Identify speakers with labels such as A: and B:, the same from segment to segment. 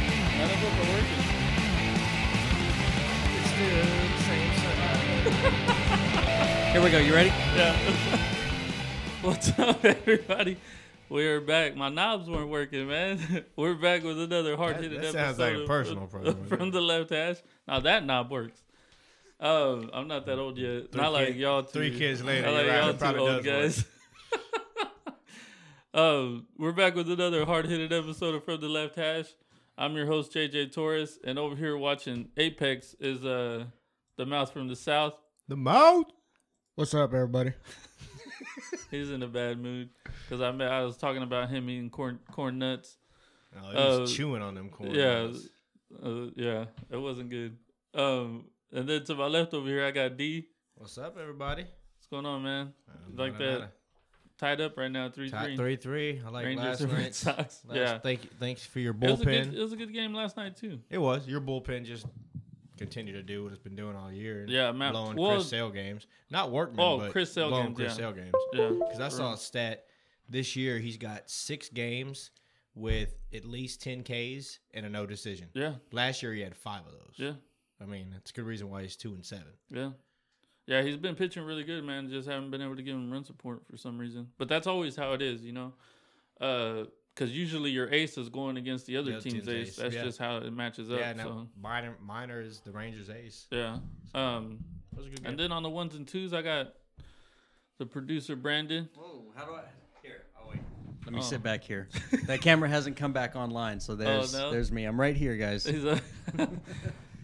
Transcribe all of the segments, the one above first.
A: what we're working. It's the same song.
B: Here we go. You ready?
C: Yeah. What's up, everybody? We are back. My knobs weren't working, man. We're back with another hard hitting
A: that
C: episode.
A: sounds like a
C: of-
A: personal problem.
C: From the left hash. Now that knob works. Um, I'm not that old yet.
A: Three
C: not like
A: kid-
C: y'all two.
A: Three kids later,
C: I like
A: you're right,
C: y'all
A: it probably
C: two old
A: does work.
C: guys. um, we're back with another hard-hitted episode of From the Left Hash. I'm your host JJ Torres, and over here watching Apex is uh the mouse from the south.
A: The mouth.
D: What's up, everybody?
C: He's in a bad mood because I met, I was talking about him eating corn corn nuts.
A: Oh, he was
C: Uh,
A: chewing on them corn.
C: yeah,
A: nuts.
C: uh, yeah, it wasn't good. Um, and then to my left over here, I got D.
A: What's up, everybody?
C: What's going on, man?
A: Um,
C: Like
A: nada,
C: that.
A: nada.
C: Tied up right now, three
E: Top
C: three.
E: three three. I like
C: Rangers
E: last
C: and Red
E: night's. Last,
C: Sox. yeah,
E: Thank you. Thanks for your
C: it was a good.
E: bullpen.
C: It was a good game last night too.
E: It was your bullpen just continue to do what it's been doing all year. and
C: Yeah, man.
E: blowing
C: Well-
E: Chris Sale games. Not Workman.
C: Oh,
E: but
C: Chris Sale
E: blowing
C: games,
E: Chris
C: yeah.
E: Sale games.
C: Yeah,
E: Because I saw a stat this year. He's got six games with at least ten Ks and a no decision.
C: yeah,
E: Last year he had five of those.
C: yeah,
E: I mean that's a good reason why he's two and seven.
C: yeah. Yeah, he's been pitching really good, man. Just haven't been able to give him run support for some reason. But that's always how it is, you know. Because usually your ace is going against the other
E: The other
C: team's,
E: team's
C: ace.
E: ace,
C: That's
E: yeah.
C: just how it matches up.
E: yeah. Now
C: so.
E: minor minor is the Rangers ace.
C: Yeah. Um,
E: That was a good game.
C: and then on the ones and twos, I got the producer Brandon.
B: Whoa, how do I? Here, I'll wait. Let me
C: Oh.
B: sit back here. That camera hasn't come back online, so there's
C: no?
B: there's me. I'm right here, guys.
C: He's a,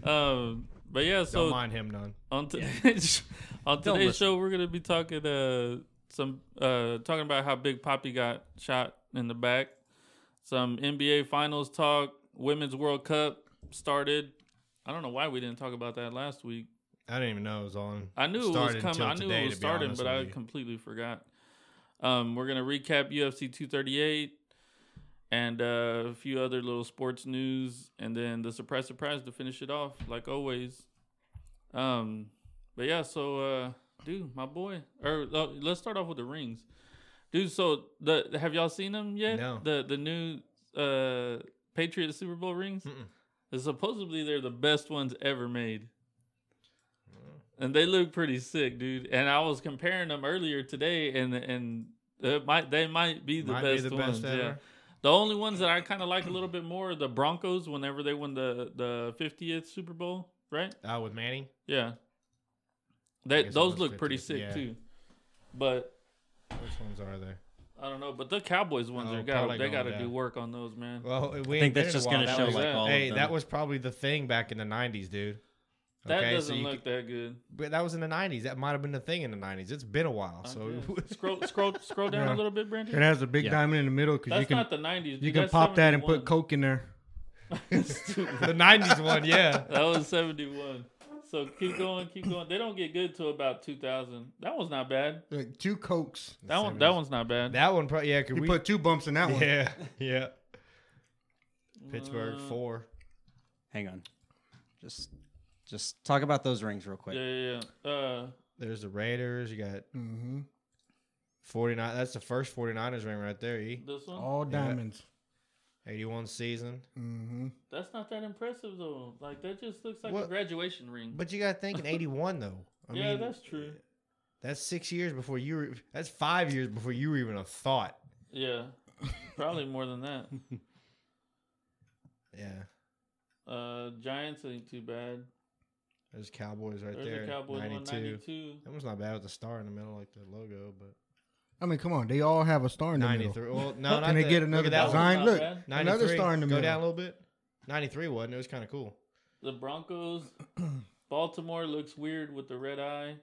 C: um, but yeah,
E: Don't
C: so
E: mind him none.
C: on today's on
B: Don't
C: today's
B: listen.
C: show, we're gonna be talking uh some uh talking about how Big Poppy got shot in the back, some NBA Finals talk, Women's World Cup started. I don't know why we didn't talk about that last week.
E: I didn't even know it was on.
C: I knew it was
E: started
C: coming.
E: until
C: I knew
E: today,
C: it was
E: to be
C: starting,
E: honest
C: but
E: with
C: I
E: you.
C: completely forgot. Um, we're gonna recap UFC 238 and uh, a few other little sports news, and then the surprise, surprise to finish it off, like always. Um, but yeah, so uh, dude, my boy, or uh, let's start off with the rings, dude. So the have y'all seen them yet?
E: No.
C: The the new uh Patriot Super Bowl rings.
E: Mm-mm.
C: Supposedly they're the best ones ever made.
E: Mm.
C: And they look pretty sick, dude. And I was comparing them earlier today, and and it might they might be the
E: Might
C: best
E: be the
C: ones.
E: best
C: Yeah.
E: ever.
C: The only ones that I kind of like a little bit more are the Broncos whenever they won the the fiftieth Super Bowl, right?
E: Uh, with Manning.
C: Yeah. They
E: guess it
C: those
E: was
C: look pretty
E: 50th,
C: sick
E: yeah.
C: too. But
E: Which ones are there?
C: I don't know. But the Cowboys ones
E: Oh,
C: are got
E: probably
C: they
E: gonna
C: got to
E: die.
C: do work on those, man.
E: Well, we
B: I think that's just gonna
C: that
B: show
C: was
B: like
C: that.
B: all
E: hey,
B: of them.
E: that was probably the thing back in the '90s, dude.
C: that
E: Okay, so
C: doesn't
E: you
C: look that good.
E: But that was in the '90s. That might have been the thing in the '90s. It's been a while, so
C: Yeah. scroll scroll scroll down
D: Yeah.
C: a little bit, Brandon.
D: It has a big
B: Yeah.
D: diamond in the middle because
C: That's
D: you can
C: not the nineties.
D: you can pop that and put Coke in there.
E: the '90s one, yeah.
C: That was seventy one. So keep going, keep going. They don't get good till about two thousand. That one's not bad.
D: Like two Cokes.
C: That one that one's not bad.
E: That one, probably yeah. Could
D: You
E: we?
D: put two bumps in that one.
E: yeah, yeah.
C: Uh,
E: Pittsburgh four.
B: Hang on. Just just talk about those rings real quick.
C: Yeah, yeah, yeah. Uh,
E: There's the Raiders. You got
D: Mm-hmm.
E: 49. That's the first 49ers ring right there. E.
C: this one.
D: All diamonds.
E: 81 season.
D: Mm-hmm.
C: That's not that impressive though. Like that just looks like a
E: What?
C: graduation ring.
E: But you got to think in '81 though. I
C: yeah,
E: mean,
C: that's true.
E: that's six years before you. Were, that's five years before you were even a thought.
C: Yeah, probably more than that.
E: Yeah.
C: Uh, Giants ain't too bad.
E: There's Cowboys right
C: There's
E: there.
C: the Cowboys one
E: 92.
C: ninety two.
E: That one's not bad with the star in the middle, like the logo, but
D: I mean, come on, they all have a star in the middle.
E: 93. Well, no, not
D: Can they
E: the-
D: get
E: look
D: another
E: at that
C: one.
D: design?
C: Not
D: Look,
C: bad.
E: One.
D: another
E: 93.
D: star in the
E: Go
D: middle.
E: down a little bit. 93 wasn't. It was kind of cool.
C: The Broncos. Baltimore looks weird with the red eye.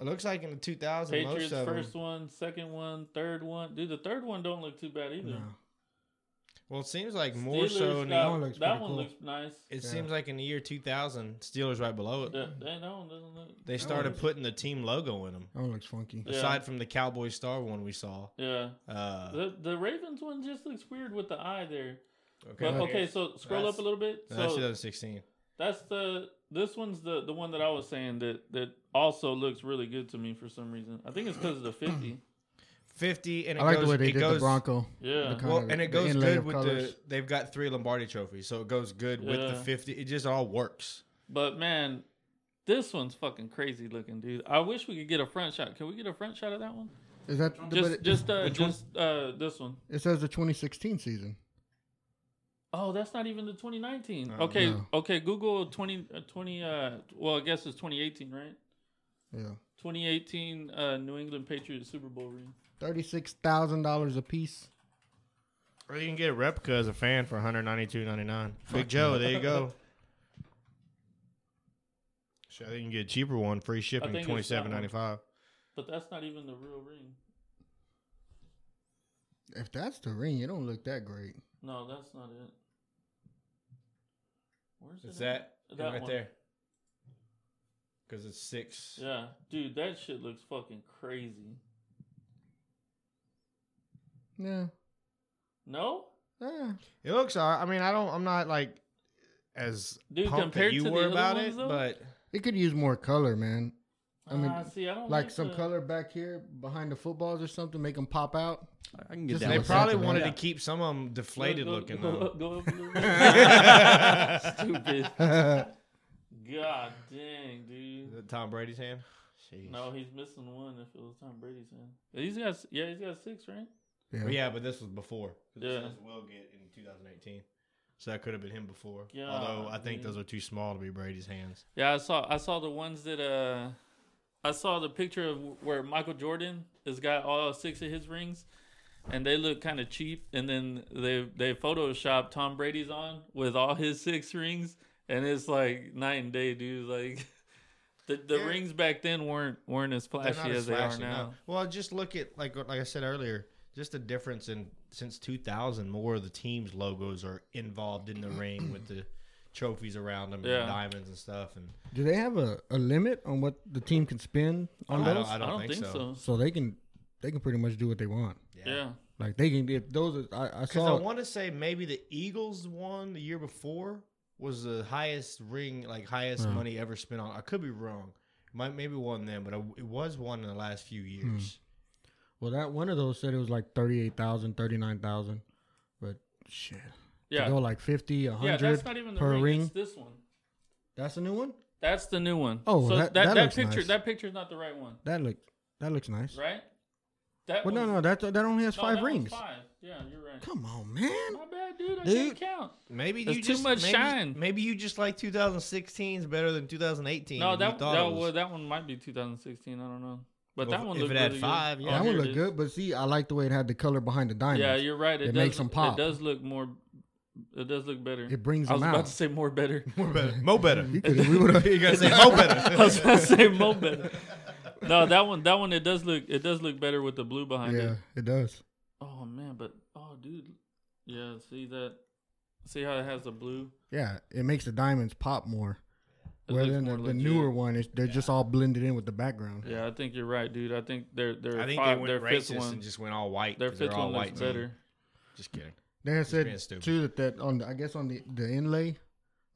E: It looks like in the 2000
C: Patriots
E: most of
C: first
E: them.
C: one, second one, third one. Dude, the third one don't look too bad either.
D: No.
E: Well, it seems like more
C: Steelers
E: so. In
C: got-
E: the,
D: That one looks
C: that
D: pretty
C: one
D: cool.
C: looks nice.
E: it
D: Yeah.
E: seems like in the year 2000, Steelers right below it.
C: Yeah, that, that one doesn't look.
E: They
C: that
E: started
C: one-
E: putting the team logo in them.
D: That one looks funky.
C: Yeah.
E: Aside from the Cowboy star one we saw.
C: Yeah,
E: Uh,
C: the the Ravens one just looks weird with the eye there.
E: okay.
C: But okay, so scroll up
E: That's-
C: a little bit.
E: No, that's
C: So
E: 2016.
C: that's the this one's the the one that I was saying that that also looks really good to me for some reason. I think it's because of the fifty.
E: fifty, and it
D: I like
E: goes,
D: the way they
E: it
D: did
E: goes,
D: the Bronco.
C: Yeah.
D: The
E: Well,
D: Kinda
E: and it
D: the
E: goes
D: inlay
E: good
D: of
E: with
D: colors.
E: the. They've got three Lombardi trophies, so it goes good with the
C: Yeah.
E: fifty. It just all works.
C: But man, this one's fucking crazy looking, dude. I wish we could get a front shot. Can we get a front shot of that one?
D: Is that the,
C: Just,
D: but it,
C: just, uh,
D: which one?
C: just uh, this one.
D: it says the 2016 season.
C: Oh, that's not even the 2019.
F: Oh,
C: Okay,
D: no.
C: okay. Google 20, uh, 20. Uh, well, I guess it's 2018, right?
D: Yeah,
C: 2018 uh, New England Patriots Super Bowl ring.
D: thirty-six thousand dollars a piece.
F: Or you can get a replica as a fan for 192.99. Big Joe, there you go. So I think you can get a cheaper one, free shipping,
C: think it's that one.
F: 27.95.
C: But that's not even the real ring.
D: If that's the ring, it don't look that great.
C: No, that's not it. Where's
E: Is
C: it
E: that,
C: at?
E: right
C: one.
E: there? Because it's six.
C: Yeah, dude, that shit looks fucking crazy.
D: Yeah. Ah.
C: No,
D: Yeah.
F: It looks. all right. I mean, I don't. I'm not like as
C: dude,
F: pumped
C: compared
F: that you
C: to the
F: were
C: other
F: about
C: ones,
F: it,
C: though,
F: but
D: It could use more color, man. I mean,
C: Ah, see, I don't
D: Like some
C: the-
D: color back here behind the footballs or something, make them pop out.
B: I can get
D: Just
B: down
E: they
D: was
B: with
E: probably
D: something,
E: wanted
B: yeah.
E: to keep some of them deflated
C: Go- go-
E: looking.
C: go
E: though.
C: up- go up a little bit. Stupid. God dang,
E: Is
C: dude.
E: it Tom Brady's hand? Jeez.
C: No, he's missing one. If it was Tom Brady's hand, he's got s- yeah, he's got six, right?
D: Yeah.
E: But yeah, but this was before.
C: Yeah.
E: This will get in 2018. So that could have been him before.
C: Yeah,
E: Although I think
C: dude.
E: those are too small to be Brady's hands.
C: Yeah, I saw I saw the ones that uh, I saw the picture of where Michael Jordan has got all six of his rings, and they look kind of cheap. And then they they photoshopped Tom Brady's on with all his six rings, and it's like night and day, dude. Like the the
E: Yeah.
C: rings back then weren't weren't as
E: They're
C: flashy
E: not
C: as,
E: as
C: they are
E: flashy, no.
C: now.
E: Well, just look at like like I said earlier, just the difference in since 2000, more of the teams' logos are involved in the ring with the trophies around them,
C: Yeah.
E: and the diamonds and stuff. And
D: Do they have a, a limit on what the team can spend on
E: I
D: those?
E: don't, I don't think, so.
D: So they can they can pretty much do what they want.
C: Yeah.
D: Like they can if those are, I, I
E: Because
D: saw
E: I want to say maybe the Eagles one the year before was the highest ring, like highest
D: Hmm.
E: money ever spent on. I could be wrong. Might maybe one then, but I, it was one in the last
C: Hmm.
E: few years.
D: well that one of those said it was like 38,000, 39,000. But shit.
C: yeah,
D: To go like 50, 100
C: yeah. That's not even the
D: per
C: ring.
D: ring.
C: It's this one.
D: That's a new one?
C: That's the new one.
D: Oh,
C: so that
D: that-
C: that,
D: that looks
C: picture
D: nice.
C: that picture's not the right one,
D: That look that looks nice.
C: right? That
D: Well no,
C: one's-
D: no, that that only has
C: no,
D: 5
C: that one's Oh,
D: rings.
C: Five. Yeah, you're right.
D: Come on, man.
C: My bad, dude. I
E: Dude.
C: can't count.
E: Maybe
C: That's
E: you
C: too
E: just
C: much
E: maybe,
C: shine.
E: Maybe you just like 2016 is better than 2018.
C: No,
E: and you
C: that
E: thought
C: that,
E: it was-
C: well, that one might be 2016. I don't know, but
E: Well,
C: that
E: if-
C: one
E: if
C: looked
E: it had
C: really
E: five,
C: good.
E: yeah.
C: Oh,
D: that one
C: here it
D: looked
C: is.
D: good, but see, I like the way it had the color behind the diamonds.
C: Yeah, you're right. It,
D: It
C: does,
D: makes 'em pop.
C: It does look more. It does look better.
D: It brings
C: I was
D: them
C: about
D: out.
C: to say more better.
E: More better, Mo better.
D: You could we would have
E: you gotta say Mo
C: I
E: better.
C: was about to say more better. No, that one. That one. It does look. It does look better with the blue behind
D: Yeah,
C: it.
D: it does.
C: Oh man, but oh dude, yeah. See that? See how it has the blue?
D: Yeah, it makes the diamonds pop more.
C: It
D: Well,
C: looks
D: then the,
C: more
D: the
C: legit.
D: newer one is they're just all blended in with the background.
C: Yeah, I think you're right, dude. I think they're they're
E: I think they
C: five,
E: went
C: their fifth
E: racist
C: one.
E: and just went all white.
C: their
E: 'cause they're
C: fifth
E: all
C: one
E: white
C: looks
E: team.
C: better.
E: Just kidding.
D: They had
E: being
D: said
E: stupid.
D: too that, that on the, I guess on the, the inlay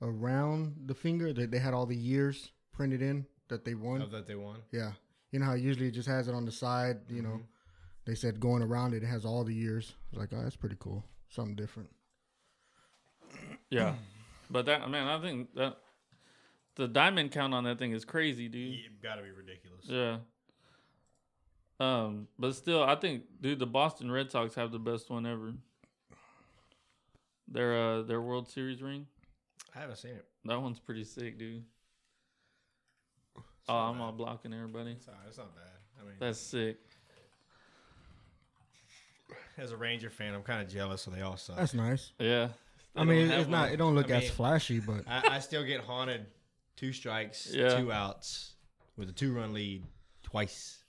D: around the finger that they had all the years printed in that they won.
E: Of that they won.
D: yeah, you know how usually it just has it on the side. You know,
C: Mm-hmm.
D: they said going around it, it has all the years. I was like, oh, that's pretty cool. Something different.
C: Yeah, but that man, I think that the diamond count on that thing is crazy, dude.
E: You gotta be ridiculous.
C: Yeah. Um, but still, I think, dude, the Boston Red Sox have the best one ever. Their uh, their World Series ring,
E: I haven't seen it.
C: that one's pretty sick, dude. Oh, I'm all blocking everybody.
E: It's, all right, it's not bad. I mean,
C: That's sick.
E: as a Ranger fan, I'm kind of jealous, so they all suck.
D: That's nice.
C: Yeah.
D: I
C: Uh, They
D: mean,
C: don't have
D: it's not.
C: one.
D: It don't look
E: I
D: as
E: mean-
D: flashy, but
E: I, I still get haunted. Two strikes,
C: Yeah.
E: two outs with a two run lead twice.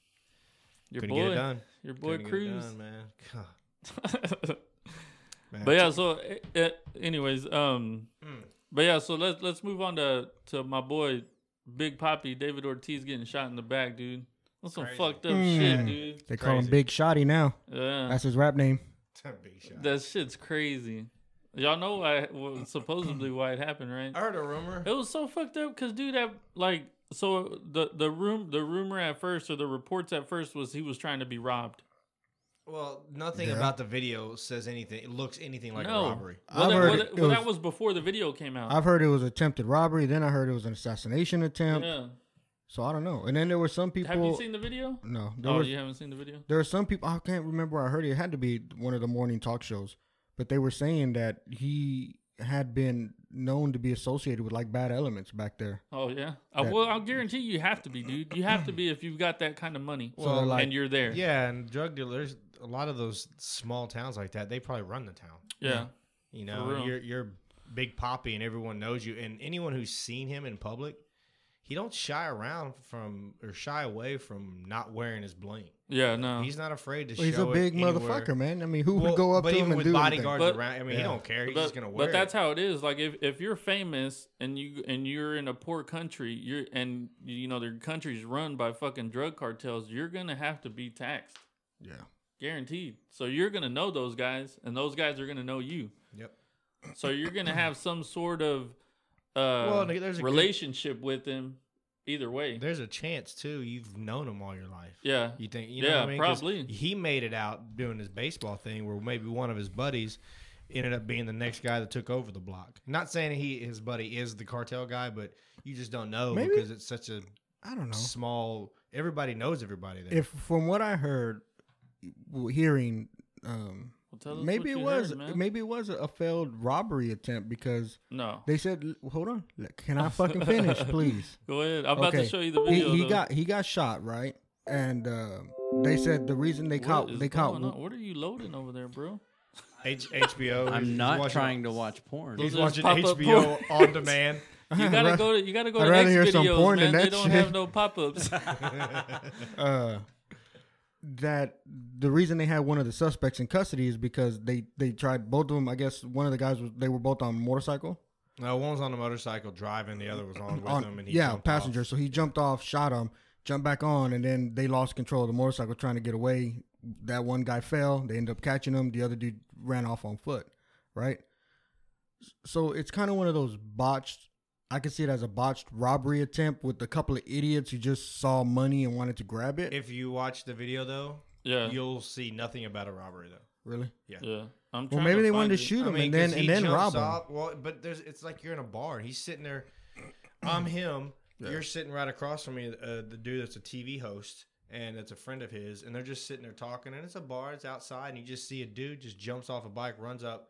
C: Your
E: Couldn't
C: boy,
E: get it done.
C: your boy
E: Couldn't get it
C: Cruz.
E: done, man. God, man.
C: But yeah, so eh, eh, anyways, um,
E: Hmm.
C: but yeah, so let's let's move on to to my boy Big Poppy David Ortiz getting shot in the back, dude. That's some
E: Crazy.
C: fucked up
D: Mm.
C: shit, dude.
D: they call him
E: Crazy.
D: Big Shotty now.
C: Yeah,
D: That's his rap name.
E: big shot.
C: that shit's crazy. Y'all know why? Well, supposedly why it happened, right?
E: I heard a rumor.
C: It was so fucked up because dude, that like so the the room the rumor at first or the reports at first was he was trying to be robbed.
E: Well, nothing
D: Yeah.
E: about the video says anything. It looks anything like
C: no.
E: a robbery.
C: Well,
D: I've
C: that,
D: heard
C: well,
D: it-
C: that-
D: it
C: well, that
D: was-
C: was before the video came out.
D: I've heard it was attempted robbery. Then I heard it was an assassination attempt.
C: yeah.
D: So I don't know. And then there were some people.
C: Have you seen the video?
D: no, there
C: Oh,
D: was
C: you haven't seen the video?
D: there were some people. I can't remember. where I heard it. it had to be one of the morning talk shows, but they were saying that he had been known to be associated with like bad elements back there.
C: Oh yeah. Uh,
D: That-
C: well, I'll guarantee you have to be, dude. You have to be if you've got that kind of money.
D: So they're like-
C: and you're there. Yeah.
E: Yeah, and drug dealers, a lot of those small towns like that, they probably run the town. You know,
C: real.
E: you're you're big poppy, and everyone knows you. And anyone who's seen him in public, he don't shy around from or shy away from not wearing his bling.
C: Yeah, no.
E: He's not afraid to show.
D: Well, he's a
E: it
D: big
E: anywhere.
D: motherfucker, man. I mean, who
E: Well,
D: would go up
E: but
D: to him
E: even
D: and
E: with
D: do anything?
E: bodyguards
C: But-
E: around? I mean, he
D: Yeah.
E: don't care. He's
C: but,
E: just gonna
C: but
E: wear. it.
C: that's how it is. Like if, if you're famous and you and you're in a poor country, you're and you know their country's run by fucking drug cartels, you're gonna have to be taxed.
D: Yeah.
C: Guaranteed. So you're gonna know those guys and those guys are gonna know you.
E: Yep.
C: So you're gonna have some sort of uh
E: Well, there's a good-
C: relationship with them either way.
E: There's a chance too. You've known him all your life.
C: Yeah.
E: You think? You know
C: Yeah,
E: what I mean? 'Cause
C: probably.
E: He made it out doing his baseball thing, where maybe one of his buddies ended up being the next guy that took over the block. Not saying he his buddy is the cartel guy, but you just don't know
D: Maybe-
E: because it's such a
D: I don't know.
E: small. Everybody knows everybody there.
D: If from what I heard, w- hearing, um,
C: Well, tell us what
D: maybe it
C: you
D: was
C: heard, man.
D: maybe it was a failed robbery attempt because
C: no.
D: they said, l- "Hold on, l- can I fucking finish, please?"
C: Go ahead. I'm about to show you the
D: He-
C: video.
D: He,
C: though.
D: got he got shot right, and uh, they said the reason they
C: What
D: caught
C: is
D: they caught
C: going on? What are you loading over there, bro?
E: H- HBO,
B: I'm
E: he's
B: not
E: watching-
B: trying to watch porn.
E: He's
C: Those are
E: watching
C: pop-up
E: HBO on demand.
C: You gotta go. To, you gotta go
D: I'd
C: to
D: rather
C: X
D: hear some
C: videos,
D: porn
C: man.
D: than
C: They
D: that
C: don't
D: shit.
C: have no pop-ups.
D: uh, that the reason they had one of the suspects in custody is because they they tried both of them. I guess one of the guys was they were both on motorcycle
E: No, one was on a motorcycle driving, the other was on with
D: on
E: him, and he
D: yeah
E: jumped
D: passenger.
E: off.
D: So he jumped off, shot him, jumped back on, and then they lost control of the motorcycle trying to get away. That one guy fell. They ended up catching him. The other dude ran off on foot. Right. So it's kind of one of those botched. I can see it as a botched robbery attempt with a couple of idiots who just saw money and wanted to grab it.
E: If you watch the video though,
C: yeah,
E: you'll see nothing about a robbery though.
D: really?
C: yeah. I'm
D: Well,
C: trying
D: maybe
C: to
D: they
C: find
D: wanted to
C: it.
D: shoot him and
E: 'cause
D: then
E: he
D: and then
E: jumps
D: rob him.
E: off- Well, but there's it's like you're in a bar. He's sitting there. I'm him. You're sitting right across from me. Uh, the dude that's a TV host and that's a friend of his, and they're just sitting there talking. And it's a bar. It's outside, and you just see a dude just jumps off a bike, runs up,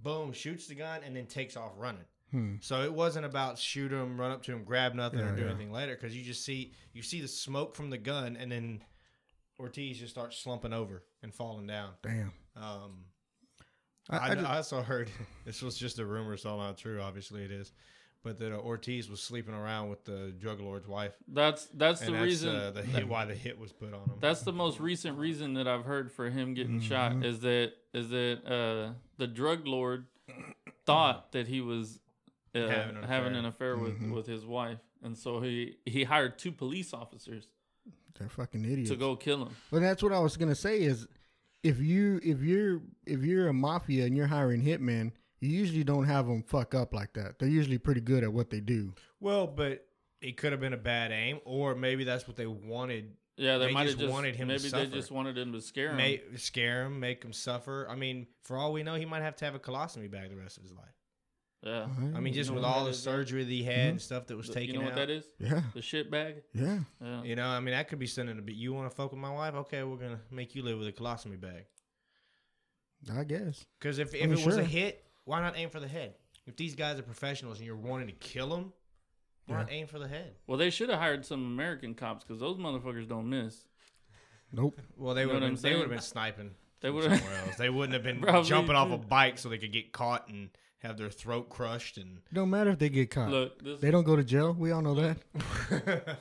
E: boom, shoots the gun, and then takes off running.
D: Hmm.
E: So it wasn't about shoot him, run up to him, grab nothing, or
D: Yeah,
E: do
D: yeah.
E: anything later because you just see you see the smoke from the gun, and then Ortiz just starts slumping over and falling down.
D: Damn.
E: Um,
D: I,
E: I,
D: I just-
E: I also heard this was just a rumor, so not true. Obviously, it is, but that uh, Ortiz was sleeping around with the drug lord's wife,
C: That's that's
E: and
C: the
E: that's
C: reason.
E: uh, the hit, why the hit was put on him.
C: that's the most recent reason that I've heard for him getting
D: Mm-hmm.
C: shot is that is that uh, the drug lord thought that he was uh, having,
E: Having an
C: an
E: affair.
C: affair with
D: Mm-hmm.
C: with his wife, and so he he hired two police officers
D: they're fucking idiots.
C: to go kill him.
D: Well, that's what I was gonna say is, if you if you're if you're a mafia and you're hiring hitmen, you usually don't have them fuck up like that. They're usually pretty good at what they do.
E: well, but it could have been a bad aim, or maybe that's what they wanted.
C: Yeah, they,
E: They
C: might
E: just
C: have just
E: wanted him to
C: Maybe they
E: suffer.
C: just wanted him to scare him.
E: May, scare him, make him suffer. I mean, for all we know, he might have to have a colostomy bag the rest of his life.
C: yeah.
E: I mean, just
C: Mm, know
E: with
C: what
E: all
C: that
E: the
C: is, though?
E: surgery that he had
D: Mm-hmm.
E: and stuff that was
C: The-
E: taken
C: you know
E: out.
C: what that is?
D: yeah,
C: The shit bag.
D: yeah.
C: Yeah.
E: You know, I mean, that could be sending a bit. You want to fuck with my wife? Okay, we're gonna make you live with a colostomy bag.
D: I guess.
E: Because if, if
D: mean,
E: it was a
D: sure.
E: hit, why not aim for the head? If these guys are professionals and you're wanting to kill them, why not aim for the head?
C: Well, they should have hired some American cops because those motherfuckers don't miss.
D: Nope.
E: Well, they
C: You know
E: would
C: what I'm
E: have they would have
C: saying?
E: been sniping
C: They
E: from
C: would have.
E: somewhere else. They wouldn't have been
C: Probably
E: jumping off a
C: too.
E: bike so they could get caught and have their throat crushed and.
D: It don't matter if they get caught.
C: Look, this,
D: They don't go to jail. We all know that.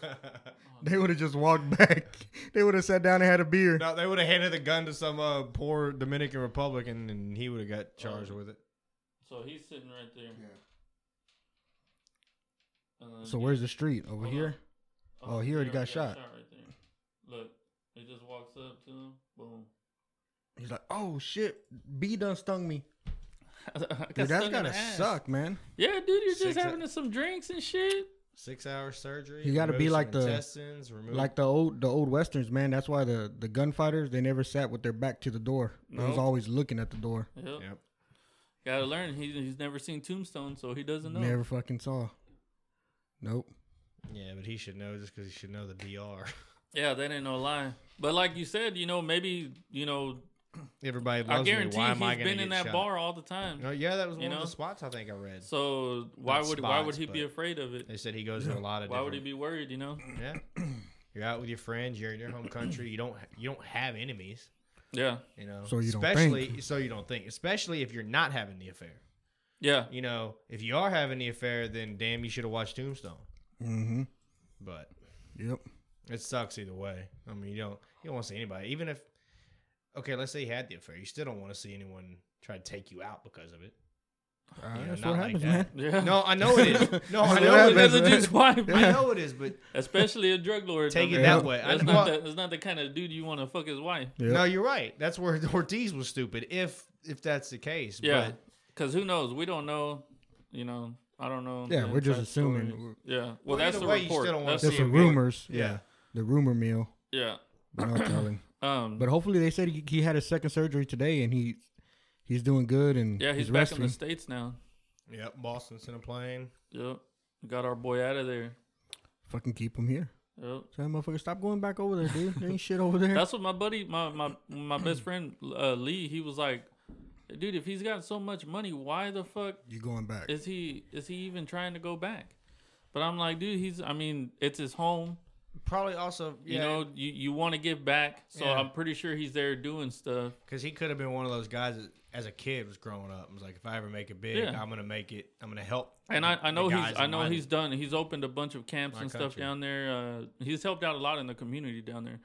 D: They would have just walked back. They would have sat down and had a beer.
E: no, they would have handed the gun to some uh, poor Dominican Republican and he would have got
C: Oh.
E: charged with it.
C: so he's sitting right there. Uh,
D: So where's the street over
C: Hold
D: here?
C: on.
D: oh, he already got shot.
C: right there. Look, he just walks up to him. Boom.
D: He's like, oh shit, B done stung me.
C: I got
D: Dude, that's
C: stung in
D: gotta
C: the ass.
D: suck, man.
C: Yeah, dude, you're
E: Six
C: just having some drinks and shit.
E: Six hour surgery.
D: You gotta be
E: remotion
D: like the-
E: intestines, remove
D: Like the old the old westerns, man. That's why the the gunfighters they never sat with their back to the door. They was
C: Nope.
D: always looking at the door.
C: Yep.
E: Yep.
C: Gotta learn. He, he's never seen Tombstone, so he doesn't know.
D: Never fucking saw. Nope.
E: Yeah, but he should know just because he should know the BR.
C: Yeah, that ain't no lie. But like you said, you know, maybe you know,
E: Everybody
C: I
E: loves me.
C: guarantee
E: Why
C: he's
E: am I going
C: been
E: to
C: in that
E: shot?
C: bar all the time.
E: No, Oh, yeah, that was
C: You
E: one of
C: know?
E: the spots I think I read.
C: So why
E: Not
C: would why would
E: spots,
C: he be
E: but-
C: afraid of it?
E: They said he goes to a lot of.
C: Why would he
E: different-
C: be worried? You know?
E: Yeah. You're out with your friends. You're in your home country. You don't. You don't have enemies.
C: Yeah,
E: You know.
D: So you don't
E: especially,
D: think.
E: So you don't think. Especially if you're not having the affair.
C: yeah.
E: You know, if you are having the affair, then damn, you should have watched Tombstone.
D: Mm-hmm.
E: But
D: Yep.
E: it sucks either way. I mean, you don't. You don't want to see anybody. Even if. Okay, let's say he had the affair. You still don't want to see anyone try to take you out because of it.
D: Uh,
E: You know,
D: that's
E: not
D: what
E: like
D: happens,
E: that.
D: man.
C: Yeah.
E: No, I know it is. No, I
D: what
E: know it
D: happens,
E: is.
C: Another
D: man.
C: dude's wife,
E: I
C: man.
E: know it is, but
C: especially a drug lord.
E: take
C: I
E: it
C: mean,
E: that way. I
C: That's
E: know-
C: not, the, that's not the kind of dude you want to fuck his wife.
D: Yep.
E: No, you're right. That's where Ortiz was stupid. If if that's the case,
C: Yeah,
E: But
C: because who knows? We don't know. You know, I don't know.
D: Yeah,
C: the
D: we're just
C: inside
D: assuming.
C: stories. Yeah, well, that's
E: either
C: the
E: way, you
C: report.
E: still don't wanna
C: That's
E: see
D: There's
C: the,
D: some
E: Yeah.
D: rumors.
E: Yeah.
D: The rumor mill.
C: yeah.
D: But no telling.
C: Um,
D: But hopefully they said he, he had his second surgery today and he he's doing good and
C: yeah, he's, back
D: resting.
C: in the states now.
E: yep, Boston's in a plane.
C: Yep, got our boy out of there.
D: Fucking keep him here.
C: Yep.
D: Tell that motherfucker stop going back over there, dude. There ain't shit over there.
C: That's what my buddy, my my my best friend uh, Lee, he was like, dude, if he's got so much money, why the fuck
D: you going back?
C: is he is he even trying to go back? But I'm like, dude, he's. I mean, it's his home.
E: Probably also,
C: You
E: you know,
C: know, you, you want to give back, so
E: Yeah.
C: I'm pretty sure he's there doing stuff.
E: because he could have been one of those guys that, as a kid, was growing up. and was like, if I ever make it big,
C: Yeah.
E: I'm gonna make it. I'm gonna help.
C: And I, I
E: the
C: know he's
E: guys
C: I
E: in
C: know
E: my-
C: he's done he's opened a bunch of camps
E: my
C: and stuff
E: country.
C: down there. Uh, he's helped out a lot in the community down there.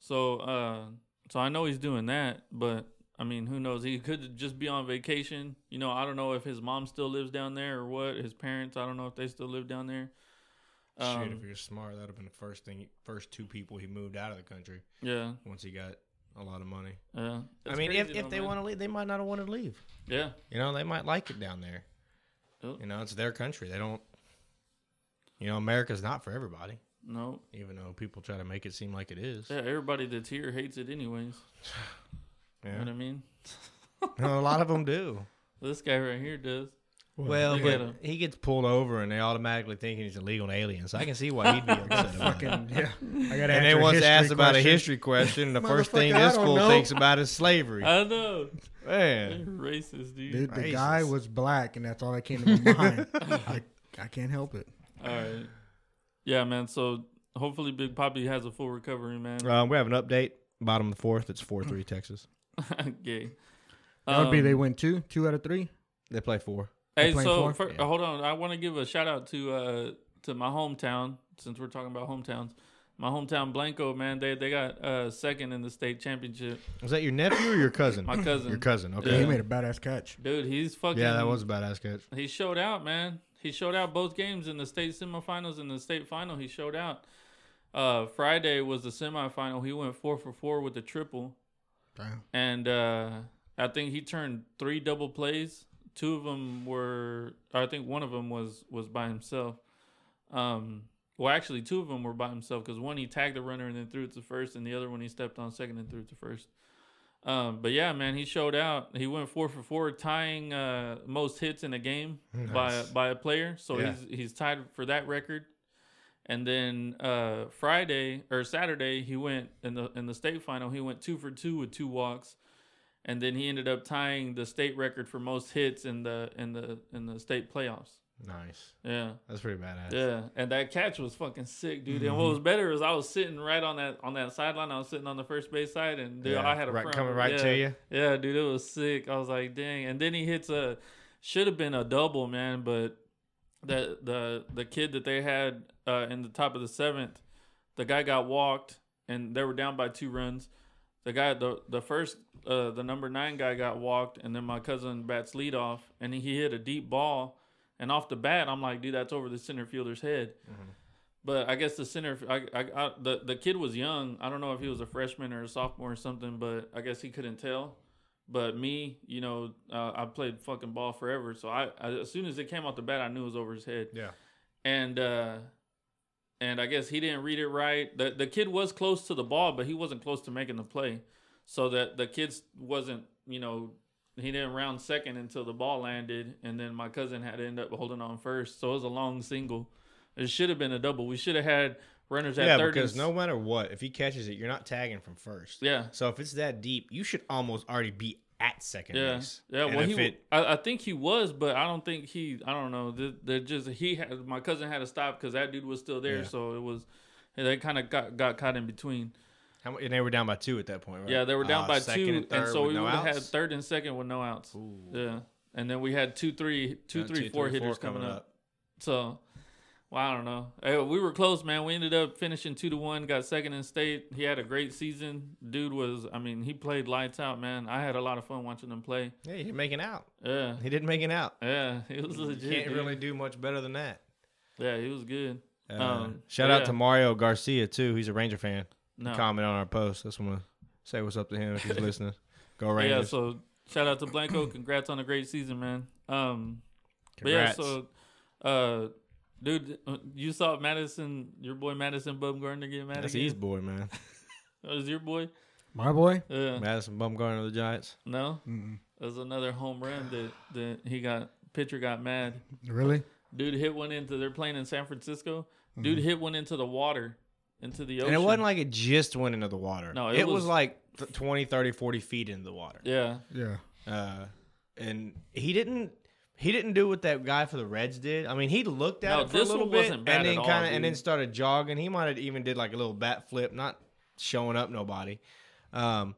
C: So uh, so I know he's doing that, but I mean, who knows? He could just be on vacation. You know, I don't know if his mom still lives down there or what. His parents, I don't know if they still live down there.
E: Shoot, if
C: Um,
E: you're smart, that'd have been the first thing, first two people he moved out of the country
C: yeah,
E: once he got a lot of money.
C: yeah.
E: I mean, if, if they want to leave, they might not have wanted to leave.
C: to, yeah,
E: You know, they might like it down there.
C: Yep.
E: You know, it's their country. They don't. You know, America's not for everybody,
C: no,
E: even though people try to make it seem like it is.
C: yeah. Everybody that's here hates it anyways. You know what I mean?
E: a lot of them do.
C: This guy right here does.
E: Well,
C: Look at
E: but
C: him.
E: he gets pulled over and they automatically think he's illegal alien. So I can see why he'd be upset about it.
D: Fucking yeah. I gotta
E: And they
D: answer a
E: once asked
D: history
E: about a
D: question.
E: history question, and the first thing
D: Motherfucker, I
E: this
D: don't
E: fool
D: know.
E: thinks about is slavery.
C: I know.
E: Man,
C: Racist dude.
D: Dude, the
E: Racist.
D: guy was black and that's all that came to my mind. I, I can't help it.
C: All right. Yeah, man. So hopefully Big Poppy has a full recovery, man.
E: um, we have an update. Bottom of the fourth. It's four three Texas.
C: Gay.
D: That would be
C: Um,
D: they went two, two out of three.
E: They play four.
C: Hey,
D: playing
C: so
D: four?
C: fir-
E: Yeah.
C: hold on. I want to give a shout out to uh to my hometown since we're talking about hometowns. My hometown Blanco, man. They they got uh second in the state championship.
E: Was that your nephew or your cousin?
C: My cousin.
E: Your cousin.
D: Yeah,
E: Okay.
D: he
C: Yeah.
D: made a badass catch.
C: Dude, he's fucking.
E: Yeah, that was a badass catch.
C: He showed out, man. He showed out both games in the state semifinals and the state final. He showed out. Uh, Friday was the semifinal. He went four for four with the triple.
D: Damn.
C: and uh, I think he turned three double plays. Two of them were, or I think one of them was was by himself. Um, well, actually, two of them were by himself because one he tagged the runner and then threw it to first, and the other one he stepped on second and threw it to first. Um, but yeah, man, he showed out. He went four for four, tying uh, most hits in a game by
E: Nice.
C: by a player. So
E: Yeah.
C: he's he's tied for that record. And then uh, Friday or Saturday, he went in the in the state final. He went two for two with two walks, and then he ended up tying the state record for most hits in the in the in the state playoffs.
E: Nice.
C: Yeah,
E: That's pretty badass.
C: yeah. And that catch was fucking sick, dude.
E: Mm-hmm.
C: And what was better is I was sitting right on that on that sideline. I was sitting on the first base side, and dude,
E: Yeah,
C: I had a
E: right-
C: front
E: coming right
C: yeah.
E: to you.
C: Yeah, dude, it was sick. I was like, dang. And then he hits a should have been a double, man, but the the the kid that they had uh, in the top of the seventh, the guy got walked, and they were down by two runs. The guy, the the first, uh, the number nine guy got walked, and then my cousin bats lead off, and he hit a deep ball, and off the bat, I'm like, dude, that's over the center fielder's head. But I guess the center, I, I, I, the the kid was young. I don't know if he was a freshman or a sophomore or something, but I guess he couldn't tell. But me, you know, uh, I played fucking ball forever, so I, I as soon as it came off the bat, I knew it was over his head.
E: Yeah.
C: and uh, and I guess he didn't read it right. the The kid was close to the ball, but he wasn't close to making the play. So that the kid wasn't, you know, he didn't round second until the ball landed, and then my cousin had to end up holding on first. So it was a long single. It should have been a double. We should have had runners at
E: Yeah,
C: thirty.
E: because no matter what, if he catches it, you're not tagging from first.
C: Yeah.
E: So if it's that deep, you should almost already be at second
C: Yeah,
E: base.
C: yeah.
E: And
C: Well,
E: if
C: he,
E: it,
C: I, I think he was, but I don't think he. I don't know. They're, they're just he had my cousin had to stop because that dude was still there,
E: Yeah.
C: so it was. They kind of got, got caught in between.
E: how, mu- and they were down by two at that point, right?
C: Yeah, they were down
E: Uh,
C: by
E: second
C: two,
E: and,
C: and,
E: third
C: so
E: with
C: we
E: no
C: would have had
E: outs?
C: third and second with no outs. Yeah, and then we had two, three, two,
E: Yeah,
C: three, four
E: Uh, three,
C: hitters coming up. So, well, I don't know. Eh, we were close, man. We ended up finishing two to one. Got second in state. He had a great season. Dude was, I mean, he played lights out, man. I had a lot of fun watching him play.
E: Yeah, he didn't make an out.
C: Yeah,
E: He didn't make an out.
C: yeah, it was
E: You
C: legit.
E: can't
C: dude.
E: really do much better than that.
C: Yeah, he was good.
E: Uh,
C: Um,
E: shout
C: but
E: out
C: yeah.
E: to Mario Garcia too. He's a Ranger fan.
C: No.
E: Comment on our post. That's want to say what's up to him if he's listening. Go
C: But yeah,
E: Rangers.
C: so shout out to Blanco. Congrats on a great season, man. Um,
E: Congrats.
C: but yeah, so, uh, dude, uh, you saw Madison, your boy Madison Bumgarner get mad
E: That's
C: again.
E: East boy, man.
C: That was your boy?
D: My boy.
C: Yeah.
E: Madison Bumgarner of the Giants.
C: No, that was another home run that that he got. Pitcher got mad.
D: Really?
C: Dude hit one into. They're playing in San Francisco. Dude
D: Mm-hmm.
C: hit one into the water, into the ocean.
E: And it wasn't like it just went into the water.
C: No,
E: it,
C: it
E: was,
C: was-
E: like th- 20, 30, 40 feet into the water.
C: yeah,
D: Yeah.
E: Uh, and he didn't he didn't do what that guy for the Reds did. I mean, he looked at
C: No,
E: it for
C: this
E: a little
C: one
E: bit
C: wasn't bad
E: and then
C: at all,
E: kinda- and
C: dude.
E: then started jogging. He might have even did like a little bat flip, not showing up nobody. Um,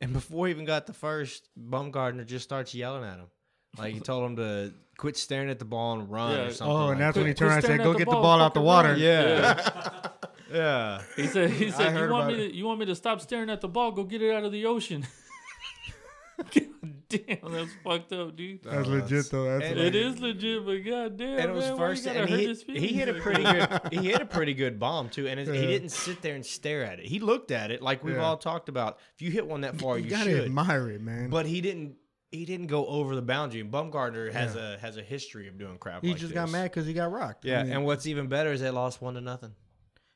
E: and before he even got the first, Bumgardner just starts yelling at him. Like he told him to quit staring at the ball and run
C: Yeah.
E: or something.
D: Oh,
E: like
D: and that's
E: that.
D: when he
C: Quit
D: turned around and
C: staring
D: said,
C: at
D: "Go
C: the
D: get the
C: ball,
D: ball out the
C: fucking
D: water."
C: run.
E: yeah. yeah.
C: He said, he said
D: heard
C: you want me
D: about it.
C: to you want me to stop staring at the ball, go get it out of the ocean. God damn, that's fucked up, dude.
D: That's
E: Oh, that's-
D: legit though. That's
E: and
D: like-
C: It is legit, but god damn.
E: and it was
C: man, why you
E: first
C: gotta
E: and
C: hurt
E: he,
C: his
E: he hit a
C: feelings?
E: pretty good he hit a pretty good bomb too and it, he
D: Yeah.
E: didn't sit there and stare at it he looked at it like we've
D: Yeah.
E: all talked about if you hit one that far
D: you,
E: you,
D: gotta
E: should
D: admire it, man.
E: but he didn't he didn't go over the boundary and Bumgarner has a has a history of doing crap
D: he
E: like this.
D: just got mad because he got rocked. I
E: yeah
D: mean,
E: and what's even better is they lost one to nothing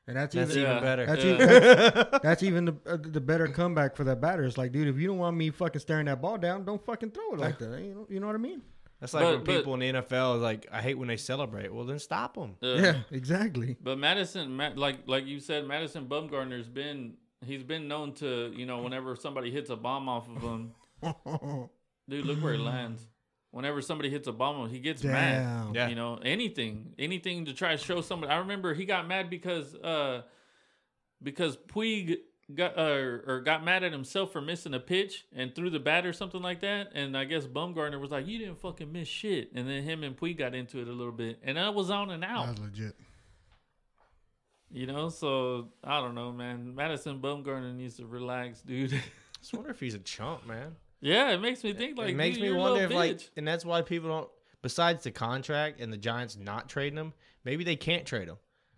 D: and that's,
E: that's
D: even
E: even
C: Yeah.
E: better
D: that's
C: Yeah.
D: even that's, that's even the uh, the better comeback for that batter. It's like, dude, if you don't want me fucking staring that ball down, don't fucking throw it like that. You know, you know what I mean?
E: that's like
C: But-
E: when
C: but-
E: people in the NFL is like I hate when they celebrate well then stop them
C: Uh,
D: yeah, exactly.
C: But Madison, Ma- like like you said, Madison Bumgarner's been he's been known to you know whenever somebody hits a bomb off of him, dude, look where it lands. Whenever somebody hits a bomb, he gets mad.
D: Damn.
E: Yeah.
C: You know anything, anything to try to show somebody. I remember he got mad because uh because Puig got uh, or got mad at himself for missing a pitch and threw the bat or something like that. And I guess Bumgarner was like, "You didn't fucking miss shit." And then him and Puig got into it a little bit, and that was on and out.
D: That's legit.
C: You know, so I don't know, man. Madison Bumgarner needs to relax, dude.
E: I just wonder if he's a chump man
C: yeah, it makes me think like
E: it makes
C: dude,
E: me
C: you're a
E: wonder if
C: little
E: like
C: bitch.
E: and that's why people don't besides the contract and the giants not trading him maybe they can't trade him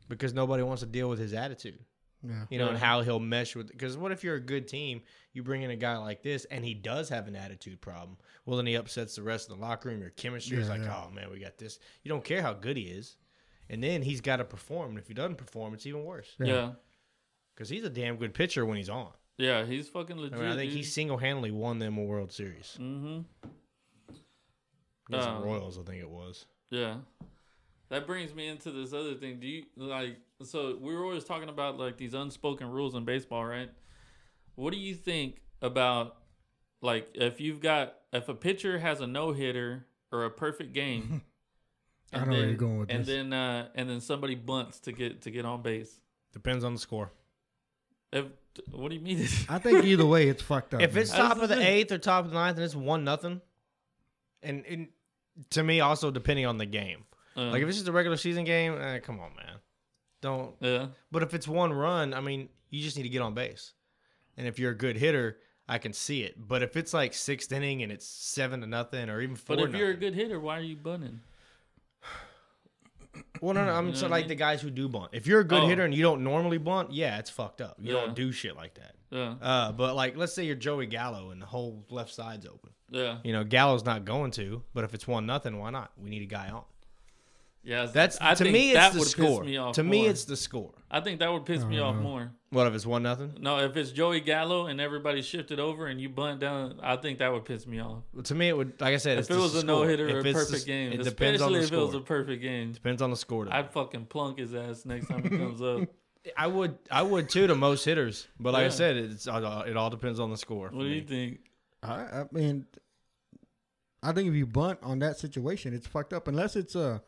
E: because nobody wants to deal with his attitude
D: Yeah.
E: you know and
C: Yeah.
E: how he'll mesh with because what if you're a good team you bring in a guy like this and he does have an attitude problem well then he upsets the rest of the locker room your chemistry is
D: Yeah,
E: like
D: yeah.
E: oh man we got this you don't care how good he is and then he's got to perform and if he doesn't perform it's even worse
C: yeah.
E: because he's a damn good pitcher when he's on
C: Yeah, he's fucking
E: i
C: legit.
E: mean i think
C: dude.
E: he single-handedly won them a world series
C: Mm-hmm.
E: against
C: Um,
E: the royals i think it was
C: Yeah. That brings me into this other thing. Do you like so we were always talking about like these unspoken rules in baseball, right? What do you think about like if you've got if a pitcher has a no hitter or a perfect game
D: I
C: and
D: know where
C: then-
D: you're going with
C: and
D: this.
C: then uh and then somebody bunts to get to get on base.
E: depends on the score
C: If what do you mean?
D: I think either way, it's fucked up.
E: If it's
C: That's
E: top
C: the
E: of the
C: thing.
E: eighth or top of the ninth, and it's one nothing, and, and to me also depending on the game.
C: Uh,
E: Like if it's just a regular season game, eh, come on, man, don't.
C: yeah.
E: But if it's one run, I mean, you just need to get on base, and if you're a good hitter, I can see it. But if it's like sixth inning and it's seven to nothing, or even four,
C: But if you're a
E: nothing-
C: good hitter, why are you bunting?
E: well, no, no, I'm
C: know
E: so
C: what I
E: like
C: mean?
E: the guys who do bunt. If you're a good
C: Oh.
E: hitter and you don't normally bunt, yeah, it's fucked up. You
C: Yeah.
E: don't do shit like that.
C: Yeah.
E: Uh, but like, let's say you're Joey Gallo and the whole left side's open.
C: Yeah.
E: You know, Gallo's not going to, but if it's one nothing, why not? We need a guy on.
C: Yeah,
E: That's
C: I
E: to
C: think
E: me.
C: that
E: It's the
C: would piss
E: score.
C: me off
E: To me,
C: more.
E: it's the score.
C: I think that would piss me off more.
E: What if it's one nothing?
C: No, if it's Joey Gallo and everybody shifted over and you bunt down, I think that would piss me off.
E: To me, it would. Like I said, it's
C: if it was
E: the
C: a
E: score.
C: no hitter or a
E: If it's the-
C: perfect game,
E: it
C: especially
E: depends on the
C: if it was a
E: score.
C: perfect game,
E: Depends on the score. to me.
C: I'd fucking plunk his ass next time he comes up.
E: I would, I would too to most hitters. But like
C: Yeah.
E: I said, it's uh, it all depends on the score. for
C: What do you
E: me.
C: think?
D: I, I mean, I think if you bunt on that situation, it's fucked up. Unless it's a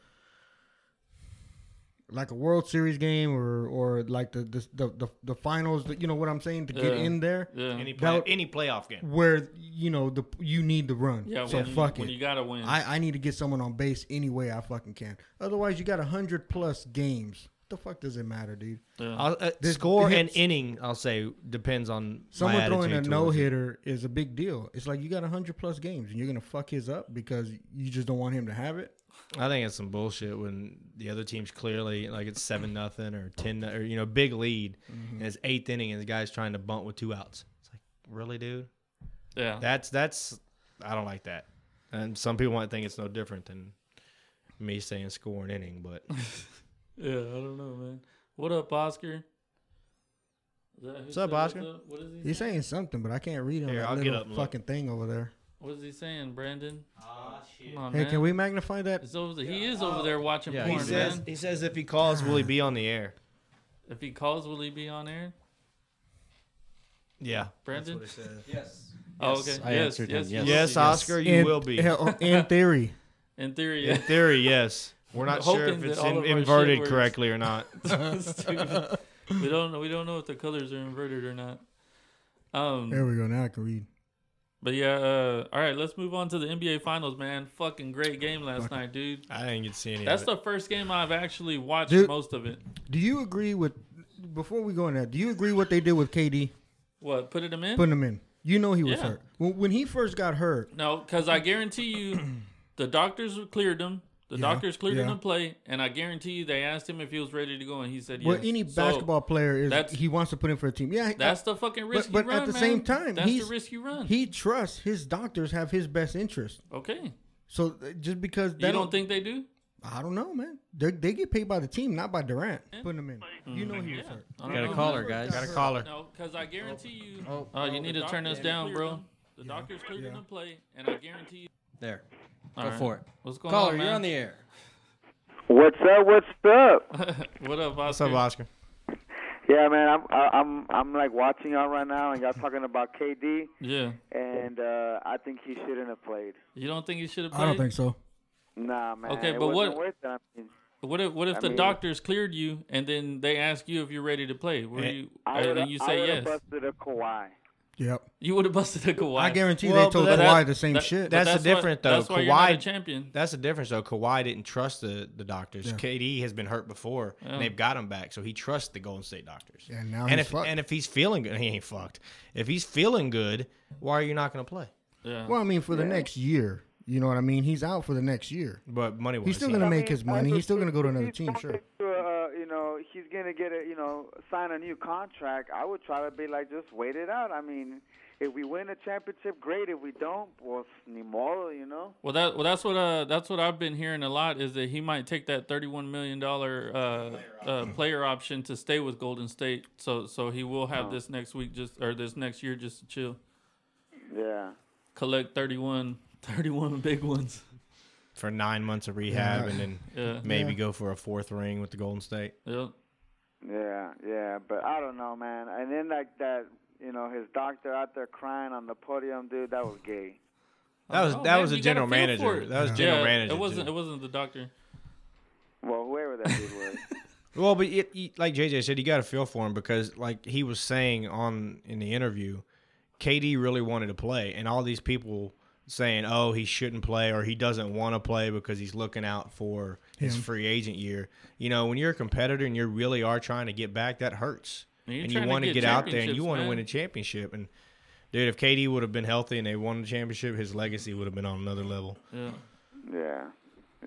D: like a World Series game or or like the the the, the, the finals. you know what I'm saying? To get
C: Yeah.
D: in there,
C: Yeah,
E: Any play,
D: That-
E: any playoff game.
D: where you know the you need the run.
C: yeah.
D: so
C: when,
D: fuck
C: you, when
D: it.
C: you gotta win,
D: I, I need to get someone on base any way I fucking can. Otherwise, you got a hundred plus games. The fuck does it matter, dude?
C: Yeah.
E: I'll, uh,
D: This
E: score and
D: hits-
E: inning, I'll say, depends on my
D: Someone throwing a
E: attitude
D: no
E: towards it.
D: hitter is a big deal. It's like you got a hundred plus games and you're gonna fuck his up because you just don't want him to have it.
E: I think it's some bullshit when the other team's clearly like it's seven nothing or ten no- or you know big lead, and it's eighth inning and the guy's trying to bunt with two outs. It's like really, dude.
C: yeah.
E: That's that's I don't like that. And some people might think it's no different than me saying score an inning, but
C: Yeah, I don't know, man. What up, Oscar? Is that who
E: What's up,
C: said
E: Oscar?
C: What is he?
D: He's saying something, but I can't read him.
E: Here,
D: that
E: I'll get
D: little
E: up and look.
D: fucking thing over there.
C: What is he saying, Brandon? Come on,
D: Hey,
C: Oh, man.
D: can we magnify that?
C: It's over. He is over there watching
E: yeah, he
C: porn,
E: says
C: man.
E: he says if he calls, will he be on the air?
C: If he calls, will he be on air,
E: Yeah.
C: Brandon?
B: Yes.
C: Oh, okay.
B: I
C: yes,
B: answered
C: yes,
B: him,
C: you
B: yes.
C: will
E: Yes,
C: be.
E: Oscar, you
D: in,
E: will be.
D: hell, oh, in theory.
C: In theory,
E: In
C: yeah.
E: theory, yes. We're not sure
C: Hoping
E: if it's
C: that all
E: in,
C: of our shit
E: inverted
C: works.
E: correctly or not.
C: Stupid. we don't know. We don't know if the colors are inverted or not.
D: There
C: Um,
D: we go. Now I can read.
C: but yeah. Uh, all right, let's move on to the NBA Finals, man. Fucking great game last night, dude.
E: I didn't get to see any.
C: That's
E: of it.
C: the first game I've actually watched
D: Dude.
C: most of it.
D: Do you agree with? Before we go in that, do you agree what they did with KD
C: What put it him in?
D: putting him in? You know he was
C: Yeah.
D: hurt when, when he first got hurt.
C: No, because I guarantee you, the doctors cleared him. The
D: Yeah,
C: doctors cleared him
D: yeah.
C: to play, and I guarantee you, they asked him if he was ready to go, and he said yes.
D: Well, any
C: So,
D: basketball player is
C: that's-
D: he wants to put in for a team. Yeah,
C: that's the fucking risk.
D: but
C: you run,
D: at the
C: man.
D: same time,
C: that's
D: he's-
C: the risk you run.
D: he trusts his doctors have his best interest.
C: okay,
D: So uh, just because
C: you
D: they
C: don't think they do?
D: I don't know, man. They they get paid by the team, not by Durant. Putting him in, you know he was hurt.
C: I don't
B: Got a
C: know,
B: caller,
C: man.
B: guys.
E: Got a caller.
C: No, because I guarantee you.
B: Oh.
C: Oh, you need to turn us down, bro. The doctors cleared
D: Yeah.
C: him to play, and I guarantee you.
B: There.
C: All
B: Go
C: right.
B: for it.
C: What's going
B: Caller,
C: on, man?
B: you're on the air.
G: What's up? What's up?
C: what up, Oscar?
E: What's up, Oscar?
G: Yeah, man, I'm I- I'm I'm like watching y'all right now, and y'all talking about KD,
C: Yeah,
G: and uh, I think he shouldn't have played.
C: you don't think he should have played?
D: I don't think so.
G: Nah, man.
C: Okay,
G: it
C: but
G: wasn't
C: what-
G: Worth it. I mean,
C: What if what if
G: I
C: the
G: mean-
C: doctors cleared you and then they ask you if you're ready to play? Were
E: Eh.
C: you
G: I
C: and
G: would've-
C: then you
G: I
C: say
G: would've
C: yes?
G: busted a Kawhi.
D: Yep.
C: You would have busted a Kawhi.
D: I guarantee
E: Well,
D: they told
E: but that-
D: Kawhi the same
C: That-
D: shit.
C: but
E: that's the
C: why-
E: difference, though.
C: That's why you're not a
E: Kawhi-
C: champion.
E: That's the difference, though. Kawhi didn't trust the, the doctors. KD has been hurt before, and they've got him back, so he trusts the Golden State doctors.
D: Yeah, now
E: and
D: he's
E: if
D: fucked.
E: and if he's feeling good, he ain't fucked. If he's feeling good, why are you not going to play?
C: Yeah.
D: well, I mean, for the next year, you know what I mean. He's out for the next year.
E: But money wise,
D: He's still gonna
G: I
D: make
G: mean,
D: his
G: I
D: money.
G: just
D: He's still gonna
G: think
D: go to
G: if
D: another
G: he's
D: team,
G: going
D: sure.
G: to, uh, you know, he's gonna get a you know sign a new contract. I would try to be like, just wait it out. I mean, if we win a championship, great. If we don't, well, ni modo, you know.
C: Well, that well that's what uh that's what I've been hearing a lot is that he might take that thirty-one million dollar uh, uh player option to stay with Golden State. So so he will have this next week just or this next year just to chill,
G: Yeah.
C: collect 31, 31 big ones.
E: for nine months of rehab, and then
C: Yeah.
E: maybe go for a fourth ring with the Golden State.
C: Yeah.
G: Yeah, yeah, but I don't know, man. And then like that, you know, his doctor out there crying on the podium, dude. That was gay.
E: That was
C: Oh,
E: that
C: man,
E: was a
C: you gotta
E: general
C: feel for
E: manager.
C: it.
E: That was general
C: Yeah,
E: manager.
C: It wasn't
E: too.
C: it wasn't the doctor.
G: Well, whoever that dude was.
E: Well, but it, it- like JJ said, you got to feel for him because, like he was saying on in the interview, KD really wanted to play, and all these people saying, "Oh, he shouldn't play," or "He doesn't want to play because he's looking out for his free agent year." You know, when you're a competitor and you really are trying to get back, that hurts,
C: And you're
E: and you
C: trying to
E: want to
C: get
E: get, out there and you
C: championships,
E: want to
C: man.
E: win a championship. And dude, if KD would have been healthy and they won the championship, his legacy would have been on another level.
C: Yeah.
G: yeah,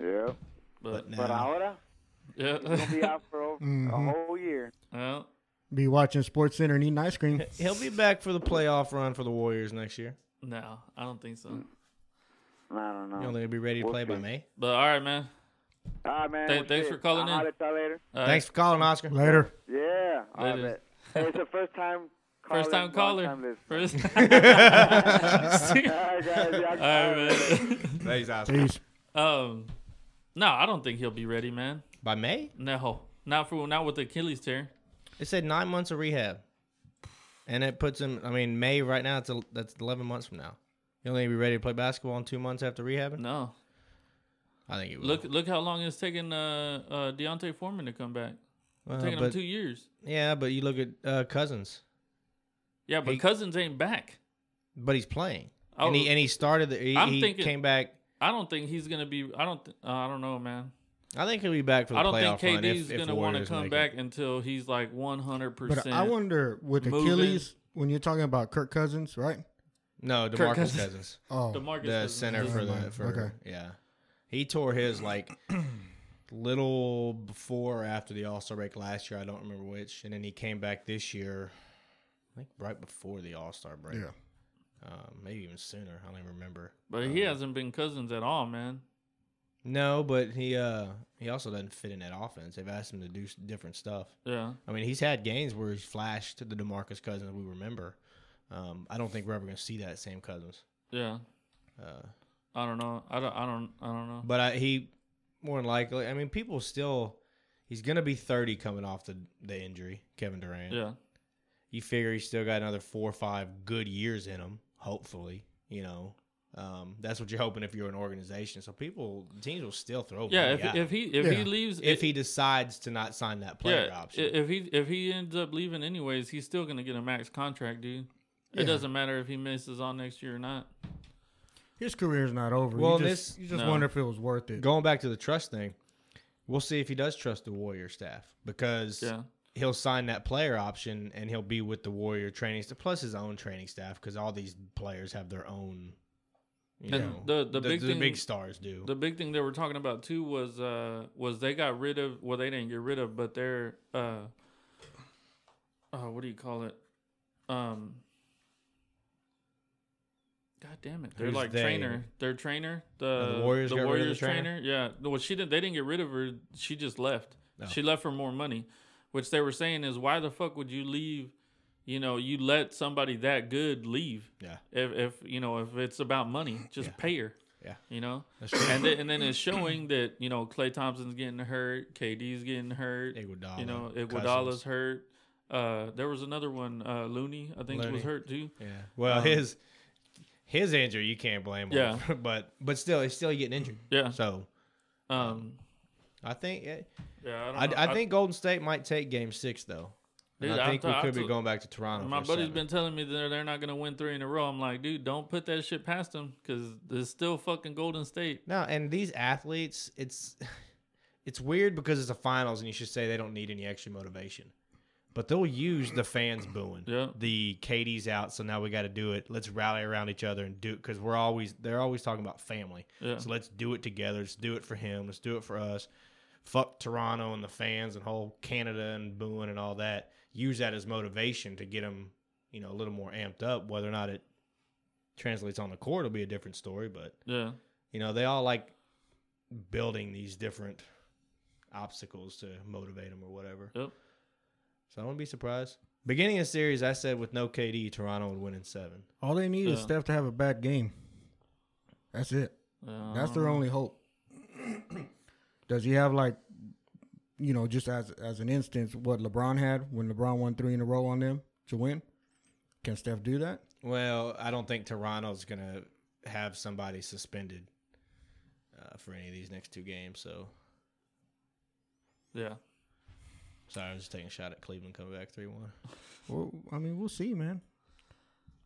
G: yeah.
E: But,
G: But
E: now,
G: ahora,
C: Yeah.
G: be out for over,
C: Mm-hmm.
G: a whole year.
C: well,
D: Be watching Sports Center and eating ice cream.
E: he'll be back for the playoff run for the Warriors next year.
C: no, I don't think so.
G: I don't know.
E: You don't think he'll be ready to play by May?
C: But all right, man.
G: All right, Ah, man.
C: Th-
G: well,
C: thanks
G: shit,
C: for calling
G: I'll
C: in.
G: holler at y'all later.
C: All right.
E: Thanks for calling, Oscar.
D: Later.
G: Yeah. all right,
C: Later.
G: bet. Hey, it's a first time caller.
C: First time
G: long time
C: caller.
G: listener.
C: First.
G: All right, guys. Y'all-
C: All right, man.
H: Thanks, Oscar.
D: Peace.
C: Um, no, I don't think he'll be ready, man.
E: By May?
C: No, not for not with Achilles tear.
E: It said nine months of rehab. And it puts him, I mean, May right now, it's a, that's 11 months from now. He'll only be ready to play basketball in two months after rehabbing?
C: No,
E: I think he will.
C: look look how long it's taken uh, uh Deontay Foreman to come back.
E: Well,
C: Taking him
E: Uh, but-
C: two years.
E: Yeah, but you look at uh, Cousins,
C: Yeah, but
E: He-
C: Cousins ain't back.
E: but he's playing.
C: Oh,
E: and, he, and he started, the, he,
C: I'm
E: he
C: thinking-
E: came back.
C: I don't think he's gonna be. I don't. Th- uh, I don't know, man.
E: I think he'll be back for the
C: I don't think
E: playoff run
C: KD's
E: if, if
C: gonna want to
E: Warriors
C: come
E: make it.
C: back until he's like one hundred
D: But I
C: percent.
D: wonder with
C: Moving.
D: Achilles when you're talking about Kirk Cousins, right?
E: No,
C: Kirk
E: DeMarcus
C: Cousins.
E: Cousins.
D: Oh,
C: Demarcus
E: the
C: Cousins
E: center
C: is-
E: for the
D: mind.
E: for
D: Okay.
E: yeah. He tore his like little before or after the All Star break last year. I don't remember which, and then he came back this year. I think right before the All Star break,
D: yeah.
E: um, maybe even sooner. I don't even remember.
C: But he hasn't been Cousins at all, man.
E: No, but he uh he also doesn't fit in that offense. They've asked him to do s- different stuff.
C: Yeah.
E: I mean, he's had games where he's flashed the Demarcus Cousins we remember. Um, I don't think we're ever going to see that same Cousins.
C: Yeah.
E: Uh,
C: I don't know. I don't. I don't. I don't know.
E: But I, he more than likely. I mean, people still. He's gonna be thirty coming off the the injury, Kevin Durant.
C: Yeah.
E: You figure he's still got another four or five good years in him. Hopefully, you know. Um, that's what you're hoping if you're an organization. So people, teams will still throw.
C: Yeah.
E: money
C: If,
E: at
C: if
E: him.
C: he if
D: Yeah.
C: he leaves
E: if he decides to not sign that player
C: yeah,
E: option,
C: i- If he if he ends up leaving anyways, he's still gonna get a max contract, dude. It
D: Yeah.
C: doesn't matter if he misses on next year or not.
D: His career's not over.
E: Well,
D: you
E: and
D: just,
E: this-
D: you just
C: No.
D: wonder if it was worth it.
E: going back to the trust thing, we'll see if he does trust the Warrior staff because
C: Yeah.
E: he'll sign that player option and he'll be with the Warrior training staff plus his own training staff because all these players have their own. You
C: And
E: know,
C: the- the big thing-
E: big stars do.
C: The big thing they were talking about too was uh was they got rid of well they didn't get rid of but their uh oh what do you call it um God damn it! They're
E: Who's
C: like
E: they?
C: trainer. Their trainer, the,
E: Oh, the Warriors
C: the
E: got rid of the
C: Warriors trainer.
E: trainer?
C: Yeah, well, she didn't. They didn't get rid of her. She just left. She left for more money, which they were saying is why the fuck would you leave? You know, you let somebody that good leave.
E: yeah,
C: If, if you know if it's about money, just pay her.
E: Yeah.
C: you know.
E: that's true.
C: And then, and then it's showing that you know Clay Thompson's getting hurt, KD's getting hurt,
E: Iguodala,
C: you know
E: Cousins.
C: Iguodala's hurt. Uh, there was another one, uh, Looney, I think
E: Looney.
C: was hurt too.
E: Yeah. Well,
C: Um,
E: his his injury you can't blame him.
C: Yeah. Mm-hmm.
E: for, but but still, he's still getting injured.
C: Yeah.
E: So
C: Um,
E: I think eh,
C: yeah, Uh, I,
E: I,
C: don't know.
E: I think Golden State might take Game Six though. And
C: Dude,
E: I
C: I
E: think
C: thought- I
E: we could be
C: thought-
E: going back to Toronto.
C: my
E: for
C: buddy's
E: seven.
C: been telling me that they're not gonna win three in a row. I'm like, dude, don't put that shit past them because it's still fucking Golden State.
E: No, and these athletes, it's it's weird because it's a finals, and you should say they don't need any extra motivation, but they'll use the fans booing.
C: Yeah.
E: The Katie's out, so now we got to do it. Let's rally around each other and do it because we're always they're always talking about family.
C: Yeah.
E: So let's do it together. Let's do it for him. Let's do it for us. Fuck Toronto and the fans and whole Canada and booing and all that. Use that as motivation to get them, you know, a little more amped up. Whether or not it translates on the court will be a different story, but
C: Yeah,
E: you know they all like building these different obstacles to motivate them or whatever
C: Yep.
E: so i wouldn't be surprised beginning of series i said with no kd toronto would win in seven
D: All they need is
C: Yeah.
D: Steph to have a bad game. That's it.
C: Yeah, I
D: That's
C: don't
D: their
C: know.
D: only hope. Does he have like, you know, just as as an instance, what LeBron had when LeBron won three in a row on them to win? Can Steph do that?
E: well i don't think toronto's gonna have somebody suspended uh, for any of these next two games so
C: Yeah,
E: sorry i was just taking a shot at cleveland coming back 3-1
D: Well, I mean, we'll see, man.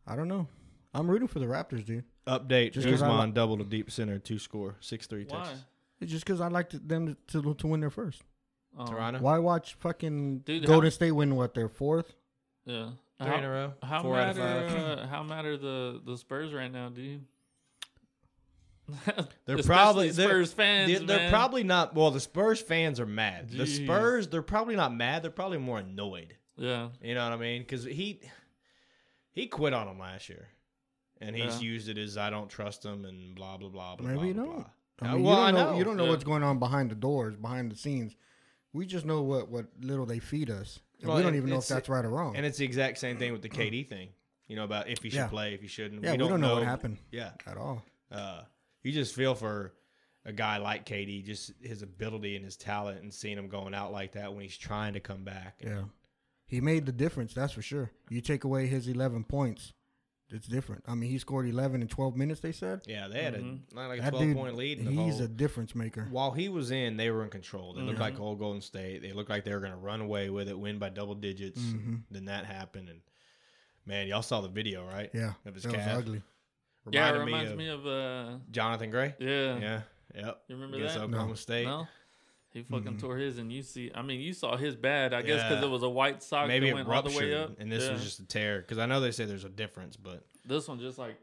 D: I don't know. I'm rooting for the Raptors, dude.
E: update
D: Just 'cause I
E: guzman
D: li-
E: double to deep center two score 6-3
C: why?
E: texas
D: It's just because I like to, them to, to win their first.
C: Oh,
E: toronto
D: Why watch fucking
C: Dude,
D: Golden
C: how-
D: State win what their fourth?
C: Yeah.
E: three in
C: How-
E: a row
C: How
E: four out of
C: mad
E: five
C: are uh, how mad are the the Spurs right now, dude?
E: They're
C: Especially
E: probably they're-
C: Spurs fans.
E: They're, they're
C: man.
E: probably not. Well, the Spurs fans are mad. The
C: Jeez.
E: Spurs, they're probably not mad. They're probably more annoyed.
C: yeah.
E: You know what I mean? Because he he quit on him last year, and he's
C: Yeah.
E: used it as I don't trust him and blah blah blah blah.
D: Maybe
E: blah,
D: you
E: Blah.
D: don't. I
E: Uh,
D: mean,
E: well,
D: you
E: I
D: don't know,
E: know.
D: you don't know
C: Yeah.
D: what's going on behind the doors, behind the scenes. We just know what what little they feed us. And
E: Well,
D: we don't
E: and
D: even know if
E: it's-
D: that's right or wrong.
E: And it's the exact same thing with the KD thing. You know about if he should
D: Yeah.
E: play, if he shouldn't.
D: yeah, we don't, know, what happened
E: Yeah,
D: at all.
E: uh, you just feel for a guy like KD, just his ability and his talent, and seeing him going out like that when he's trying to come back.
D: Yeah, he made the difference. That's for sure. You take away his 11 points, it's different. I mean, he scored 11 in 12 minutes. They said
E: yeah, they had
C: Mm-hmm.
E: a not like a
D: that
E: twelve
D: dude,
E: point lead. In the
D: he's
E: whole-
D: a difference maker.
E: while he was in, they were in control. They looked like
C: Mm-hmm.
E: old Golden State. They looked like they were going to run away with it, win by double digits.
D: Mm-hmm.
E: And then that happened, and man, y'all saw the video, right?
D: Yeah,
E: of his
D: that was
E: calf.
D: ugly.
C: Yeah, it
E: Reminded
C: reminds
E: me
C: me of, uh,
E: of Jonathan Gray.
C: yeah.
E: Yeah, yep.
C: You remember
E: Against
C: that?
E: Oklahoma
D: No.
E: State.
C: No, he fucking tore his, and you see, I mean, you saw his bad, I guess, because
E: Mm-hmm. Yeah.
C: it was a white sock
E: Maybe
C: that
E: it
C: went all the way
E: ruptured,
C: up,
E: and this was
C: Yeah.
E: just a tear. Because I know they say there's a difference, but
C: this one just like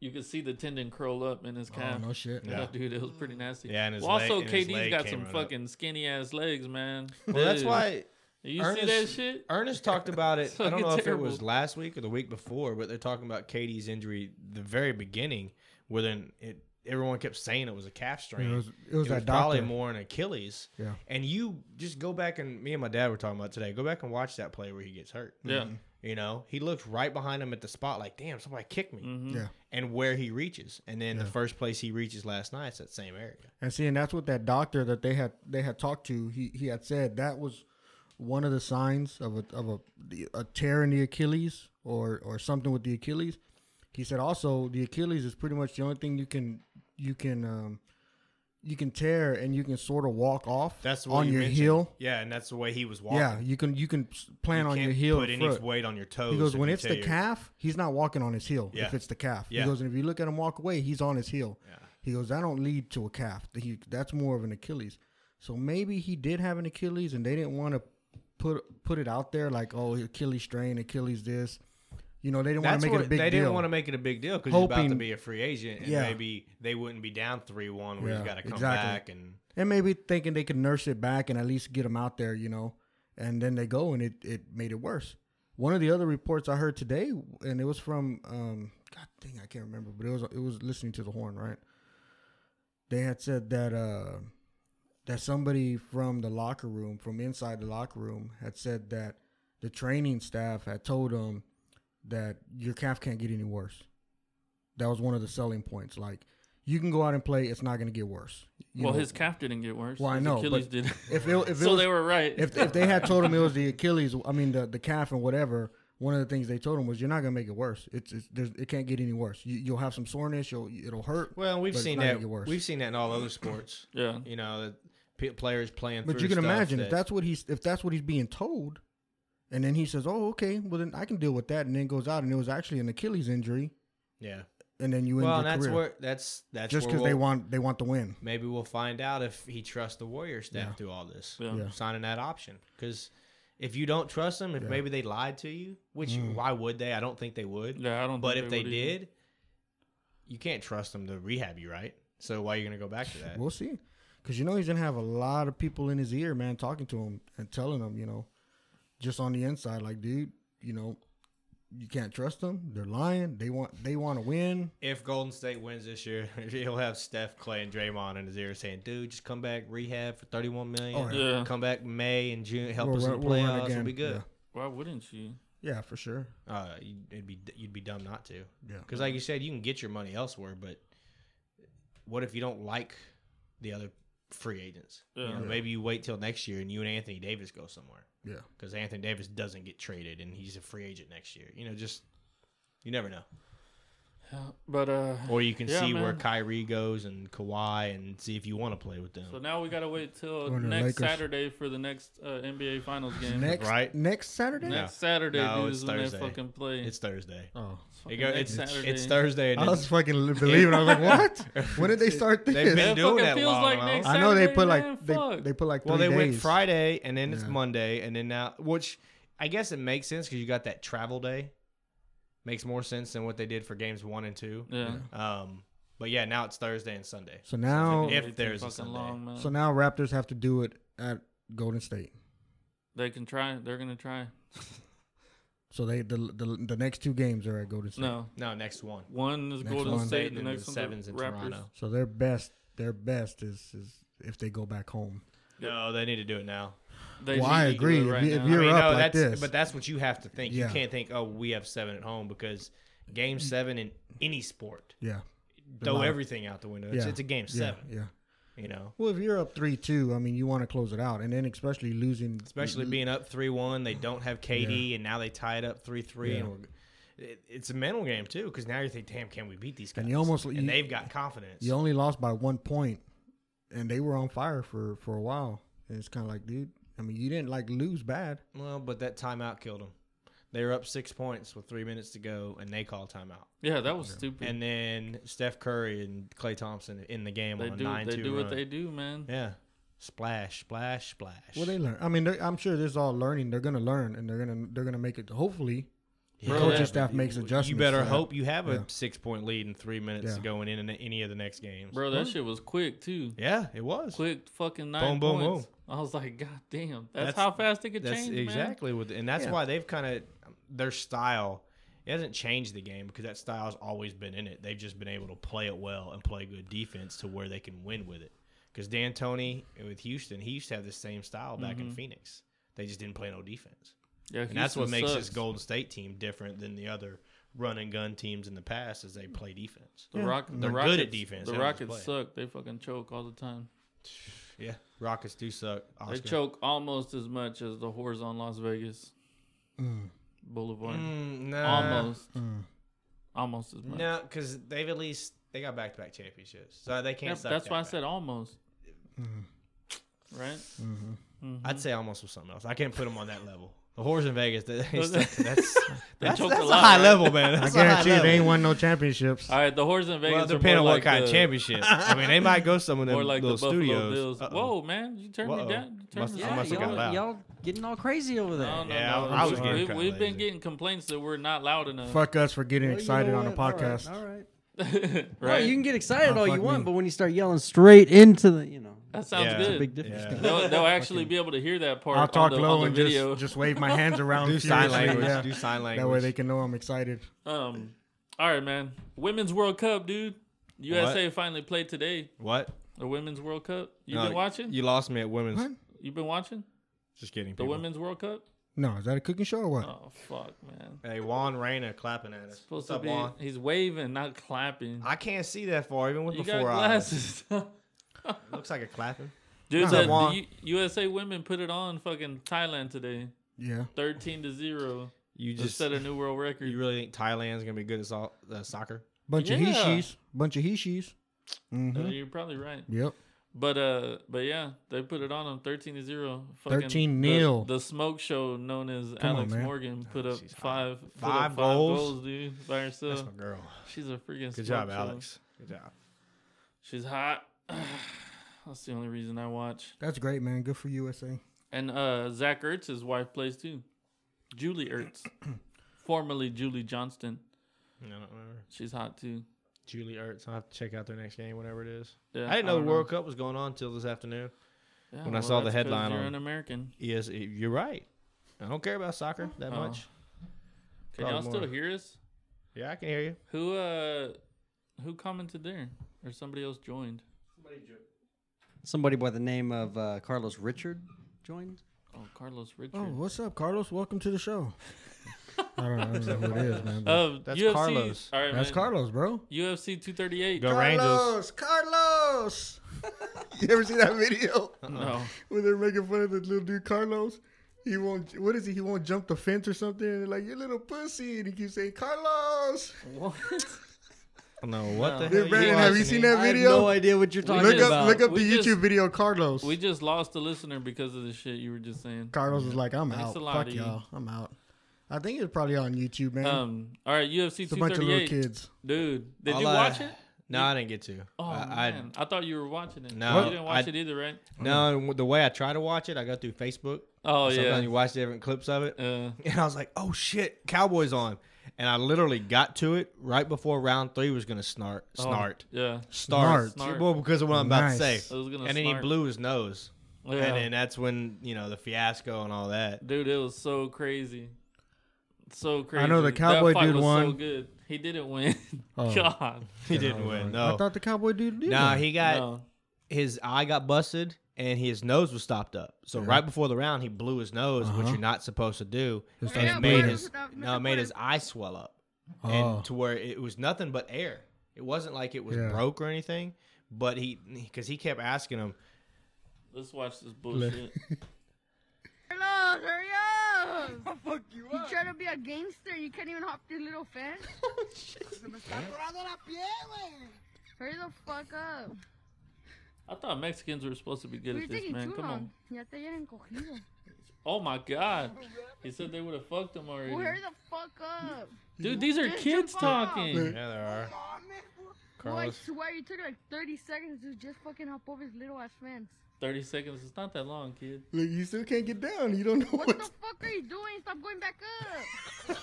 C: you could see the tendon curl up in his
D: Oh
C: calf.
D: no shit.
E: Yeah.
C: dude, it was pretty nasty.
E: Yeah, and his
C: well, also
E: leg- and his
C: KD's
E: leg
C: got
E: came
C: some
E: right up.
C: fucking skinny ass legs, man.
E: well, that's
C: Dude,
E: why
C: you see that
E: Ernest-
C: shit.
E: Ernest talked about it. I don't know
C: fucking
E: if it was
C: terrible.
E: last week or the week before, but they're talking about Katie's injury the very beginning, where then it everyone kept saying it was a calf strain.
D: It was- it was that
E: probably
D: doctor.
E: more an Achilles.
D: Yeah.
E: And you just go back and me and my dad were talking about it today. Go back and watch that play where he gets hurt.
D: Mm-hmm.
C: Yeah,
E: You know, he looked right behind him at the spot, like, damn, somebody kicked me.
C: Mhm.
D: Yeah.
E: And where he reaches, and then the first place he reaches last night is that same area.
D: And see, and that's what that doctor that they had they had talked to. He he had said that was one of the signs of a of a the- a tear in the Achilles or or something with the Achilles. He said also the Achilles is pretty much the only thing you can you can um you can tear and you can sort of walk off.
E: That's what
D: on
E: you
D: your
E: mentioned.
D: heel.
E: Yeah, and that's the way he was walking.
D: Yeah, you can you can s- plan
E: You
D: on your
E: can't
D: heel.
E: Put
D: and
E: any
D: foot.
E: weight on your toes.
D: He goes,
E: if
D: when
E: you
D: it's
E: tear
D: the
E: your-
D: calf, he's not walking on his heel.
E: Yeah.
D: If it's the calf,
E: Yeah.
D: he goes, and if you look at him walk away, he's on his heel.
E: Yeah.
D: He goes, that don't lead to a calf. He, that's more of an Achilles. So maybe he did have an Achilles, and they didn't want to put put it out there like, oh, Achilles strain, Achilles this. You know, they didn't want
E: That's
D: to make
E: what
D: it a big
E: they
D: deal.
E: didn't want to make it a big deal because he's about to
D: Hoping-
E: be a free agent, and
D: Yeah.
E: maybe they wouldn't be down three one where he's
D: Yeah,
E: got to come
D: exactly.
E: back and
D: and maybe thinking they could nurse it back and at least get him out there, you know. And then they go and it, it made it worse. One of the other reports I heard today, and it was from um, God dang, I can't remember, but it was it was listening to the horn, right? They had said that uh, that somebody from the locker room, from inside the locker room, had said that the training staff had told them that your calf can't get any worse. That was one of the selling points. Like you can go out and play; it's not going to get worse. You
C: well,
D: know,
C: his calf didn't get worse.
D: Well, I
C: His
D: know,
C: Achilles
D: but
C: did.
D: if it, if it
C: so
D: was,
C: they were right.
D: if if they had told him it was the Achilles, I mean the the calf and whatever. One of the things they told him was, "You're not gonna make it worse. It's, it's there's, it can't get any worse. You, you'll have some soreness. You'll it'll hurt.
E: well, we've
D: but it's
E: seen
D: not gonna
E: that.
D: get worse.
E: We've seen that in all other sports.
C: yeah,
E: You know, that p- players playing.
D: but
E: through
D: you can
E: stuff
D: imagine
E: that,
D: if that's what he's if that's what he's being told, and then he says, "Oh, okay. Well, then I can deal with that." And then goes out, and it was actually an Achilles injury,
E: yeah.
D: and then you end
E: Well,
D: your
E: and that's
D: career
E: where that's that's
D: just
E: because
D: because they want they want the win.
E: Maybe we'll find out if he trusts the Warriors staff
D: Yeah.
E: through all this,
C: Yeah.
D: Yeah.
E: signing that option. Because if you don't trust them, if
D: Yeah. Mm.
E: maybe they lied to you, which why would they? I don't think they would.
C: yeah. I don't.
E: But
C: think
E: if they
C: would either.
E: did, you can't trust them to rehab you, right? So why are you going to go back to that?
D: We'll see, because you know he's gonna have a lot of people in his ear, man, talking to him and telling him, you know, just on the inside, like, dude, you know, you can't trust them. They're lying. They want they want to win.
E: If Golden State wins this year, he'll have Steph, Clay, and Draymond in his ear saying, "Dude, just come back rehab for thirty-one million.
D: Oh,
C: yeah. Yeah.
E: Come back May and June, help
D: We'll
E: us
D: run-
E: in the
D: we'll run
E: playoffs. We'll
D: again."
E: be good."
C: why wouldn't you?
D: Yeah, for sure.
E: Uh, you'd, it'd be you'd be dumb not to.
D: Yeah.
E: Because like you said, you can get your money elsewhere, but what if you don't like the other free agents? You
C: Yeah.
E: know, Maybe you wait till next year and you and Anthony Davis go somewhere
D: Yeah.
E: because Anthony Davis doesn't get traded and he's a free agent next year. You know, just you never know.
C: Yeah, But uh,
E: Or you can
C: Yeah,
E: see where
C: man.
E: Kyrie goes and Kawhi and see if you want to play with them.
C: so now we gotta wait till
D: Going to the
C: next
D: Lakers.
C: Saturday for the next uh, NBA Finals game.
D: Next
E: Right.
D: next Saturday.
E: No.
C: Next Saturday,
E: No,
C: dude,
E: it's
C: is when
E: Thursday.
C: they fucking play.
E: it's Thursday.
D: Oh,
E: It
C: fucking
E: go,
C: next
E: it's,
C: Saturday.
E: it's Thursday. And
D: I was
E: it's-
D: fucking believing. I was like, what? When did they start this?
E: They've been
C: That
E: doing
C: fucking
E: that
C: feels
E: long
C: like
E: enough.
C: next
D: I know they
C: Saturday,
D: put like
C: man,
D: they,
C: fuck.
D: they put like three
E: well, they went
D: days.
E: Friday and then it's
D: Yeah.
E: Monday and then now, which I guess it makes sense because you got that travel day. Makes more sense than what they did for games one and two.
C: yeah.
E: Um, but yeah, now it's Thursday and Sunday.
D: So now,
E: If
C: Way too
E: there's a
C: fucking
E: Sunday.
C: long, man.
D: so now Raptors have to do it at Golden State.
C: they can try. They're gonna try.
D: So they the the, the next two games are at Golden State.
C: No,
E: No, next one.
C: one is
D: Next
C: Golden
D: one.
C: State,
E: And
C: the
E: then
C: next
E: the
C: one's
E: sevens
C: the
E: in
C: Raptors.
E: Toronto.
D: So their best their best is, is if they go back home.
E: No, they need to do it now.
C: They
D: Well, I
C: need to do it
D: agree. If you- if
C: now.
D: you're
E: I mean,
D: up
E: no,
D: like
E: that's
D: this.
E: but that's what you have to think.
D: Yeah. Mm.
E: You can't think, oh, we have seven at home because game seven in any sport,
D: Yeah.
E: throw
D: Lotta-
E: everything out the window. It's,
D: Yeah.
E: it's a game
D: Yeah.
E: seven.
D: Yeah.
E: You know,
D: Well, if you're up 3 2, I mean, you want to close it out. And then, especially losing.
E: especially being up three one, they don't have KD, and now they tie it up three three, and we're, it, it's a mental game too because now you think, damn, can we beat these guys?
D: And you almost-
E: and
D: you-
E: they've got confidence.
D: You only lost by one point, and they were on fire for, for a while. And it's kind of like, dude, I mean, you didn't like lose bad.
E: well, but that timeout killed them. They were up six points with three minutes to go, and they call timeout.
C: Yeah, that was stupid.
E: And then Steph Curry and Clay Thompson in the game
C: they
E: on a
C: do
E: nine
C: they
E: two
C: do
E: run.
C: what they do, man.
E: Yeah. Splash, splash, splash.
D: Well, they learn. I mean, they're- I'm sure this is all learning. They're gonna learn, and they're gonna they're gonna make it. Hopefully, the
C: Bro,
D: coaching
C: that-
D: staff makes adjustments.
E: you better
D: for that.
E: hope you have a
D: Yeah.
E: six point lead in three minutes
D: Yeah.
E: to go in in any of the next games.
C: Bro, that shit was quick too.
E: Yeah, it was.
C: Quick fucking nine
E: Boom, boom,
C: points. I was like, God damn, that's,
E: That's-
C: how fast it could
E: That's
C: change, man.
E: exactly what, and that's
D: Yeah.
E: why they've kind of their style. It hasn't changed the game because that style's always been in it. They've just been able to play it well and play good defense to where they can win with it. Because Dan Tony with Houston, he used to have the same style back
C: Mm-hmm.
E: in Phoenix. They just didn't play no defense.
C: Yeah,
E: And that's what
C: Houston
E: makes
C: sucks.
E: this Golden State team different than the other run and gun teams in the past is they play defense.
C: The, Rock, the
E: They're good
C: Rockets,
E: at defense.
C: The
E: They don't just
C: Rockets
E: play.
C: suck. They fucking choke all the time.
E: Yeah. Rockets do suck. Oscar.
C: They choke almost as much as the whores on Las Vegas Boulevard.
E: Mm, nah.
C: Almost. Almost as much.
E: No, because they've at least they got back to back championships. So they can't
C: Yeah,
E: suck
C: that's
E: that
C: why I
E: bad.
C: said almost. Right?
E: I'd say almost with something else. I can't put them on that level. The whores in Vegas, they, they suck. that's
C: They
E: that's,
C: choke
E: that's
C: a
E: a,
C: lot,
E: high
C: right?
E: level, man.
D: I
E: That's a high
D: guarantee you,
E: level.
D: they ain't won no championships.
C: All right, the whores in Vegas
E: Well,
C: are
E: depending
C: more
E: on what
C: like
E: kind
C: the,
E: of championship. I mean, they might go some of them
C: More like the
E: little
C: Buffalo
E: studios.
C: Bills.
E: Uh-oh.
C: Whoa, man, you turned
E: Uh-oh.
C: me down. You turned
E: Must-
C: me
E: I
C: down.
E: must have got
B: y'all,
E: loud.
B: y'all getting all crazy over there.
C: No, no,
E: Yeah,
C: no.
E: I was
C: we,
E: getting
C: we,
E: kinda
C: we've been
E: lazy.
C: getting complaints that we're not loud enough.
D: Fuck us for getting
B: Well, you
D: excited
B: know
D: on a
B: what? All right,
D: podcast.
B: All right.
C: right?
B: Well, you can get excited
D: Oh,
B: all you
D: fuck
B: want,
D: me.
B: but when you start yelling straight into the, you know,
C: that sounds
E: Yeah.
C: good.
B: big difference.
E: Yeah.
C: They'll, they'll actually be able to hear that part
D: I'll talk
C: on the,
D: low
C: on the
D: and
C: video.
D: just, just wave my hands around.
E: Do sign
D: furiously,
E: language.
D: yeah.
E: Do sign language.
D: That way they can know I'm excited.
C: Um, all right, man. Women's World Cup, dude. USA finally played today.
E: what?
C: The Women's World Cup. You've
E: No,
C: been watching?
E: You lost me at women's.
D: What?
C: You've been watching
E: Just kidding.
C: the
E: people.
C: Women's World Cup?
D: No, is that a cooking show or what?
C: Oh fuck, man.
E: Hey, Juan Reyna clapping at us.
C: Supposed
E: What's
C: to
E: up,
C: be.
E: Juan?
C: He's waving, not clapping.
E: I can't see that far, even with
C: you
E: my
C: got
E: four eyes.
C: glasses.
E: Looks like a clapping.
C: Dude,
D: Nah,
C: the, the
D: Juan.
C: U- USA women put it on fucking Thailand today,
D: Yeah.
C: thirteen to zero.
E: You
C: Just
E: just
C: set a new world record.
E: you really think Thailand's gonna be good at so- uh, soccer?
D: Bunch of
C: Yeah.
D: he she's. Bunch of he she's.
C: Uh,
D: hmm
C: You're probably right.
D: Yep.
C: But uh, but yeah, they put it on them thirteen to zero. Fucking
D: 13
C: the-
D: nil.
C: The, smoke show known as
D: on,
C: Alex
D: man.
C: Morgan put up
E: she's hot.
C: five put up
E: Five goals?
C: dude, by herself.
E: That's my girl.
C: She's a freaking smoke
E: Good job,
C: show.
E: Alex. Good job.
C: She's hot. That's the only reason I watch.
D: That's great, man. Good for USA.
C: And uh, Zach Ertz's wife plays too, Julie Ertz, formerly Julie Johnston.
E: I don't remember.
C: She's hot too.
E: Julie Ertz. I'll have to check out their next game, whatever it is.
C: Yeah,
E: I didn't know
C: don't
E: the World Cup was going on until this afternoon.
C: Yeah,
E: when I saw the
C: that's 'cause
E: headline
C: You're
E: on-
C: an American.
E: Yes, you're right. I don't care about soccer that
C: Oh.
E: much.
C: Can
E: Probably
C: y'all still
E: more.
C: hear us?
E: Yeah, I can hear you.
C: Who uh, who commented there, or somebody else joined?
B: Somebody by the name of uh, Carlos Richard joined.
C: Oh, Carlos Richard.
D: Oh, what's up, Carlos? Welcome to the show. I don't know, I don't know who it is, man. but
C: Um,
E: That's
C: UFC
E: Carlos.
C: All right,
D: that's
C: man.
D: Carlos, bro.
C: UFC 238.
E: Go Rangers.
D: Carlos. you ever see that video
C: No,
D: when they're making fun of the little dude Carlos? He won't. What is he? He won't jump the fence or something. And they're like, "You little pussy," and he keeps saying, "Carlos."
C: what?
E: No, what
C: No.
E: the hell?
D: Dude, Brandon,
E: are
D: have you
E: watching
D: seen
E: here?
D: that video?
B: I have no idea what you're talking
D: look
B: about.
D: up, look up
C: We
D: the
C: just-
D: YouTube video, Carlos.
C: we just lost a listener because of the shit you were just saying.
D: Carlos was like, "I'm
C: Thanks
D: out.
C: a lot
D: Fuck
C: to you.
D: y'all. I'm out." I think it's probably on YouTube, man.
C: Um, all right, UFC
D: it's a bunch of little
C: 238.
D: kids.
C: Dude, did
E: All
C: you
E: I-
C: watch it?
E: No, I didn't get to.
C: Oh
E: I, I
C: man, I, thought you were watching it.
E: No,
C: you didn't watch
E: I-
C: it either, right?
E: No, the way I try to watch it, I go through Facebook.
C: Mm-hmm. Oh
E: Sometimes
C: yeah.
E: you watch different clips of it.
C: uh,
E: And I was like, oh shit, Cowboys on. And I literally got to it right before round three was going to snart.
C: oh,
E: Snart.
C: yeah.
E: Start.
C: Snart.
E: Well, because of what I'm about to say.
D: Nice.
C: I was gonna
E: And then he
C: snart.
E: blew his nose.
C: Yeah.
E: And then that's when, you know, the fiasco and all that.
C: Dude, it was so crazy. So crazy.
D: know the
C: That
D: cowboy
C: fight
D: dude
C: was So
D: won.
C: good. He He didn't win.
D: Oh.
C: God.
E: He
C: Oh,
E: didn't win.
D: I
E: No.
D: thought the cowboy dude did.
E: Oh. Nah,
D: win.
E: he got
C: No.
E: his eye got busted and his nose was stopped up. So right before the round, he blew his nose, which
D: Uh-huh.
E: you're not supposed to do.
D: His
E: and
D: nose
E: it made
D: blew.
E: his no, it made his eye swell up,
D: Oh.
E: and to where it was nothing but air. It wasn't like it was
D: Yeah.
E: broke or anything. But he, because he kept asking him,
C: Let's watch this bullshit.
I: Hello, hurry up! I'll fuck you up. You try to be a gangster, you can't even hop through little fence.
C: Oh,
I: Se me está atorando la piel, güey. Hurry the fuck up.
C: I thought Mexicans were supposed to be good
I: We're
C: at this,
I: taking
C: man.
I: too
C: Come on.
I: long. Ya te hayan cogido.
C: Oh my God. He said they would have fucked him already.
I: Hurry the fuck up.
C: Dude, these are
I: Just
C: kids
I: jump off.
C: talking.
E: "Yeah, there are."
I: Boy, I
E: Carlos,
I: swear you took like 30 seconds to just fucking hop over his little ass fence.
C: 30 seconds. It's not that long, kid.
D: Look, you still can't get down. You don't know
I: What the fuck are you doing? Stop going back up.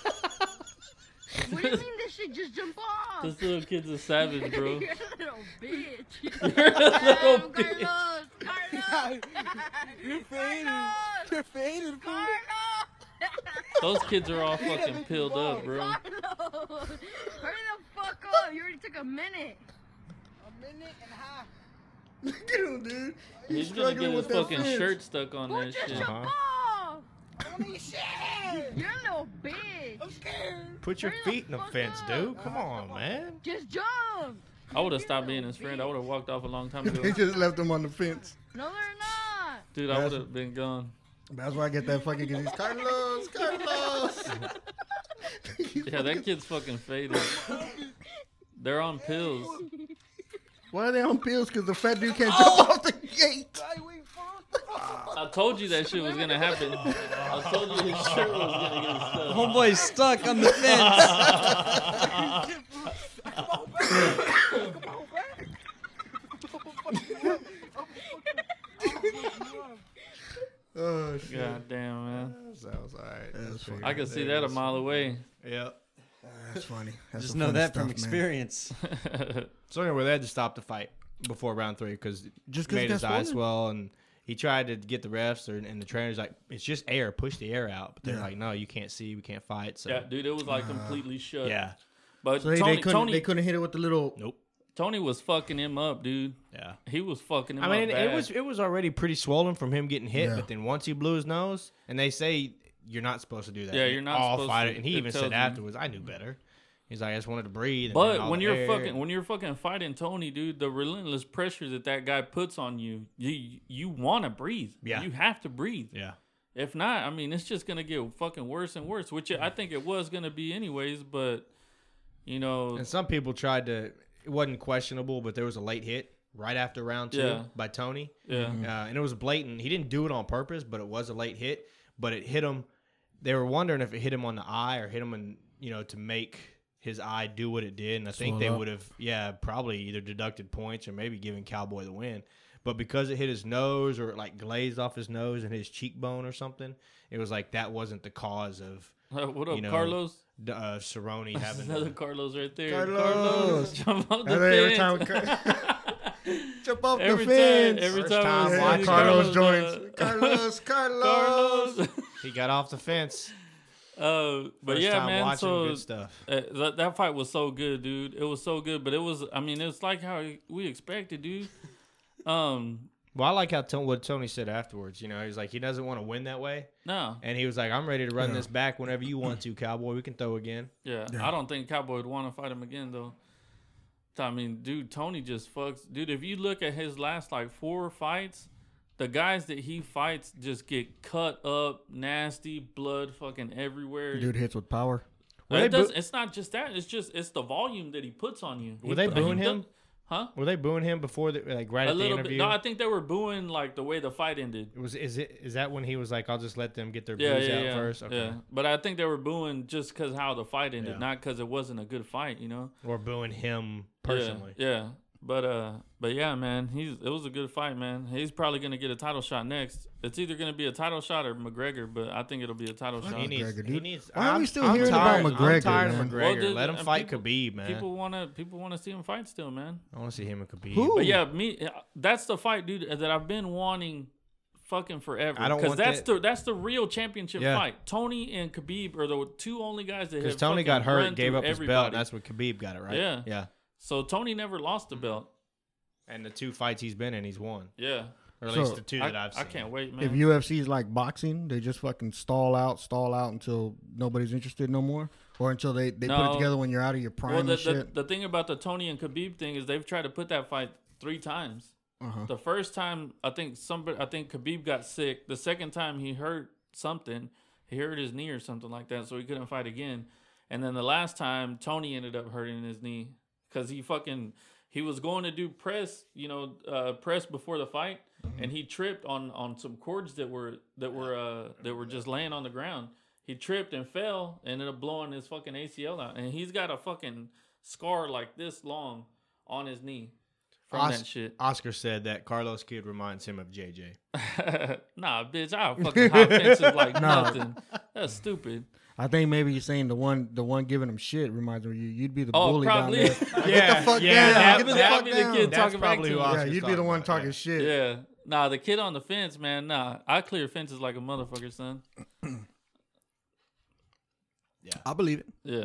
I: what do you mean this shit just jump off?
C: This little kid's a savage, bro.
I: You're a little bitch.
C: You're a little
I: Damn,
C: bitch.
I: Carlos! Carlos! You're Carlos!
D: You're faded,
I: Carlos!
C: Those kids are all fucking peeled up, bro.
I: Carlos! Hurry the fuck up! You already took a minute.
D: Look at him, dude.
C: He's gonna get
D: struggling
C: his
D: with that
C: fucking
D: fence.
C: shirt stuck on
I: Go
C: that
I: just
C: shit.
I: jump off!
J: Shit!
I: You're a little bitch.
E: put your
I: Hurry the
E: feet in the
I: fuck
E: fence,
I: up.
E: dude. Come on, man.
I: Just jump!
C: I would have stopped being his friend. I would have walked off a long time
D: They
C: ago.
D: just left him on the fence.
I: No, they're not.
C: Dude, I would have been gone.
D: That's why I get that fucking because he's Carlos, Carlos.
C: Yeah, that kid's fucking faded. They're on pills.
D: Why are they on pills? Because the fat dude can't jump off the gate.
C: I told you that shit was gonna happen. I told you his shirt was gonna get stuck.
B: Homeboy's stuck on the fence.
D: Oh shit.
C: God damn, man.
E: Sounds all right.
D: That's funny.
C: I could see that a mile away.
E: Yep.
D: That's funny. That's
B: Just
D: some
B: know
D: funny
B: that
D: stuff,
B: from
D: man.
B: experience.
E: So anyway, they had to stop the fight before round three because
D: Just 'cause
E: made
D: it
E: his
D: got
E: eyes
D: swollen?
E: swell and he tried to get the refs or, and the trainers like it's just air, push the air out. But they're
D: Yeah.
E: like, no, you can't see, we can't fight. So
C: yeah, dude, it was like completely shut.
E: yeah,
C: But
D: So they,
C: Tony,
D: they couldn't.
C: Tony,
D: They couldn't hit it with the little.
E: nope,
C: Tony was fucking him up, dude.
E: yeah.
C: He was fucking him
E: I mean,
C: up.
E: it was it was already pretty swollen from him getting hit,
D: Yeah.
E: but then once he blew his nose, and they say you're not supposed to do that.
C: Yeah, you're not
E: All
C: supposed
E: fighter-
C: to.
E: And he
C: It
E: even
C: tells
E: said
C: you.
E: afterwards, I knew better. He's like, I just wanted to breathe. and then
C: But
E: all
C: when
E: the
C: you're
E: air-
C: fucking when you're fucking fighting Tony, dude, the relentless pressure that that guy puts on you, you you want to breathe.
E: Yeah.
C: you have to breathe.
E: yeah,
C: If not, I mean, it's just gonna get fucking worse and worse, which I think it was gonna be anyways. But you know,
E: And some people tried to. It wasn't questionable, but there was a late hit right after round two
C: Yeah.
E: by Tony,
C: yeah,
E: uh, and it was blatant. He didn't do it on purpose, but it was a late hit. But it hit him. They were wondering if it hit him on the eye or hit him, in, you know, to make his eye do what it did. And I think
D: Swell
E: they
D: up.
E: would have, yeah, probably either deducted points or maybe given Cowboy the win. But because it hit his nose or it like glazed off his nose and his cheekbone or something, it was like that wasn't the cause of
C: what up,
E: you know,
C: Carlos?
E: uh, Cerrone
C: There's
E: having
C: another
E: the-
C: Carlos right there.
D: Carlos!
C: jump off the
D: And then every
C: fence.
D: Jump off
C: every
D: the fence.
C: time, every
E: First
C: time,
E: time
C: we see
E: watching.
D: Carlos
C: uh,
D: joins. Carlos, Carlos.
C: Carlos.
E: he got off the fence.
C: Uh, but
E: First
C: yeah,
E: time
C: man.
E: watching
C: So
E: good stuff.
C: Uh, that, that fight was so good, dude. It was so good, but it was I mean, it's like how we expected, dude. Um,
E: Well, I like how Tony, what Tony said afterwards. You know, he's like he doesn't want to win that way,
C: no.
E: and he was like, "I'm ready to run this back whenever you want to, Cowboy. We can throw again."
C: Yeah. I don't think Cowboy would want to fight him again though. I mean, dude, Tony just fucks. Dude, if you look at his last like four fights, the guys that he fights just get cut up, nasty, blood fucking everywhere.
D: Dude hits with power.
C: Like,
E: they
C: it
E: boo-
C: doesn't- it's not just that. It's just it's the volume that he puts on you.
E: Were they booing him?
C: Huh?
E: Were they booing him before, the, like right
C: A
E: at the
C: little bit.
E: interview?
C: No, I think they were booing like the way the fight ended.
E: It was is it is that when he was like, "I'll just let them get their
C: yeah,
E: booze
C: yeah,
E: out
C: yeah.
E: first, okay.
C: yeah. But I think they were booing just because how the fight ended,
E: Yeah.
C: not because it wasn't a good fight, you know.
E: or booing him
C: Yeah,
E: personally?
C: yeah. But uh, but yeah, man, he's it was a good fight, man. He's probably gonna get a title shot next. It's either gonna be a title shot or McGregor, but I think it'll be a title shot.
E: He needs.
D: McGregor,
E: he
D: dude.
E: needs.
D: Why are
E: I'm-
D: we still
E: I'm
D: hearing about
E: tired- I'm
D: McGregor,
E: tired
D: man?
E: of McGregor.
C: Well, dude,
E: Let him
C: and
E: fight
C: people-
E: Khabib, man.
C: People wanna people wanna see him fight still, man.
E: I want to see him and Khabib.
D: Who?
C: uh, But yeah, me that's the fight, dude, that I've been wanting fucking forever.
E: I don't
C: because
E: want
C: that's
E: that-
C: the that's the real championship
E: Yeah.
C: fight. Tony and Khabib are the two only guys that
E: Because
C: have
E: Tony
C: fucking
E: got
C: run
E: hurt, gave
C: through
E: up his belt,
C: everybody.
E: and that's when Khabib got it, right?
C: Yeah.
E: Yeah.
C: so Tony never lost the belt.
E: And the two fights he's been in, he's won.
C: Yeah,
E: Or at
D: So-
E: least the two
C: I,
E: that I've seen.
C: I can't wait, man.
D: If UFC is like boxing, they just fucking stall out, stall out until nobody's interested no more, or until they, they put
C: No.
D: it together when you're out of your prime
C: well, the,
D: and
C: the,
D: shit.
C: the thing about the Tony and Khabib thing is they've tried to put that fight three times.
D: uh-huh.
C: The first time, I think somebody, I think Khabib got sick. The second time, he hurt something. He hurt his knee or something like that, so he couldn't fight again. And then the last time, Tony ended up hurting his knee because he fucking he was going to do press, you know, uh, press before the fight, and he tripped on on some cords that were that were uh, that were just laying on the ground. He tripped and fell, and ended up blowing his fucking ACL out, and he's got a fucking scar like this long on his knee from
E: Os-
C: that shit.
E: Oscar said that Carlos Kidd reminds him of JJ.
C: nah, bitch, I don't fucking hop fences like
D: Nah.
C: nothing. That's stupid.
D: I think maybe you're saying the one the one giving them shit reminds me of you. You'd be the
C: Oh,
D: bully
C: probably.
D: down there.
E: Yeah,
D: Get the fuck
E: yeah,
D: down.
E: that-
D: Get the
E: that
C: would
D: fuck
C: be the
D: down.
C: kid
E: That's
C: Talking back
E: probably
C: to
E: who
C: you.
D: yeah,
E: Oscar's
D: you'd be the
E: talking
D: one
E: about,
D: talking
E: yeah.
D: shit.
C: yeah. Nah, the kid on the fence, man. Nah, I clear fences like a motherfucker, son.
B: I believe it.
C: Yeah.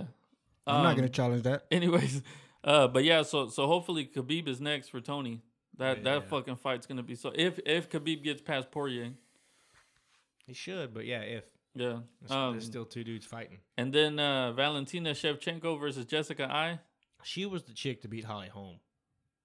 D: I'm not
C: Um,
D: gonna challenge that.
C: Anyways, uh, but yeah, so so hopefully Khabib is next for Tony. That that fucking fight's gonna be so. If if Khabib gets past Poirier,
E: He should, but yeah, if.
C: yeah.
E: There's,
C: Um,
E: there's still two dudes fighting.
C: and then uh, Valentina Shevchenko versus Jessica I.
E: She was the chick to beat Holly Holm.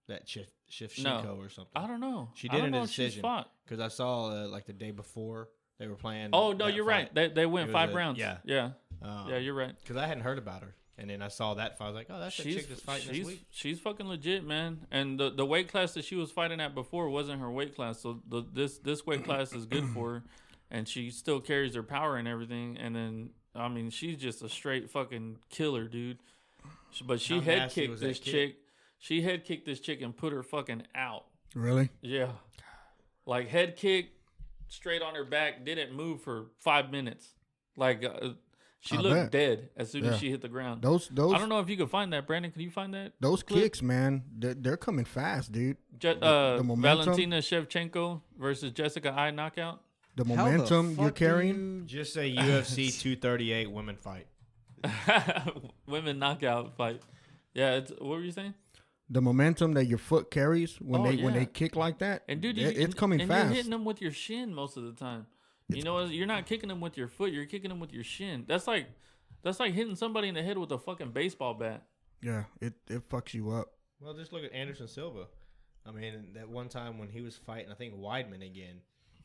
E: That Shif, Shif
C: No.
E: Shinko or something.
C: I don't know.
E: She
C: I
E: did
C: don't
E: in a
C: know if she's
E: decision.
C: fought.
E: Because I saw uh, like the day before they were playing.
C: Oh no,
E: that
C: you're
E: fight.
C: right. They they
E: It
C: went
E: was
C: five
E: a-
C: rounds.
E: yeah.
C: yeah,
E: Um,
C: yeah. You're right.
E: Because I hadn't heard about her, and then I saw that fight. I was like, "Oh, that's the chick that's fighting
C: she's,
E: this week."
C: She's fucking legit, man. And the, the weight class that she was fighting at before wasn't her weight class. So the, this this weight class is good for her, and she still carries her power and everything. And then I mean, she's just a straight fucking killer, dude. She- But she
E: How
C: head
E: nasty
C: kicked
E: was that
C: this
E: kick?
C: chick. She head kicked this chick and put her fucking out.
D: Really?
C: Yeah, like head kick straight on her back. Didn't move for five minutes. Like uh, she
D: I
C: looked
D: bet.
C: dead as soon
D: Yeah.
C: as she hit the ground.
D: Those those
C: I don't know if you can find that, Brandon. Can you find that?
D: those
C: clip?
D: kicks, man. They're, they're coming fast, dude.
C: Je- uh,
D: the momentum?
C: Valentina Shevchenko versus Jessica I knockout.
D: The
B: How the
D: momentum you're
B: fuck do
D: carrying.
B: you-
E: Just say UFC 238 women fight.
C: Women knockout fight. Yeah, it's, what were you saying?
D: the momentum that your foot carries when
C: Oh,
D: they when
C: yeah.
D: they kick like that,
C: And dude,
D: it-
C: you,
D: it's
C: and-
D: coming
C: and
D: fast.
C: You're hitting them with your shin most of the time. You know, you're not kicking them with your foot. You're kicking them with your shin. That's like, that's like hitting somebody in the head with a fucking baseball bat.
D: yeah, it it fucks you up.
E: Well, just look at Anderson Silva. I mean, that one time when he was fighting, I think Weidman again,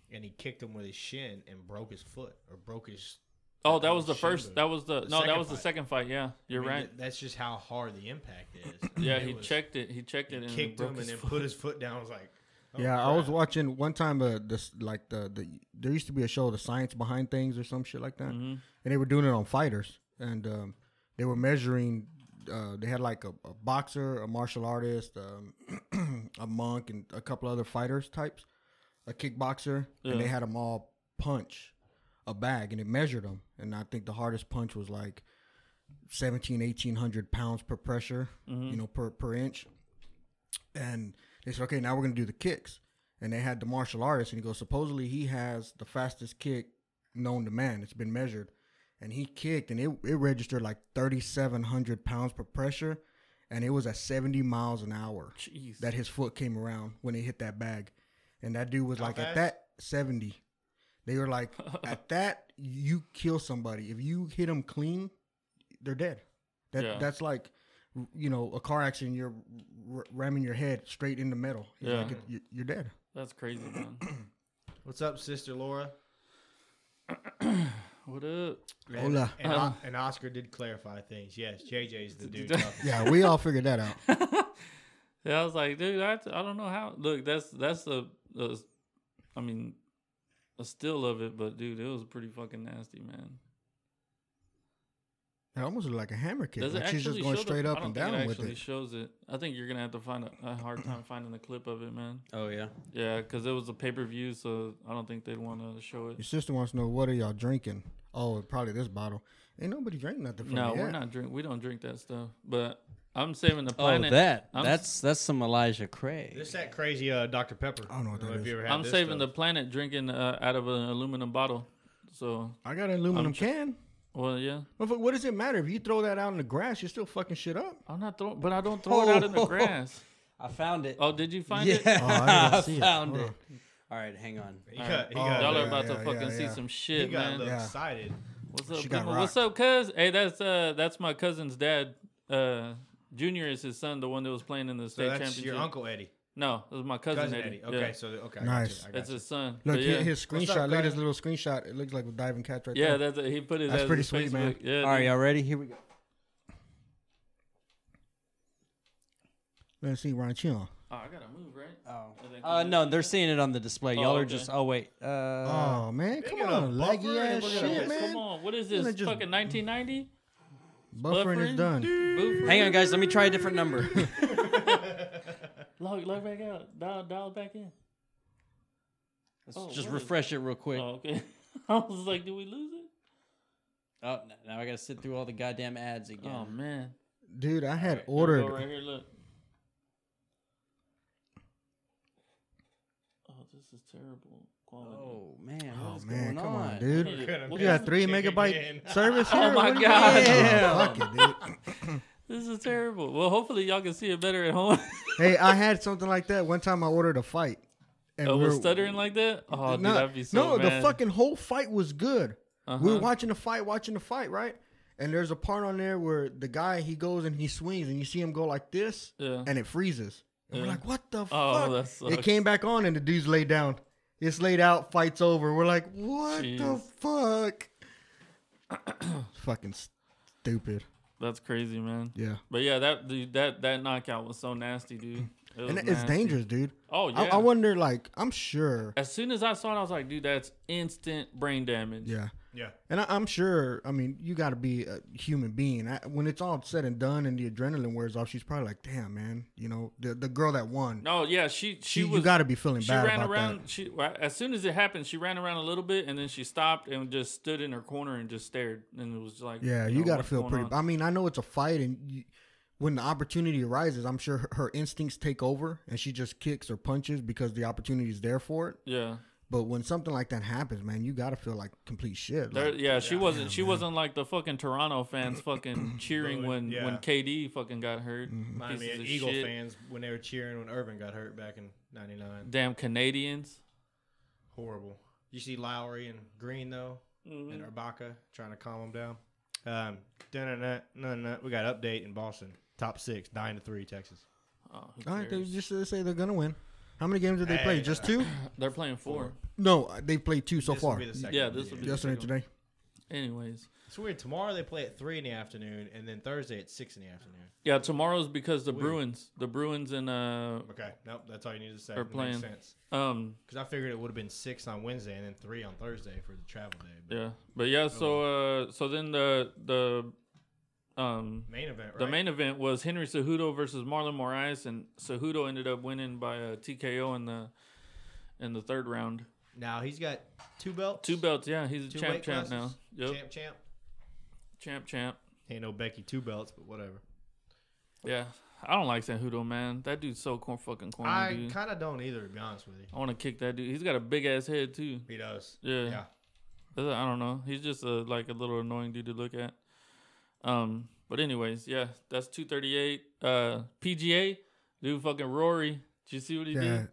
E: and he kicked him with his shin and broke his foot or broke his.
C: Oh, that was
E: Oh,
C: the
E: shin
C: first.
E: boot.
C: That was the,
E: The
C: no. That
E: second
C: was the
E: fight.
C: second fight. Yeah, you're
E: I mean,
C: right.
E: th- that's just how hard the impact is. I mean,
C: yeah,
E: it
C: he
E: was-
C: checked it. He checked it
E: He
C: and
E: kicked
C: broke
E: him and
C: his
E: then
C: foot.
E: put his foot down. I was like, oh,
D: yeah, I was
E: crap.
D: watching one time uh this like the, the there used to be a show the science behind things or some shit like that,
E: Mm-hmm.
D: and they were doing it on fighters and um, they were measuring. Uh, they had like a, a boxer, a martial artist, um, a monk, and a couple other fighters types, a kickboxer, and
C: Yeah.
D: they had them all punch a bag and it measured them. And I think the hardest punch was like 17, 1800 pounds per pressure, you know, per, per inch. And they said, okay, now we're going to do the kicks. And they had the martial artist, and he goes, supposedly he has the fastest kick known to man. It's been measured. And he kicked, and it, it registered like 3,700 pounds per pressure, and it was at 70 miles an hour
C: Jeez.
D: that his foot came around when it hit that bag. And that dude was like,
E: fast?
D: at that 70. They were like, at that, you kill somebody. If you hit them clean, they're dead. That
C: Yeah.
D: That's like, you know, a car accident, you're r- ramming your head straight into metal. It's
C: Yeah.
D: like it- you- you're dead.
C: That's crazy, man.
E: What's up, sister Laura?
C: what up?
E: And-
D: Hola.
E: And, O-
C: Um,
E: and Oscar did clarify things. Yes, JJ's the dude. talking.
D: Yeah, we all figured that out.
C: Yeah, I was like, dude, I, I don't know how. Look, that's that's a, a, I mean, a still of it, but dude, it was pretty fucking nasty, man.
D: It almost looked like a hammer kick.
C: Does it
D: Like she's just
C: actually
D: going
C: show the-
D: straight
C: I
D: up
C: don't
D: and
C: think
D: down
C: it
D: with
C: actually
D: it.
C: shows it. I think you're gonna have to find a, a hard time finding the clip of it, man.
B: Oh yeah.
C: Yeah, because it was a pay per view, so I don't think they'd want to show
D: Your
C: it.
D: sister wants to know what are y'all drinking? Oh, probably this bottle. Ain't nobody drank nothing. From
C: No,
D: it
C: we're
D: yet.
C: not drink. We don't drink that stuff. But I'm saving the
B: Oh,
C: planet.
B: that
C: I'm,
B: that's that's some Elijah Craig.
E: This that crazy uh, Dr Pepper.
D: I don't know what that
E: if
D: is.
E: you ever had
C: I'm
E: this
C: saving the
E: stuff.
C: planet drinking uh, out of an aluminum bottle. So,
D: I got an aluminum
C: I'm tr-
D: can.
C: well, yeah.
D: What what does it matter if you throw that out in the grass? You're still fucking shit up.
C: I'm not throwing, but I don't throw it out in the
B: Oh.
C: grass.
B: I found it.
C: Oh, did you find
B: yeah,
C: it?
D: I
B: I,
D: didn't see it.
B: found
D: Hold
B: it.
D: on.
B: All right, hang on.
E: He got, he
D: Oh,
E: got,
C: Y'all
E: a
C: are
E: little-
C: about
D: yeah,
C: to
D: yeah,
C: fucking see
D: yeah.
C: some
E: he
C: shit,
E: got a
C: man.
E: little
D: Yeah.
E: excited.
C: What's up,
D: She got
C: people? What's up, cuz? Hey, that's uh, that's my cousin's dad. Uh, Junior is his son, the one that was playing in the
E: So
C: state
E: that's
C: championship.
E: your uncle Eddie,
C: No, it was my cousin,
E: cousin
C: Eddie.
E: Eddie. Okay,
C: yeah.
E: so okay,
D: Nice.
E: I got you.
C: that's
E: I got you.
C: his son.
D: Look,
C: But
D: hi-
C: yeah.
D: his
E: What's up,
D: screenshot. Look at his
E: Craig?
D: little screenshot. It looks like a diving catch right
C: yeah,
D: there.
C: that's he put his.
D: That's
C: ass in
D: pretty sweet, man.
C: Facebook. Yeah,
B: All right,
C: dude.
B: y'all ready? Here we go.
D: Let's see, Ryan Chion.
C: Oh, I gotta move, right?
B: Oh.
C: I think
B: Uh,
C: we-
B: no, they're seeing it on the display.
C: Oh,
B: Y'all are
C: okay.
B: just. Oh wait. Uh,
D: oh man, come
E: got a
D: on, laggy
E: buffer and
D: ass
E: we're gonna
D: shit,
E: miss
D: man.
C: Come on, what is
D: Let me
C: this?
D: just-
C: Fucking 1990?
D: Buffering
C: Buffering?
D: is done.
C: Boof.
B: hang on, guys. Let me try a different number.
C: Log, log back out. Dial, dial back in.
B: Let's
C: Oh, what is-
B: just refresh it real quick.
C: Oh, okay. I was like, did we lose it?
B: Oh, n- now I gotta sit through all the goddamn ads again.
C: Oh man.
D: Dude, I had
C: Here we go
D: ordered.
C: right here. Look. Oh, this is terrible quality.
B: Oh, man,
D: Oh,
B: what's
D: man,
B: going
D: come on,
B: on?
D: dude.
C: Look at it.
D: You got three
E: Chicken
D: megabyte
E: again.
D: service here.
C: Oh my
D: What do you
C: God.
D: mean?
B: Damn.
D: Fuck it, dude.
C: This is terrible. Well, hopefully y'all can see it better at home.
D: Hey, I had something like that one time. I ordered a fight, and
C: I
D: we
C: was
D: were-
C: Oh, stuttering like that. Oh,
D: no,
C: dude, I'd be so
D: no, the
C: mad.
D: fucking whole fight was good.
C: Uh-huh.
D: We were watching the fight, watching the fight, right? And there's a part on there where the guy he goes and he swings, and you see him go like this,
C: Yeah.
D: and it freezes. And
C: Uh-huh.
D: we're
C: Yeah.
D: like, "What the
C: Oh, that
D: fuck?" It
C: sucks.
D: came back on, and the dude's laid down. It's laid out. Fight's over. We're like, "What the
C: Jeez.
D: fuck?" fucking stupid.
C: That's crazy, man.
D: Yeah,
C: But yeah, that dude, that that knockout was so nasty, dude. It was
D: and it's
C: nasty.
D: dangerous, dude.
C: Oh yeah.
D: I, I wonder, like, I'm sure.
C: as soon as I saw it, I was like, dude, that's instant brain damage.
D: Yeah.
E: Yeah.
D: And I, I'm sure, I mean, you got to be a human being. I, when it's all said and done and the adrenaline wears off, she's probably like, damn, man, you know, the, the girl that won,
C: No, yeah, she she,
D: she,
C: was.
D: you got to be feeling
C: she
D: bad
C: ran
D: about
C: around.
D: that.
C: She as soon as it happened, she ran around a little bit and then she stopped and just stood in her corner and just stared. And it was just like,
D: Yeah, you
C: know,
D: got to
C: what's
D: feel
C: going
D: pretty.
C: on?
D: I mean, I know it's a fight and you, when the opportunity arises, I'm sure her, her instincts take over and she just kicks or punches because the opportunity is there for it.
C: Yeah,
D: But when something like that happens, man, you got to feel like complete shit.
C: there,
D: Like,
C: yeah. She wasn't. she wasn't like the fucking Toronto fans fucking cheering when
E: yeah.
C: when KD fucking got hurt.
D: Mm-hmm.
E: Miami
C: Pieces of
E: Eagle
C: shit.
E: fans when they were cheering when Irvin got hurt back in '99.
C: Damn Canadians.
E: Horrible. You see Lowry and Green though, and
C: Mm-hmm.
E: Ibaka trying to calm them down. Um, dun-dun-dun, dun-dun-dun. we got update in Boston. Top six, nine to three, Texas.
C: Oh, who
D: all right, they
C: cares?
D: just uh, say they're going to win. How many games did they play?
E: Hey.
D: Just two?
C: They're playing four.
D: No, they've played two so
E: this
D: far.
E: Will be the second
C: Yeah,
E: one,
C: this will be the
D: Yesterday,
C: second one.
D: today.
C: Anyways,
E: It's weird. Tomorrow they play at three in the afternoon, and then Thursday at six in the afternoon.
C: yeah, tomorrow's because the Bruins, the Bruins and uh
E: Okay, nope. That's all you need to say.
C: They're
E: Makes
C: playing.
E: sense.
C: um
E: Because I figured it would have been six on Wednesday and then three on Thursday for the travel day. But
C: yeah, but yeah,
E: Oh,
C: so uh so then the the um
E: Main event, right?
C: the main event was Henry Cejudo versus Marlon Moraes, and Cejudo ended up winning by a TKO in the in the third round.
E: Now he's got two belts.
C: Two belts, yeah, he's a
E: Two
C: champ
E: weight
C: champ now.
E: classes?
C: Yep, champ
E: Champ, champ.
C: champ.
E: Ain't no Becky two belts, but whatever.
C: Yeah, I don't like Cejudo, man. That dude's so corn fucking corny,
E: I
C: dude.
E: kind of don't either, to be honest with you.
C: I want to kick that dude. He's got a big ass head too.
E: He does.
C: Yeah.
E: Yeah.
C: That's- I don't know. He's just a like a little annoying dude to look at. Um, but anyways, yeah, that's two thirty eight. Uh, PGA dude, fucking Rory. Did you see what he
D: Yeah.
C: did?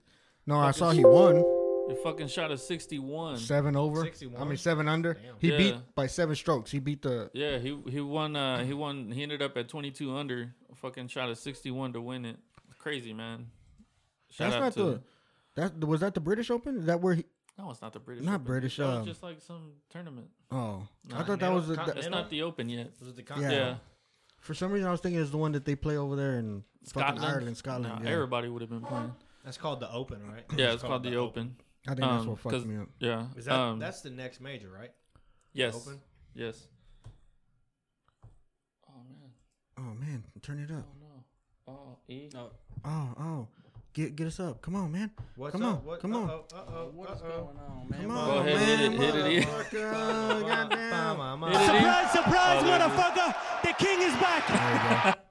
D: No, I
C: Fucking
D: saw he won
C: He fucking shot a sixty one.
D: seven over.
E: 61?
D: I mean seven under. He
C: Yeah.
D: beat by seven strokes. He beat the
C: Yeah, he he won. Uh, he won. He ended up at twenty two under. Fucking shot a sixty one to win it. Crazy man. Shout
D: That's
C: out
D: not
C: to-
D: the that was that the British Open? Is that where he
C: No, it's not the British.
D: Not
C: Open.
D: British,
C: That
D: um,
C: was just like some tournament.
D: Oh.
C: Nah,
D: I thought that
E: Nil-
D: was the,
E: Con-
D: that-
C: It's
E: Nil-
C: not the Open yet.
E: Was it the con-
D: Yeah.
C: Yeah,
D: for some reason I was thinking it's the one that they play over there in fucking
C: Scotland.
D: Ireland, Scotland.
C: Nah,
D: yeah.
C: everybody would have been playing.
E: That's called the Open, right?
C: Yeah, it's, called, the Open.
D: I think that's
C: Um,
D: what
C: 'cause-
D: fucked me up.
C: Yeah.
E: Is that
C: um,
E: that's the next major, right?
C: yes.
E: Open.
C: Yes. Oh man.
D: Oh man, turn it up.
C: Oh no. Oh E.
B: Oh,
D: Oh, oh. Get get us up. Come on, man.
E: What's
D: Come
E: up?
D: on,
E: What?
D: come on.
E: Uh-oh, uh-oh,
B: what is
E: uh-oh.
B: going on, man?
D: Come
B: What-
D: on,
C: Go ahead,
D: man.
C: hit it, hit it.
D: motherfucker. Goddamn.
E: Ba-ma-ma.
C: Hit it in.
K: Surprise, surprise,
C: Oh, there it is.
K: motherfucker! The king is back!
D: There you go.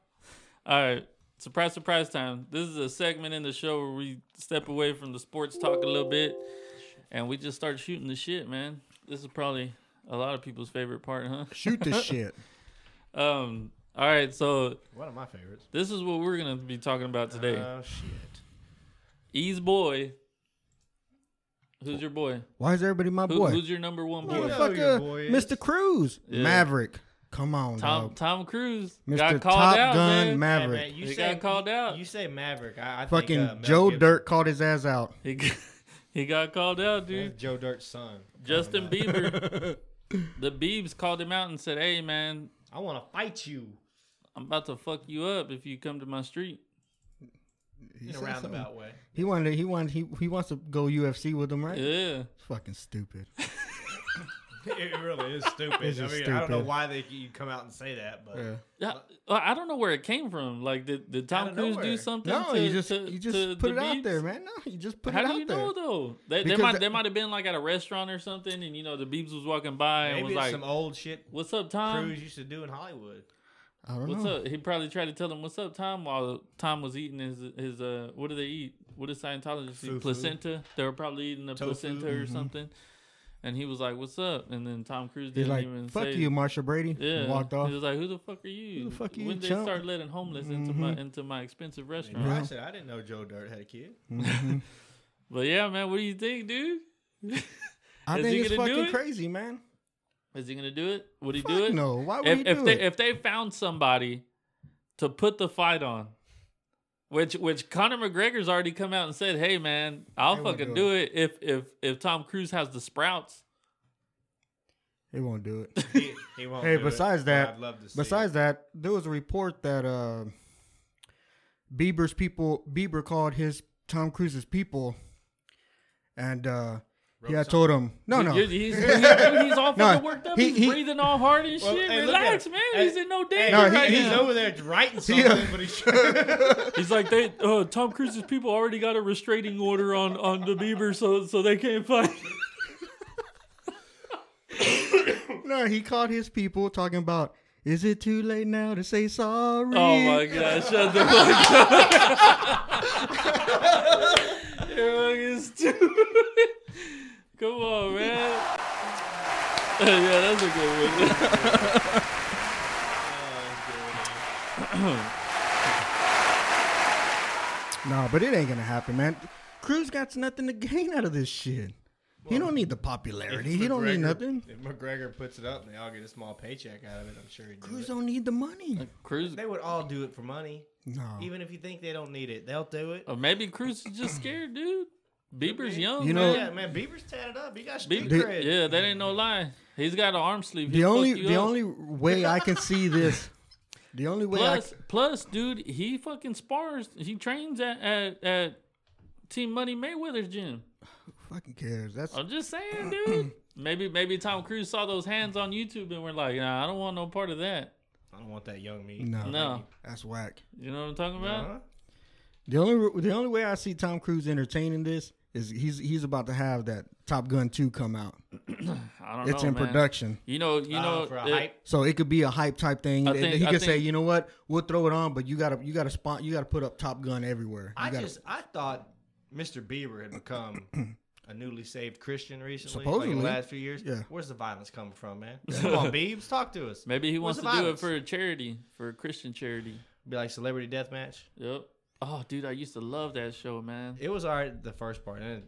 C: All right. Surprise, surprise time. This is a segment in the show where we step away from the sports talk a little bit and we just start shooting the shit, man. This is probably a lot of people's favorite part, huh?
D: Shoot the shit.
C: Um, all right, so
E: One of my favorites.
C: this is what we're gonna be talking about today.
E: Oh shit.
C: Ease boy. Who's your boy?
D: Why is everybody my
C: Who,
D: boy?
C: Who's your number one boy?
E: know who your boy
D: Motherfucker,
E: is.
D: Mr. Cruz,
C: Yeah.
D: Maverick. Come on,
C: Tom
D: dog.
C: Tom Cruise
D: Mr.
C: got called
D: Top
C: out,
D: Gun
C: man.
E: Hey,
D: Maverick.
E: man, you
C: He
E: say,
C: got called out.
E: You say Maverick. I, I
D: Fucking
E: think, uh, Mel
D: Joe
E: Gibson.
D: Dirt called his ass out.
C: He got, he got called out, dude.
E: That's Joe Dirt's son.
C: Justin Bieber, the Biebs called him out and said, "Hey, man,
E: I want to fight you
C: I'm about to fuck you up if you come to my street."
E: in
D: He,
E: a
D: said something.
E: roundabout way.
D: he wanted. to- He wanted. He, he wants to go UFC with him, right?
C: Yeah,
D: Fucking stupid.
E: it really is stupid.
D: It's
E: I mean,
D: just
E: I don't know
D: stupid.
E: why they you come out and say that, but
D: Yeah.
C: yeah. I I don't know where it came from. Like, did, did Tom
E: Outta
C: Cruise do
E: nowhere.
C: something?
D: No,
C: to,
D: you just
C: to-
D: you
C: to
D: just put
C: the
D: it out
C: Biebs?
D: there, man. No, you just put
C: How
D: it
C: do
D: out
C: you
D: there.
C: know though? They, they
D: Because
C: might
D: that-
C: they might have been like at a restaurant or something, and you know the Biebs was walking by and
E: maybe
C: was like,
E: it's
C: um,
E: some old shit
C: "What's up, Tom?
E: Cruz used to do in Hollywood.
D: I don't
C: What's
D: know.
C: up?" He probably tried to tell him, "What's up, Tom?" While Tom was eating his his uh, what do they eat? What is Scientology
E: Fufu.
C: placenta? They were probably eating a
E: Tofu.
C: placenta or
D: Mm-hmm.
C: something, and he was like, "What's up?" And then Tom Cruise
D: He's
C: didn't
D: like,
C: even
D: "Fuck
C: say,
D: you, Marsha Brady."
C: Yeah,
D: and walked off.
C: He was like, "Who the fuck are you?
D: Who the fuck are you,
C: when they
D: chump?" Mm-hmm.
C: start letting homeless into my into my expensive restaurant?"
E: I said I didn't know Joe Dirt had a kid.
C: But yeah, man, what do you think, dude?
D: I
C: Is he
D: think it's
C: gonna do
D: fucking
C: it?
D: crazy, man.
C: Is he gonna do it? Would he
D: Fuck
C: do it?
D: no. Why would
C: if,
D: he
C: if
D: do
C: they
D: it?
C: if they found somebody to put the fight on, which which Conor McGregor's already come out and said, "Hey man, I'll
D: They won't
C: fucking
D: do
C: do it. if if if Tom Cruise has the sprouts."
D: They won't do it.
E: He, he won't.
D: Hey,
E: do it,
D: besides
E: but
D: that-
E: I'd love to see.
D: Besides
E: it.
D: that, there was a report that uh, Bieber's people Bieber called his Tom Cruise's people, and uh, he had told him no,
C: You-
D: no.
C: you- he's, he's, he's all
D: No,
C: fucking worked up.
D: he-
C: he's
D: he-
C: breathing all hard and
E: Well,
C: shit.
E: hey, look at
C: Relax,
E: him.
C: man.
E: Hey,
C: he's in no danger
E: no,
D: he-
C: right
E: he's
C: now.
E: over there writing something, but he's
C: He's like they uh, Tom Cruise's people already got a restraining order on on the Bieber, so so they can't fight.
D: No, he called his people talking about. Is it too late now to say sorry?
C: Oh my god! Shut the fuck up. You're fucking stupid. Come on, man. yeah, that's a good one.
D: Nah, but it ain't gonna happen, man. Cruz got nothing to gain out of this shit. he don't need the popularity. He don't need nothing.
E: If McGregor puts it up, and they all get a small paycheck out of it. I'm sure he'd do
D: Cruz
E: it.
D: don't need the money.
C: Cruz,
E: They would all do it for money,
D: No.
E: even if you think they don't need it. They'll do it.
C: or maybe Cruz is just scared, dude. Bieber's young,
D: You know-
C: man.
E: yeah, man, Bieber's tatted up. He got street
C: Bieber,
E: cred.
C: yeah, that ain't no lie. He's got an arm sleeve.
D: The
C: He'll fuck
D: only
C: you
D: the
C: up.
D: only way I can see this, the only way I
C: Plus, plus, dude, he fucking spars. He trains at, at at Team Money Mayweather's gym.
D: fucking cares. That's
C: I'm just saying, dude. maybe maybe Tom Cruise saw those hands on YouTube and we're like, nah, I don't want no part of that.
E: I don't want that young Uh-huh. me.
D: no,
C: No,
D: that's whack.
C: you know what I'm talking about?
E: Huh?
D: The only the only way I see Tom Cruise entertaining this is he's he's about to have that Top Gun two come out.
C: I don't know.
D: It's in
C: man.
D: production,
C: You know, you know,
E: Uh, for a
C: it-
E: hype.
D: so it could be a hype type thing.
C: I
D: He-
C: think-
D: he
C: I
D: could say,
C: think-
D: you know what, we'll throw it on, but you gotta you gotta spot you gotta put up Top Gun everywhere. You
E: I
D: gotta-
E: just I thought Mr. Bieber had become a newly saved Christian recently, like in
D: Supposedly.
E: the last few years.
D: Yeah.
E: Where's the violence coming from, man? Come on, Biebs, talk to us.
C: maybe he
E: Where's
C: wants to
E: the
C: do it
E: violence?
C: for a charity, for a Christian charity.
E: Be like celebrity death match.
C: Yep. Oh, dude, I used to love that show, man.
E: It was alright the first part, and it,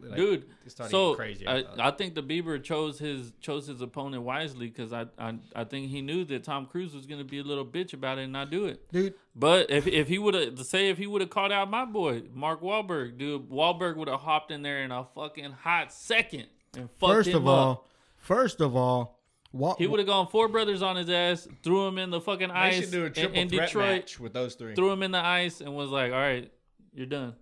E: like,
C: dude.
E: it started
C: so
E: getting crazy.
C: I,
E: thought.
C: I think the Bieber chose his chose his opponent wisely because I, I I think he knew that Tom Cruise was gonna be a little bitch about it and not do it.
D: dude,
C: But if if he would have say if he would have called out my boy Mark Wahlberg, dude, Wahlberg would have hopped in there in a fucking hot second and fucked
D: first
C: him
D: of
C: up.
D: all, first of all, Wa-
C: he would have gone four brothers on his ass, threw him in the fucking
E: they
C: ice
E: should do a
C: in-
E: triple
C: in
E: threat
C: Detroit,
E: match with those three.
C: threw him in the ice, and was like, "All right, you're done."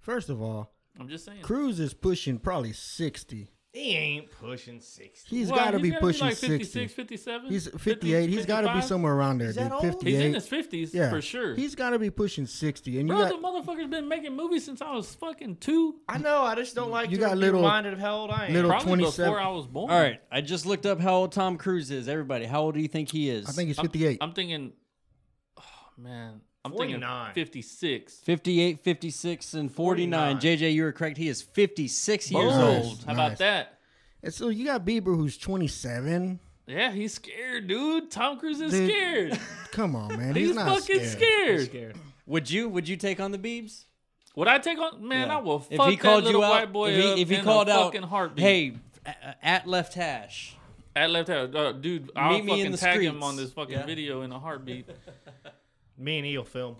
D: first of all,
C: I'm just saying.
D: Cruz is pushing probably sixty.
E: He ain't pushing sixty.
D: He's
C: Well,
D: got to be
C: gotta
D: pushing
C: like
D: sixty.
C: 56, 57.
D: He's 58. He's got to be
C: 55.
D: somewhere around there,
E: that
D: dude.
E: old? He's in
D: 58.
C: He's in his fifties for sure.
D: He's got to be pushing 60. And you
C: Bro,
D: got
C: the motherfucker's been making movies since I was fucking two,
E: I know. I just don't like
D: You
E: to
D: got
E: be
D: little-
E: reminded of how old I am.
D: little-
C: probably
D: 27.
C: before I was born.
B: All right, I just looked up how old Tom Cruise is. Everybody, how old do you think he is?
D: I think he's 58.
C: I'm thinking, oh man, I'm thinking
E: 49.
C: 56.
B: 58, 56, and 49.
E: 49.
B: JJ, you were correct. He is 56 years
D: Boom.
B: old.
C: How
D: Nice.
C: about that?
D: And so you got Bieber who's 27.
C: Yeah, he's scared, dude. Tom Cruise is
D: Dude,
C: scared.
D: Come on, man.
C: He's,
D: He's, not
C: fucking scared.
D: scared.
E: Scared.
B: Would you would you take on the Biebs?
C: Would I take on man?
B: Yeah.
C: I will fuck
B: If he called
C: that little
B: you out,
C: white boy
B: if he,
C: up
B: if he
C: in
B: called
C: a
B: out,
C: fucking heartbeat.
B: hey, a- at left hash.
C: at left hand, uh, dude, I'll
B: Meet me in
C: fucking
B: the
C: tag him
B: streets.
C: on this fucking
B: Yeah.
C: video in a heartbeat.
E: Me and Eel film.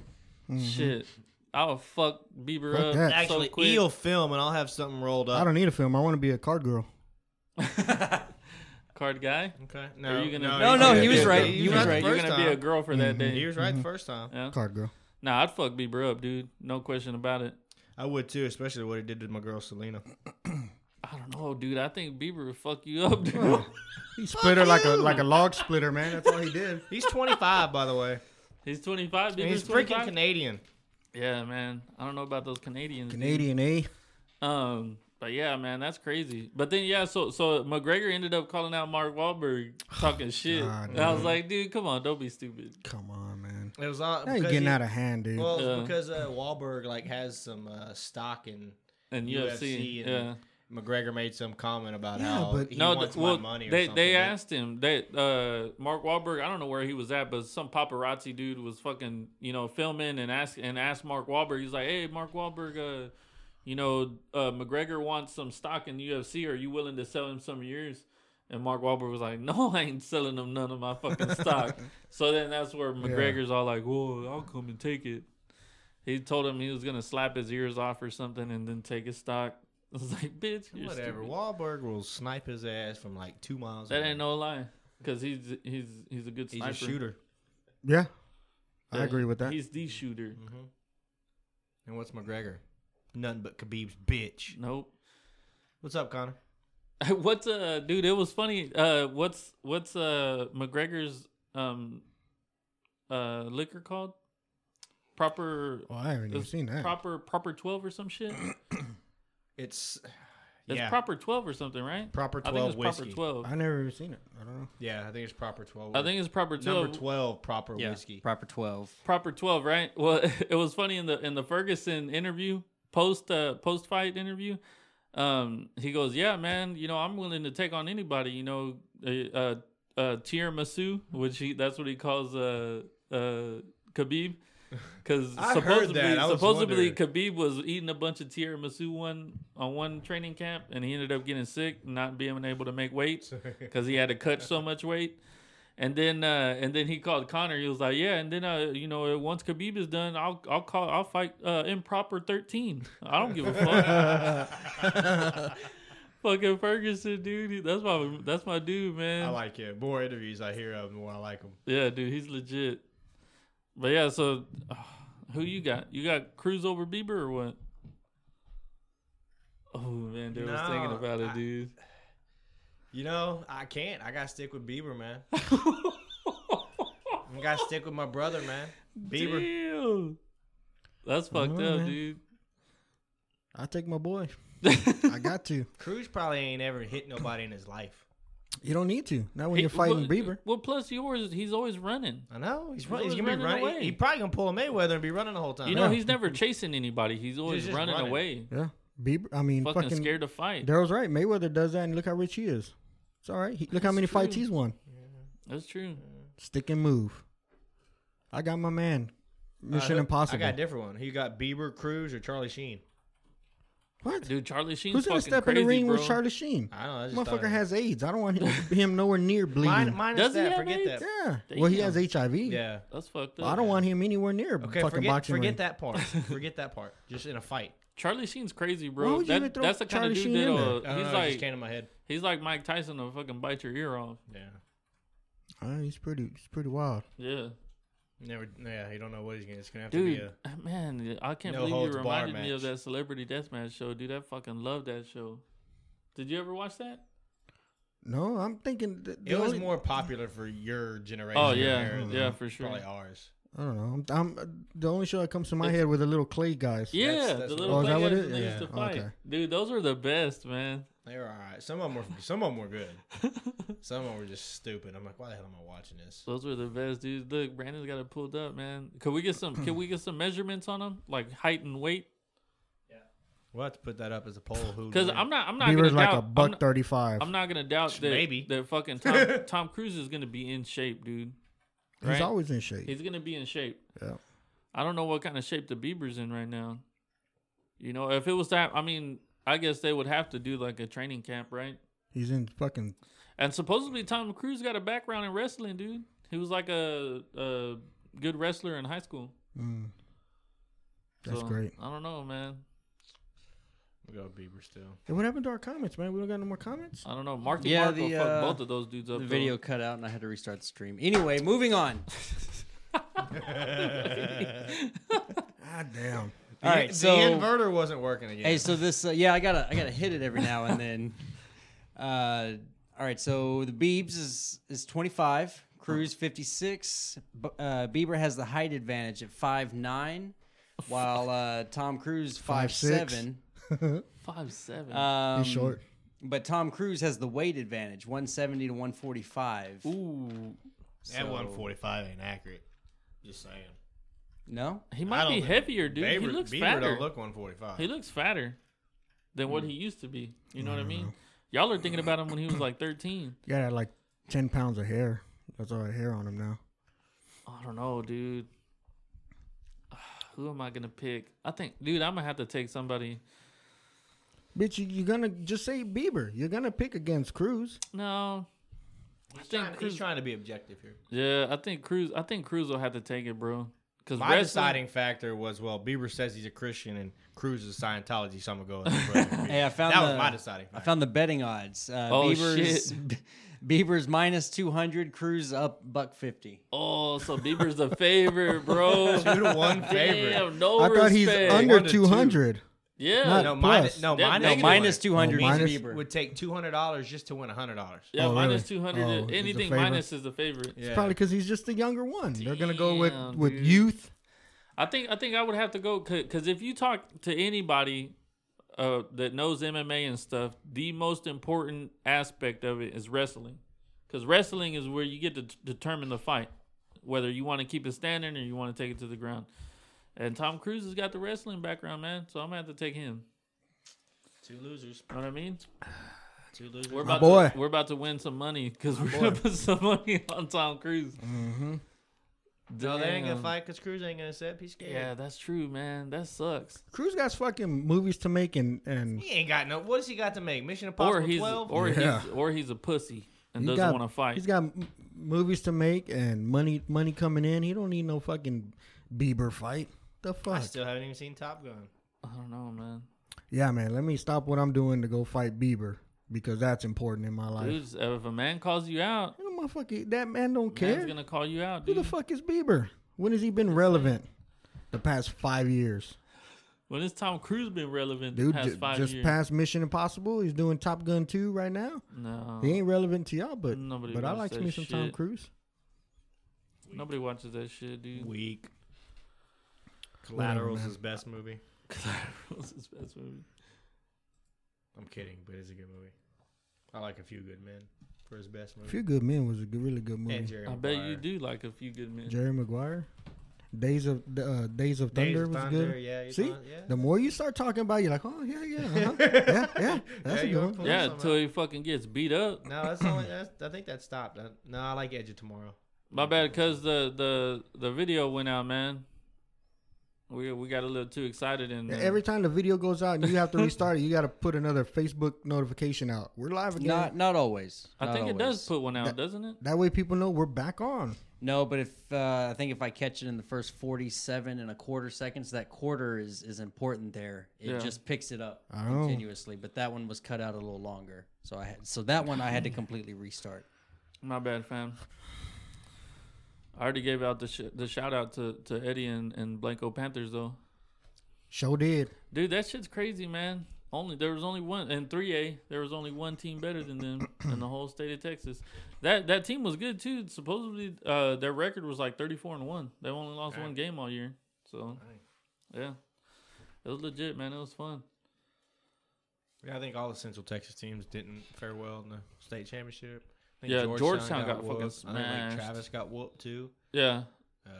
C: Shit,
B: Mm-hmm.
C: I'll fuck Bieber
D: Fuck
C: up
D: that.
C: so
E: Actually,
C: quick.
E: Eel film, and I'll have something rolled up.
D: I don't need a film. I want to be a card girl.
C: Card guy.
E: Okay. No.
C: Are you gonna-
B: No, no, he was
E: good.
B: right.
E: He
B: You
E: was
B: was
E: right.
B: right.
E: the
C: You're
E: first
C: gonna be a
E: time.
C: girl for
B: Mm-hmm.
C: that
E: He
C: day.
E: was
D: Mm-hmm.
E: right the first time.
C: Yeah.
D: Card girl.
C: Nah, I'd fuck Bieber up, dude. No question about it.
E: I would too, especially what he did to my girl Selena.
C: I don't know, dude. I think Bieber would fuck you up, dude.
D: He split her like a like a log splitter, man. That's all he did.
E: He's 25, by the way.
C: He's 25.
E: And
C: Bieber's
E: he's
C: 25?
E: freaking Canadian.
C: Yeah, man. I don't know about those Canadians. dude.
D: Canadian, eh?
C: Um, but yeah, man, that's crazy. But then yeah, so so McGregor ended up calling out Mark Wahlberg talking shit.
D: God,
C: and I was like, dude, come on, don't be stupid.
D: Come on, man.
E: It was all
D: That ain't
E: because
D: getting
E: he-
D: out of hand, dude.
E: Well,
C: Yeah.
E: it's because uh, Wahlberg like has some uh, stock in
C: And UFC, yeah.
E: UFC. and McGregor made some comment about
D: Yeah,
E: how
D: but-
E: he
C: no,
E: wants
C: th- well,
E: my money. Or
C: they
E: something.
C: they asked him that uh, Mark Wahlberg. I don't know where he was at, but some paparazzi dude was fucking you know filming and asked and asked Mark Wahlberg. He's like, hey, Mark Wahlberg, uh, you know uh, McGregor wants some stock in UFC. Are you willing to sell him some of yours? And Mark Wahlberg was like, no, I ain't selling him none of my fucking stock. so then that's where McGregor's all like, whoa, I'll come and take it. He told him he was gonna slap his ears off or something and then take his stock. I was like, bitch, you're
E: Whatever.
C: stupid."
E: Wahlberg will snipe his ass from like two miles.
C: That
E: away.
C: ain't no lie, because he's he's he's a good
E: He's
C: sniper.
E: a shooter.
D: yeah, I agree with that.
C: He's the shooter.
E: Mm-hmm. And what's McGregor? Nothing but Khabib's bitch.
C: Nope.
E: What's up, Connor?
C: What's uh, dude? It was funny. Uh, what's what's uh McGregor's um, uh liquor called? Proper.
D: Well, I haven't even
C: it's
D: seen that.
C: Proper proper twelve or some shit.
E: It's
C: It's
E: yeah,
C: proper twelve or something, right?
E: proper
C: I
E: twelve
C: think it's proper
E: whiskey.
C: twelve.
D: I never even seen it. I don't know.
E: Yeah, I think it's proper twelve.
C: I think it's proper twelve.
E: number twelve proper whiskey.
B: Proper 12.
C: proper 12 right well it was funny in the in the ferguson interview post uh post fight interview um he goes yeah man you know i'm willing to take on anybody you know uh uh, uh tiramisu which he that's what he calls uh uh khabib because
E: I heard
C: supposedly
E: that. I was
C: supposedly
E: wondering.
C: khabib was eating a bunch of tiramisu one on one training camp and he ended up getting sick not being able to make weight because he had to cut so much weight and then uh, and then he called Connor. He was like, "Yeah." And then uh, you know, once Khabib is done, I'll I'll call I'll fight uh, improper thirteen. I don't give a fuck. Fucking Ferguson, dude. That's my that's my dude, man.
E: I like it. More interviews I hear of, the more I like them.
C: yeah, dude, he's legit. But yeah, so who you got? You got Cruz over Bieber or what? Oh man, they was thinking
E: No,
C: about it,
E: I-
C: dude.
E: You know, I can't. I gotta stick with Bieber, man. I gotta stick with my brother, man. Bieber.
C: Damn. That's fucked
D: Oh,
C: up,
D: man.
C: dude.
D: I take my boy. I got to.
E: Cruz probably ain't ever hit nobody in his life.
D: You don't need to. Not when
C: He-
D: you're fighting
C: well,
D: Bieber.
C: Well, plus yours, he's always running.
E: I know. He's, probably,
C: always
E: he's gonna be
C: running
E: running.
C: away.
E: He, he probably gonna pull a Mayweather and be running the whole time.
C: You know, he's never chasing anybody. He's always
E: just
C: running,
E: running.
C: away.
D: Yeah, Bieber. I mean,
C: Fucking,
D: fucking.
C: scared to fight.
D: Daryl's right. Mayweather does that, and look how rich he is. It's all right. He, look how many fights he's won.
C: That's true.
D: Stick and move. I got my man.
E: Uh,
D: Mission
E: who-
D: Impossible.
E: I got a different one. He got Bieber, Cruz, or Charlie Sheen.
D: what?
C: Dude, Charlie Sheen's
D: Who's gonna
C: fucking
D: step
C: crazy,
D: in the ring
C: bro.
D: with Charlie Sheen?
E: I don't know. I just thought
D: Motherfucker
E: of-
D: has AIDS. I don't want him, him nowhere near bleeding.
E: Mine, minus
C: Does he
E: that.
C: have
E: Forget
C: AIDS?
E: that.
D: yeah. Well, he
C: Damn.
D: has HIV.
E: Yeah.
C: That's fucked up.
D: I don't want him anywhere near
E: Okay.
D: fucking
E: forget
D: boxing
E: forget
D: ring.
E: that part. forget that part. Just in a fight.
C: Charlie Sheen's crazy,
D: Why
C: bro.
D: would you
C: That-
D: even throw
C: that's the kind
D: Charlie
C: of dude
D: Sheen
C: that
D: in
C: will
E: I don't
C: he's
E: know, it just
C: like
E: came to my head.
C: he's like Mike Tyson to fucking bite your ear off.
E: Yeah.
D: Oh, he's pretty. He's pretty wild.
C: Yeah,
E: Never. Yeah. You don't know what he's gonna. It's gonna have to
C: dude, uh,
E: be
C: man, I can't
E: no
C: believe
E: holds
C: you
E: barred
C: reminded me of
E: match.
C: that Celebrity Deathmatch show, dude. I fucking love that show. Did you ever watch that?
D: No, I'm thinking. Th-
E: a.
D: the
E: It was
D: only-
E: more popular for your generation.
C: Oh
E: and
C: yeah,
E: era than
C: yeah, for sure.
E: Probably ours.
D: I don't know. I'm, I'm the only show that comes to my head were the little clay guys.
C: Yeah,
E: That's- that's
C: the
E: what-
C: little
D: Oh, is that
C: play
D: what it
C: guys
D: is?
C: that they
D: Yeah,
C: used to fight.
D: okay.
C: Dude, those were the best, man.
E: They were all right. Some of them were some of them were good. Some of them were just stupid. I'm like, why the hell am I watching this?
C: Those were the best, dude. Look, Brandon's got it pulled up, man. Can we get some? Can we get some measurements on them, like height and weight?
E: We'll have to put that up as a poll. Who?
C: Because
D: Mm-hmm.
E: knew.
C: I'm not. I'm not
D: Beaver's
C: gonna
D: like
C: doubt.
D: a
C: I'm,
D: buck
C: not,
D: thirty five.
C: I'm not gonna doubt that.
E: Maybe.
C: that fucking Tom, Tom Cruise is gonna be in shape, dude.
D: He's
C: right?
D: always in shape.
C: He's gonna be in shape.
D: Yeah.
C: I don't know what kind of shape the Bieber's in right now. You know, if it was that, I mean, I guess they would have to do like a training camp, right?
D: He's in fucking
C: And supposedly Tom Cruise got a background in wrestling, dude. He was like a, a good wrestler in high school.
D: mm, That's
C: So, uh,
D: great.
C: I don't know, man.
E: We got Bieber still.
H: Hey, what happened to our comments, man? We don't got no more comments.
C: I don't know. Marky
B: Yeah,
C: Mark
B: the,
C: will fuck
B: uh,
C: both of those dudes up.
B: The
C: though.
B: video cut out and I had to restart the stream. Anyway, moving on.
D: God damn.
B: All right, so
E: the inverter wasn't working again.
B: Hey, so this, uh, yeah, I gotta, I gotta hit it every now and then. Uh, all right, so the Biebs is is twenty five, Cruz fifty six. Uh, Bieber has the height advantage at five nine, while uh, Tom Cruise five,
D: six.
B: seven.
C: five seven.
B: Um,
D: He's short.
B: But Tom Cruise has the weight advantage, one seventy to one forty five.
C: Ooh,
E: that
B: so-
E: 145 ain't accurate. Just saying.
B: No,
C: he
E: I
C: might
E: don't
C: be
E: think-
C: heavier, dude. he
E: Bieber-
C: looks
E: Bieber
C: fatter.
E: don't look 145.
C: he looks fatter than what he used to be. You know what I mean? Y'all are thinking about him when he was like thirteen.
D: Yeah, like ten pounds of hair. That's all the hair on him now.
C: I don't know, dude. Who am I gonna pick? I think, dude, I'm gonna have to take somebody.
D: Bitch, you, you're gonna just say Bieber. You're gonna pick against Cruz.
C: No,
E: he's,
C: think
E: trying,
C: Cruz-
E: he's trying to be objective here.
C: yeah, I think Cruz. I think Cruz will have to take it, bro. Because
E: My deciding factor was well, Bieber says he's a Christian and Cruz is Scientology, so I'm gonna go. with Bieber.
B: Hey, I found
E: that
B: the-
E: was my deciding
B: I
E: factor.
B: found the betting odds. Uh,
C: Oh,
B: Bieber's, Bieber's minus two hundred, Cruz up buck fifty.
C: Oh, so Bieber's the favorite, bro.
E: Two to one favorite.
C: Damn, no
D: I thought he's
C: respect.
D: under
E: One to two.
D: two hundred.
C: Yeah,
D: not-
E: no,
D: Plus.
E: minus, no,
C: That-
E: minus,
B: No,
C: Negative
B: minus
E: $200.
B: two hundred.
D: minus-
B: Bieber.
E: would take two hundred dollars just to win hundred dollars.
C: yeah,
D: Oh,
C: minus
D: really?
C: two hundred.
D: Oh, he's a
C: Anything
D: favorite.
C: minus is the favorite.
D: It's probably because he's just the younger one. They're gonna go with
C: Damn,
D: with
C: dude.
D: youth.
C: I think I think I would have to go because if you talk to anybody uh, that knows MMA and stuff, the most important aspect of it is wrestling, because wrestling is where you get to t- determine the fight, whether you want to keep it standing or you want to take it to the ground. And Tom Cruise has got the wrestling background, man, so I'm gonna have to take him.
E: Two losers.
C: You know what I mean?
E: Two losers.
C: We're about
D: boy.
C: to we're about to win some money because we're gonna put some money on Tom Cruise.
D: Mm-hmm.
E: No, they ain't gonna
C: Damn.
E: fight because Cruz ain't gonna accept. He's scared.
C: Yeah, that's true, man. That sucks.
D: Cruz got fucking movies to make and and
E: He ain't got no. What has he got to make? Mission
C: Or
E: Impossible
C: he's
E: twelve.
C: or
D: Yeah.
C: he's or he's a pussy and
D: He
C: doesn't
D: got-
C: want to fight.
D: he's got m- movies to make and money money coming in. He don't need no fucking Bieber fight. The
E: I
D: fuck?
E: still haven't even seen Top Gun.
C: I don't know, man.
D: yeah, man. Let me stop what I'm doing to go fight Bieber because that's important in my life.
C: Dude, if a man calls you out,
D: You know, motherfucker, that man don't care.
C: man's gonna call you out,
D: Who
C: dude.
D: the fuck is Bieber? When has he been relevant? The past five years,
C: when has Tom Cruise been relevant
D: dude.
C: the past
D: ju-
C: five
D: just
C: years?
D: past Mission Impossible. He's doing Top Gun 2 right now.
C: no,
D: He ain't relevant to y'all, but
C: Nobody
D: but I
C: gonna
D: like
C: say
D: me some Tom
C: shit.
D: Cruise.
C: nobody watches that shit, dude.
E: Weak. Collateral's
D: man.
E: his best movie.
C: What's his best movie?
E: I'm kidding, but it's a good movie. I like A Few Good Men for his best
D: A
E: movie.
D: Few Good Men was a good, really good
E: and
D: movie.
E: Jerry
C: I bet you
E: Maguire.
C: do like a few good men.
D: Jerry Maguire, Days of uh, Days of
E: Days
D: Thunder
E: of
D: was
E: Thunder,
D: good.
E: Yeah, you
D: See?
E: thought- yeah.
D: The more you start talking about, it, you're like, oh yeah, yeah, uh-huh. yeah, yeah.
E: Yeah,
D: That's a
E: you
D: good
E: are
D: one.
C: yeah,
E: Somehow.
C: until he fucking gets beat up.
E: No, that's only. That's, I think that stopped. Uh, No, I like Edge of Tomorrow.
C: My bad, cause the the the video went out, man. We we got a little too excited and uh,
D: Every time the video goes out and you have to restart it, you got to put another Facebook notification out. We're live again.
B: Not not always.
C: I
B: Not
C: think it does
B: always.
C: put one out,
D: That-
C: doesn't it?
D: that way, people know we're back on.
B: No, but if uh, I think if I catch it in the first forty-seven and a quarter seconds, that quarter is is important there. It
C: Yeah.
B: just picks it up
D: Oh.
B: continuously. But that one was cut out a little longer, so I had so that one I had to completely restart.
C: My bad, fam. I already gave out the sh- the shout out to, to Eddie and, and Blanco Panthers though.
D: Show did.
C: Dude, that shit's crazy, man. Only there was only one in three A. There was only one team better than them in the whole state of Texas. That that team was good too. Supposedly, uh, their record was like thirty four and one. They only lost one game all year. So, yeah, it was legit, man. It was fun.
E: Yeah, I think all the Central Texas teams didn't fare well in the state championship. I
C: Yeah, Georgetown got fucking
E: whooped. I think
C: smashed.
E: Lake Travis got whooped too.
C: Yeah,
E: Um,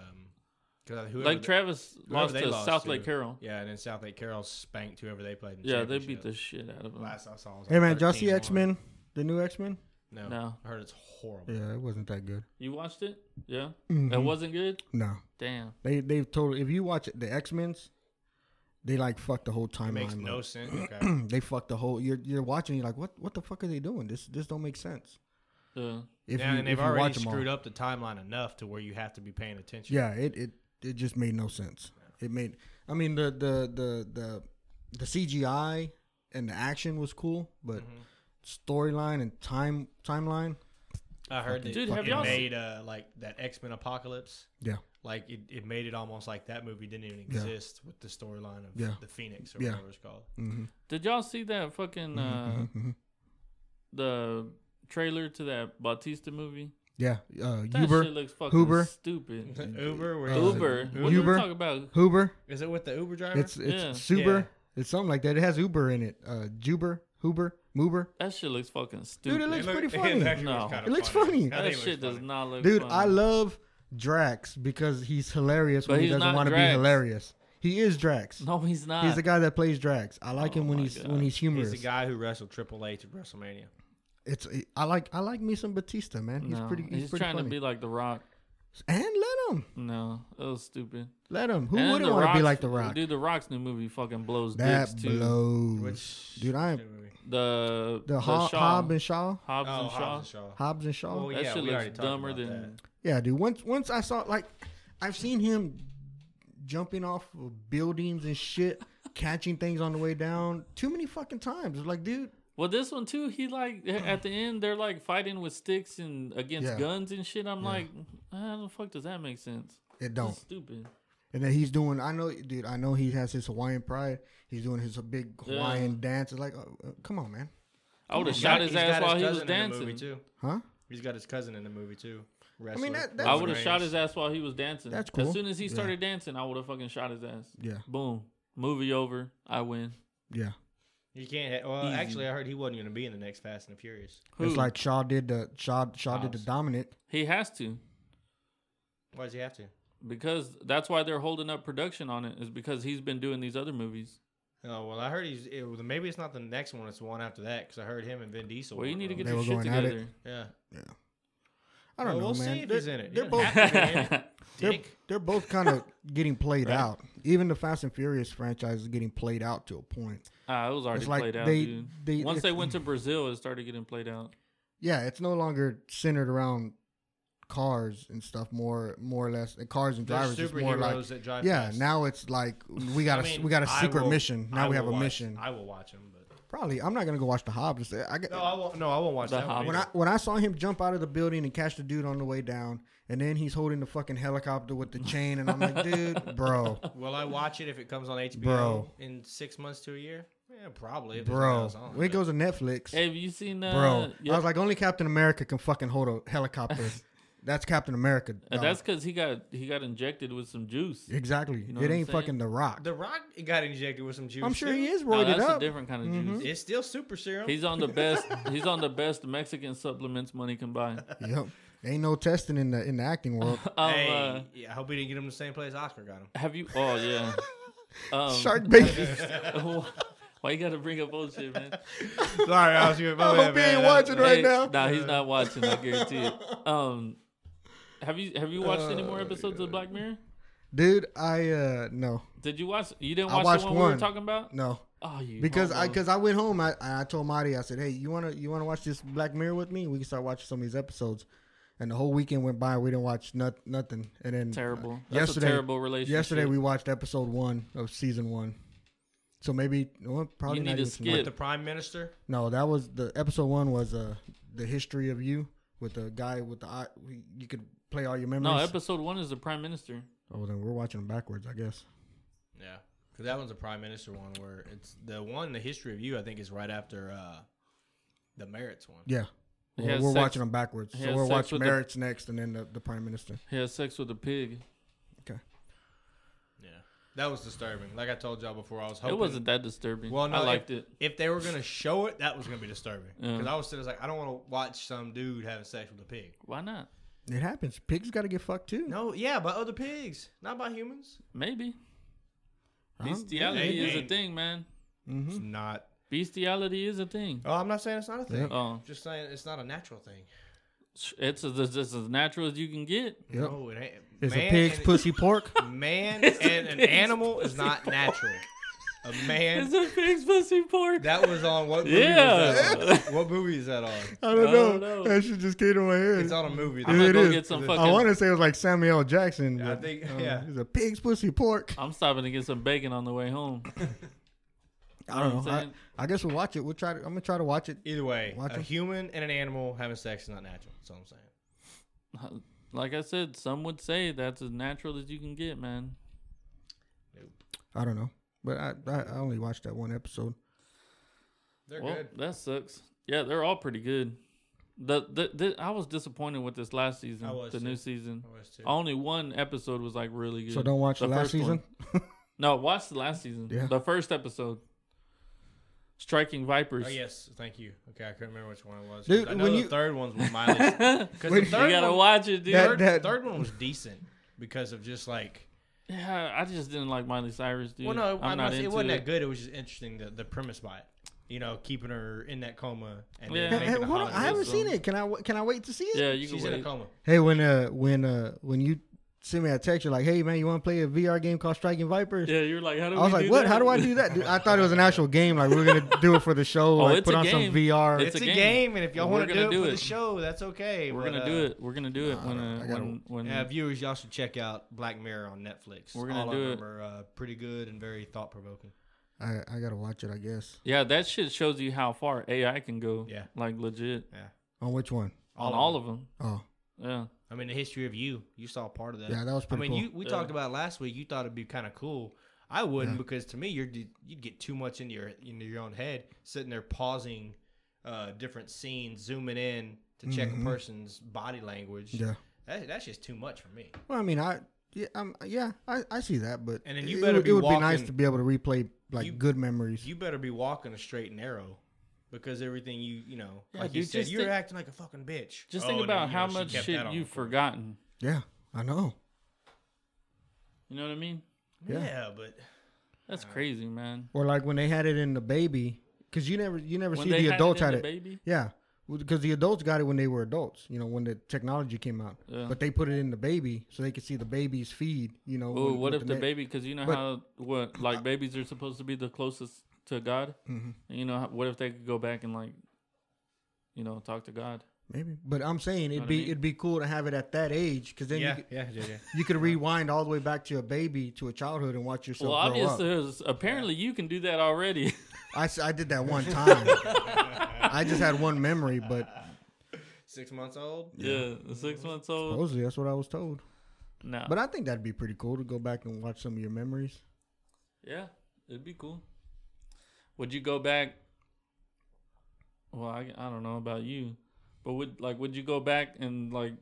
E: 'cause whoever
C: like
E: they-
C: Travis
E: whoever
C: lost
E: they
C: to
E: lost
C: South
E: to.
C: Lake Carroll.
E: yeah, and then South Lake Carroll spanked whoever they played. In the
C: Yeah, they beat
E: championship.
C: the shit out of them.
E: Last I saw. Was
D: Hey
E: like
D: man, did y'all see
E: 13-1.
D: X Men? The new X Men?
E: No,
C: No.
E: I heard it's horrible.
D: Yeah, it wasn't that good.
C: You watched it? Yeah,
D: Mhm.
C: that wasn't good.
D: No,
C: Damn.
D: they they've totally. If you watch it, the X Men's, they like fucked the whole
E: It makes
D: timeline.
E: no
D: up.
E: sense. Okay.
D: they fucked the whole. You're you're watching. You're like, what what the fuck are they doing? This this don't make sense.
C: Yeah.
D: If
E: yeah,
D: you,
E: and they've
D: if you
E: already
D: watch 'em all.
E: screwed up the timeline enough to where you have to be paying attention.
D: Yeah, it, it it just made no sense. It made I mean the the the the the CGI and the action was cool, but
C: Mm-hmm.
D: storyline and time timeline,
E: I heard that
C: Dude,
E: it
C: have y'all seen-
E: made uh, like that X Men Apocalypse.
D: yeah.
E: Like it, it made it almost like that movie didn't even
D: Yeah.
E: exist with the storyline of
D: Yeah.
E: the Phoenix or
D: Yeah.
E: whatever it's called.
D: mm-hmm,
C: Did y'all see that fucking uh, the trailer to that Bautista movie?
D: Yeah, uh
C: That
D: Uber
C: shit looks fucking
D: Uber.
C: stupid.
E: Uber, where
D: Uh,
C: Uber.
D: Uber.
C: What are we
D: Uber.
C: talking about?
D: Uber.
E: is it with the Uber driver?
D: It's it's
C: Uh-huh. Yeah.
D: Super.
E: Yeah.
D: It's something like that. It has Uber in it. Uh Juber, Huber, Moober.
C: That shit looks fucking stupid.
D: Dude, it looks
E: It
D: pretty
E: look-
D: funny.
E: It, actually
C: No.
E: was kinda
D: It looks funny.
E: I
C: that
E: think it
C: shit
E: looks
C: does
E: funny.
C: not look.
D: Dude,
C: funny.
D: I love Drax because he's hilarious
C: But
D: when
C: he's
D: he doesn't
C: not
D: want to be
C: Drax.
D: hilarious. He is Drax.
C: No, he's not.
D: He's the guy that plays Drax. I like
C: Oh
D: him when
C: my
D: he's
C: God.
D: when he's humorous.
E: He's the guy who wrestled Triple H at WrestleMania.
D: It's eh, I like I like me some Batista, man. He's
C: No,
D: pretty. He's, pretty
C: trying
D: funny.
C: to be like The Rock.
D: and let him,
C: No, that was stupid.
D: let him. Who
C: And then
D: wouldn't
C: The
D: want to be
C: Rock's-
D: like the Rock?
C: Dude, The Rock's new movie fucking blows
D: that
C: dicks too.
D: blows,
E: Which
D: Mm. dude. I am
C: The
D: the, Ho-
C: Shaw. Oh,
D: Hobbs and Shaw,
E: Oh,
C: Hobbs and Shaw.
E: Hobbs and Shaw.
D: Hobbs and Shaw.
E: Well,
C: That
E: yeah,
C: shit
E: we already
C: looks
E: talked
C: dumber
E: about
C: than
D: yeah, dude. Once once I saw like, I've seen him jumping off of buildings and shit, catching things on the way down. Too many fucking times. It's like, dude,
C: Well, this one too. He like at the end they're like fighting with sticks and against
D: Yeah.
C: guns and shit. I'm like, "Ah, how the fuck does that make sense?
D: it
C: That's
D: don't.
C: stupid.
D: And then he's doing. I know, dude. I know he has his Hawaiian pride. He's doing his big
C: Yeah.
D: Hawaiian dance. It's like, oh, uh, come on, man.
C: I would have
E: He's
C: shot
E: got-
C: his
E: he's got
C: ass while he was
E: cousin in the movie,
C: dancing.
E: too.
D: Huh?
E: He's got his cousin in the movie too.
D: I mean,
E: Wrestler.
D: that-
C: I
D: that's-
C: would have
E: Roman
C: shot
E: Reigns.
C: his ass while he was dancing.
D: That's
C: As
D: cool.
C: soon as he
D: Yeah.
C: started dancing, I would have fucking shot his ass.
D: Yeah.
C: Boom. Movie over. I win.
D: Yeah.
E: You can't. ha- Well,
C: Easy.
E: actually, I heard he wasn't going to be in the next Fast and the Furious.
C: Who?
D: It's like Shaw did the Shaw Shaw did the
E: Hobbs.
D: Dominic.
C: he has to
E: Why does he have to?
C: because that's why they're holding up production on it is because he's been doing these other movies.
E: Oh well, I heard he's. It, well, maybe it's not the next one. It's the one after that because I heard him and Vin Diesel.
C: Well, you
E: were
C: need to get
D: They
C: your
D: were
C: shit
D: going at it.
C: together.
E: Yeah,
D: I don't
E: Well,
D: know,
E: we'll see
D: man.
E: if
D: they're,
E: he's in it.
D: They're
E: He
D: both
E: doesn't have to be in it.
D: they're,
E: Dick.
D: they're both kind of getting played
E: Right.
D: out. Even the Fast and Furious franchise is getting played out to a point.
C: Ah, it was already
D: like
C: played out,
D: they-
C: dude.
D: they-
C: Once
D: it's-
C: they went to Brazil, it started getting played out.
D: Yeah, it's no longer centered around cars and stuff. More more or less, and cars and
E: They're
D: drivers. It's more like
E: superheroes that drive
D: yeah.
E: fast.
D: Now it's like we got a
E: I mean,
D: we got a
E: I
D: secret
E: will-
D: mission. Now
E: I
D: we have
E: will
D: a
E: watch-
D: mission.
E: I will watch him, but
D: Probably I'm not gonna go watch the Hobbs. I got,
E: no, I won't. No, I won't watch
C: The
E: that. one
C: Hobbit.
D: When I
E: either.
D: when I saw him jump out of the building and catch the dude on the way down, and then he's holding the fucking helicopter with the chain, and I'm like, dude, bro,
E: Will I watch it if it comes on HBO
D: Bro.
E: in six months to a year? Yeah, probably. if there's nothing
D: bro.
E: else on,
D: When it
E: but-
D: goes to Netflix,
C: Hey, have you seen uh,
D: bro,
C: yeah,
D: I was like, only Captain America can fucking hold a helicopter. That's Captain America.
C: and
D: dog.
C: that's because he got he got injected with some juice.
D: exactly.
C: know
D: it
C: what I'm saying?
D: ain't fucking The Rock.
E: The Rock got injected with some juice.
D: I'm sure
E: too.
D: he is
C: No,
D: roided
C: that's
D: up. Mm-hmm.
C: a different kind of juice.
E: It's still super serum.
C: He's on the best. he's on the best Mexican supplements money can buy. Um,
D: Yep. Ain't no testing in the in the acting world.
E: hey,
C: uh,
E: yeah, I hope he didn't get him the same place Oscar got him.
C: have you? Oh yeah. Um,
D: Shark baby.
C: Why you gotta bring up old shit, man?
E: Sorry, I was gonna.
D: I hope he ain't watching right
C: Hey,
D: now.
C: Nah, he's not watching. I guarantee it. Um, have you have you watched any
D: Uh,
C: more episodes of Black Mirror?
D: Dude, I uh no
C: Did you watch? You didn't
D: I
C: watch
D: watched
C: the one, we were
D: one.
C: talking about?
D: no.
C: Oh, you
D: Because I
C: homo.
D: because I went home, I I told Marty, I said, hey, you wanna you wanna watch this Black Mirror with me? We can start watching some of these episodes. And the whole weekend went by, we didn't watch not, nothing. And then uh,
C: terrible. That's
D: yesterday,
C: a terrible relationship.
D: yesterday we watched episode one of season one. So maybe well, probably
C: You need
D: not
C: to
D: even tonight.
C: skip.
E: The Prime Minister.
D: No, that was the episode one was uh the history of you with the guy with the eye. You could play all your memories.
C: no episode one is the prime minister.
D: Oh, then we're watching them backwards, I guess.
E: Yeah, because that one's a Prime Minister one where it's the one. The history of you, I think, is right after uh, the merits one.
D: Yeah.
C: He
D: Well,
C: has
D: we're
C: sex-
D: watching them backwards.
C: he
D: So
C: has
D: we're
C: sex
D: watching
C: with the-
D: Merritt's next and then the, the Prime Minister.
C: He has sex with a pig.
D: Okay.
E: Yeah. That was disturbing. Like I told y'all before, I was hoping
C: It wasn't that disturbing.
E: Well, no,
C: I
E: if-
C: liked it.
E: If they were gonna show it, that was gonna be disturbing.
C: Yeah.
E: Because I was sitting there like, I don't want to watch some dude having sex with a pig.
C: Why not?
D: It happens. Pigs got to get fucked too.
E: No, yeah, by other pigs, not by humans.
C: Maybe.
D: Huh?
C: Bestiality
E: Yeah,
C: is a
E: yeah.
C: thing, man.
D: Mm-hmm.
E: It's not.
C: Bestiality is a thing.
E: Oh, I'm not saying it's not a thing.
D: Yep.
C: Oh,
E: I'm just saying it's not a natural thing.
C: it's as, it's as natural as you can get.
D: Yep.
E: No, it ain't.
D: Is
E: Man
D: a pig's
E: and-
D: pussy pork?
E: Man
C: It's a
E: and an
C: pig's
E: animal is
C: pussy
E: not
C: pork.
E: natural. A man.
C: It's a pig's pussy pork.
E: That was on what movie?
C: Yeah.
E: Was that on? What movie is that on?
D: I
C: don't I don't know. know. That
D: shit just came to my
E: It's
D: head.
E: on a movie.
C: I'm
E: though.
C: gonna
D: It
C: go
D: is.
C: get some
E: I
C: fucking.
D: I want to say it was like Samuel L. Jackson.
E: I
D: but,
E: think-
D: uh,
E: yeah.
D: It's a pig's pussy pork.
C: I'm stopping to get some bacon on the way home.
D: I don't know.
C: I'm
D: I,
C: saying?
D: I guess we'll watch it. We'll try. To, I'm gonna try to watch it.
E: Either way,
D: Watch
E: a
D: 'em.
E: human and an animal having sex is not natural. That's all I'm saying.
C: Like I said, some would say that's as natural as you can get, man.
D: I don't know, but I I, I only watched that one episode.
E: They're
C: well,
E: good.
C: that sucks. Yeah, they're all pretty good. The, the, the I was disappointed with this last season,
E: I was
C: the
E: too.
C: new season.
E: I was too.
C: Only one episode was like really good.
D: So don't watch the, last
C: first one.
D: season.
C: No, watch the last season.
D: Yeah.
C: The first episode. Striking Vipers.
E: Oh yes, thank you. Okay, I couldn't remember which one it was.
D: Dude,
E: I know
D: when
E: the
D: you-
E: third one's with Miley. Because
D: When-
E: the
D: You
C: You
E: third
C: gotta
E: one,
C: watch it, dude.
E: third,
D: That-
E: third one was decent because of just like.
C: Yeah, I just didn't like Miley Cyrus, dude.
E: Well, no,
C: I'm
E: I'm not
C: not
E: it
C: into
E: wasn't
C: it.
E: that good. It was just interesting the, the premise by it. You know, keeping her in that coma and
C: Yeah. Hey,
E: yeah. then
D: Hey,
E: making
D: hey,
E: a
D: hold on, I
E: Hollywood
D: haven't
E: film.
D: seen it. Can I wa- can I wait to see it?
C: Yeah, you
E: She's
C: can
E: in a
C: wait.
E: coma.
D: Hey, when uh when uh when you send me a text, you're like, hey man, you want to play a VR game called Striking Vipers?
C: Yeah, you're like, how do
D: I
C: we
D: was like,
C: do
D: what?
C: that?
D: How do I do that? Dude, I thought it was an actual game. Like we were gonna do it for the show.
C: Oh,
D: like
C: it's
D: put
C: a
D: on
C: game.
D: some VR.
C: It's
E: It's,
C: a game.
E: a game. and if y'all
C: We're
E: want to
C: gonna
E: do it
C: do
E: for
C: it.
E: the show, that's okay.
C: We're
E: but,
C: gonna
E: uh,
C: do it. We're gonna do it when
D: nah,
C: uh,
D: I gotta-
C: when when
E: Yeah, viewers, y'all should check out Black Mirror on Netflix.
C: We're gonna
E: All
C: do
E: of
C: it.
E: them are uh, pretty good and very thought provoking.
D: I, I gotta watch it, I guess.
C: yeah that shit shows you how far AI can go.
E: Yeah.
C: like legit
D: On which one?
C: on all of them.
D: Oh,
C: Yeah,
E: I mean, the history of you, you saw part of that.
D: yeah, that was
E: I
D: pretty
E: mean,
D: cool.
E: you we
C: Yeah.
E: talked about it last week. You thought it'd be kind of cool. I wouldn't
D: Yeah.
E: because to me, you're you'd get too much into your into your own head, sitting there pausing uh, different scenes, zooming in to check
D: Mhm.
E: a person's body language.
D: yeah.
E: That, that's just too much for me.
D: Well, I mean, I yeah, um, yeah, I, I see that, but
E: And then you
D: it-
E: better
D: it,
E: be
D: would be nice
E: walking-
D: to be able to replay like
E: You-
D: good memories.
E: You better be walking a straight and narrow. Because everything you you know,
C: Yeah,
E: like you
C: dude,
E: said,
C: just
E: you're
C: think-
E: acting like a fucking bitch.
C: just
E: Oh,
C: think
E: and
C: about
E: then, you
C: how
E: know, she
C: much
E: kept that
C: shit
E: on
C: you've
E: record.
C: forgotten.
D: yeah, I know.
C: You know what I mean?
D: Yeah.
E: Yeah, but
C: That's crazy, man.
D: Or like when they had it in the baby, because you never you never
C: When
D: see
C: they
D: the
C: had
D: adults
C: it in
D: had
C: the
D: it.
C: baby.
D: Yeah, because the adults got it when they were adults. You know, when the technology came out,
C: Yeah.
D: but they put it in the baby so they could see the baby's feed. You know.
C: Oh,
D: with-
C: what
D: with
C: if the
D: net.
C: baby? Because you know
D: but-
C: how what like babies are supposed to be the closest to God.
D: Mhm.
C: You know, how- what if they could go back and like, you know, talk to God?
D: Maybe, but I'm saying
C: what I
D: it'd be
C: mean?
D: it'd be cool to have it at that age because then
E: yeah,
D: you, could,
E: yeah, yeah, yeah.
D: you could rewind all the way back to a baby to a childhood and watch yourself
C: well,
D: grow up.
C: obviously, there's- apparently, you can do that already.
D: I, s- I did that one time. I just had one memory, but
E: Six months old.
C: yeah, six months old.
D: supposedly that's what I was told.
C: No,
D: But I think that'd be pretty cool to go back and watch some of your memories.
C: yeah, it'd be cool. Would you go back? Well, I, I don't know about you, but would like would you go back and like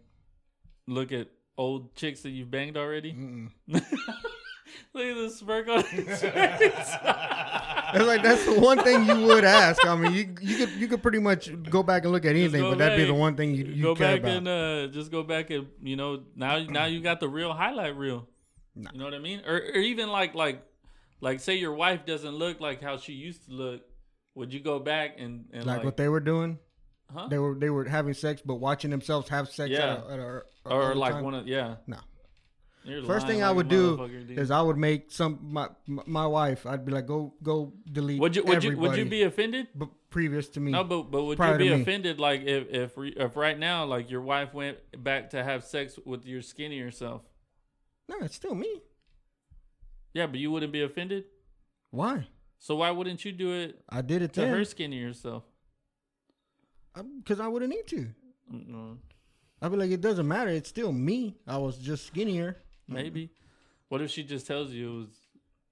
C: look at old chicks that you've banged already?
D: Mm-mm.
C: look at the smirk on his face.
D: It's like that's the one thing you would ask. I mean, you you could you could pretty much go back and look at anything,
C: go
D: but that'd be
C: back-
D: the one thing you you
C: go back
D: care about.
C: and uh, just go back and you know now now you got the real highlight reel.
D: Nah.
C: You know what I mean? Or, or even like like like say your wife doesn't look like how she used to look. Would you go back and, and
D: like,
C: like,
D: what they were doing,
C: huh?
D: they were they were having sex, but watching themselves have sex
C: Yeah.
D: at a, at a, a
C: or like
D: time.
C: one of yeah.
D: No.
C: You're
D: First
C: lying
D: thing I
C: like a
D: would do
C: motherfucker, dude.
D: is I would make some my my wife. I'd be like, go go delete.
C: would you would you would you
D: everybody
C: be offended?
D: b- previous to me?
C: No, but but would you
D: Prior to
C: be
D: me.
C: offended like if if re- if right now like your wife went back to have sex with your skinnier self?
D: no, it's still me.
C: Yeah, but you wouldn't be offended.
D: Why?
C: So why wouldn't you do it
D: I did it
C: to
D: to
C: her
D: her
C: skinnier self?
D: because I wouldn't need to.
C: Mm, uh,
D: I'd be like, it doesn't matter. It's still me. I was just skinnier.
C: Maybe. What if she just tells you it was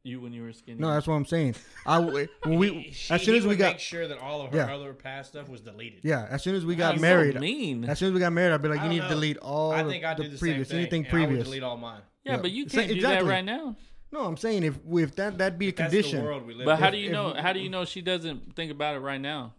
C: you when you were skinny?
D: No, that's what I'm saying. I w- when we
E: She-
D: as soon
E: he
D: as we
E: would
D: got
E: make sure that all of her
D: Yeah.
E: other past stuff was deleted.
D: yeah, as soon as we
C: You're
D: got
C: so
D: married,
C: mean.
D: as soon as we got married, I'd be like,
E: I
D: you
E: don't
D: need to
E: know.
D: delete all
E: I
D: the,
E: think I
D: the
E: do the
D: previous
E: same thing.
D: anything
E: and I would
D: previous.
E: delete all mine.
C: yeah,
D: yeah.
C: but you
D: Sa-
C: can't do that
D: exactly.
C: right now.
D: No, I'm saying if if that that'd be a
H: That's
D: condition.
H: the world we live
C: But
H: in.
C: how do you
D: if-
C: know? How do you know she doesn't think about it right now?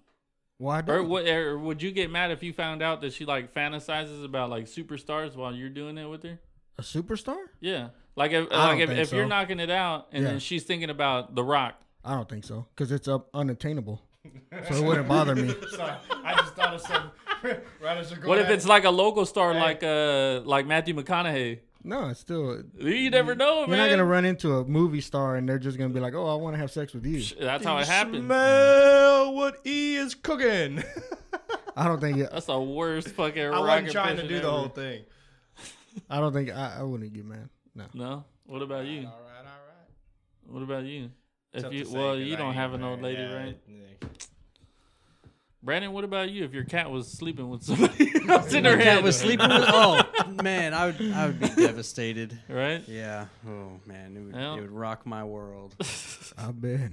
D: Why
C: Or
D: don't?
C: what? Or would you get mad if you found out that she like fantasizes about like superstars while you're doing it with her?
D: a superstar?
C: Yeah, like if like
D: I don't
C: if,
D: think
C: if you're
D: so.
C: knocking it out and
D: Yeah.
C: then she's thinking about The Rock.
D: I don't think so, because it's up unattainable. So it wouldn't bother me.
H: Sorry, I just thought of some. right as you're going
C: What if
H: at-
C: it's like a local star like uh like Matthew McConaughey?
D: No, it's still.
C: You never know,
D: You're
C: man.
D: not gonna run into a movie star and they're just gonna be like, "Oh, I want to have sex with you."
C: That's how it happens.
H: Smell what E is cooking.
D: I don't think.
C: That's the worst fucking.
H: I
C: rocket
H: wasn't trying to
C: person
H: do the
C: ever.
H: whole thing.
D: I don't think I, I wouldn't get mad. No.
C: No. What about you?
H: All right, all right.
C: What about you? If
H: Tough
C: you
H: to say
C: well,
H: 'cause
C: you
H: I
C: don't
H: ain't
C: have an
H: married.
C: old lady,
H: Yeah,
C: right?
H: it-
C: Brandon, what about you? If your cat was sleeping with somebody else in her
B: Cat
C: head,
B: was sleeping with. Oh man, I would I would be devastated.
C: right?
B: Yeah. Oh man, it would,
C: Yeah.
B: it would rock my world.
D: I bet.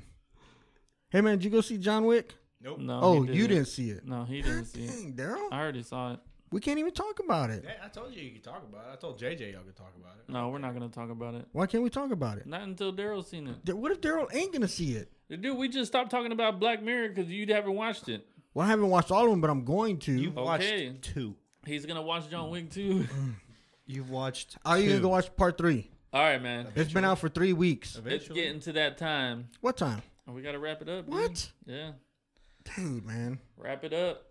D: Hey man, did you go see John Wick?
H: Nope.
C: No. he
D: Oh, you didn't see it.
C: No, he didn't see it.
D: Dang, Daryl,
C: I already saw it.
D: we can't even talk about it.
H: Hey, I told you you could talk about it. I told JJ y'all could talk about it.
C: No, we're not gonna talk about it.
D: Why can't we talk about it?
C: Not until Daryl's seen it.
D: Da- What if Daryl ain't gonna see it?
C: Dude, we just stopped talking about Black Mirror because you haven't watched it.
D: Well, I haven't watched all of them, but I'm going to.
H: You've
C: Okay.
H: watched two.
C: He's gonna watch John Wick too.
H: You've watched.
D: Are you gonna go watch part three?
C: All right, man.
D: It's been out for three weeks.
C: It's
H: Eventually.
C: getting to that time.
D: What time?
C: We gotta wrap it up. dude.
D: What?
C: Yeah,
D: Dude, man.
C: wrap it up.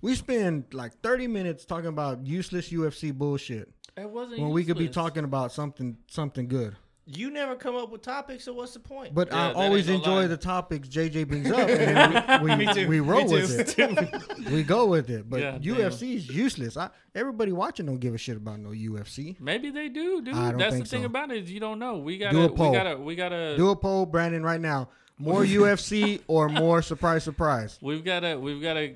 D: We spend like 30 minutes talking about useless UFC bullshit
C: That wasn't.
D: when we could be
C: useless.
D: talking about something something good.
H: You never come up with topics, so what's the point?
D: But
C: Yeah,
D: I
C: that
D: always
C: ain't no
D: enjoy
C: lie.
D: the topics JJ brings up, and then we, we, we roll
H: Me
D: with it. we go with it. But
C: Yeah,
D: UFC is useless. I, everybody watching don't give a shit about no UFC.
C: Maybe they do, dude.
D: I don't
C: That's the
D: think
C: thing
D: so.
C: about it is you don't know. We gotta.
D: Do a
C: we
D: poll.
C: gotta. We gotta.
D: Do a poll, Brandon, right now. More UFC or more surprise, surprise?
C: We've gotta. We've gotta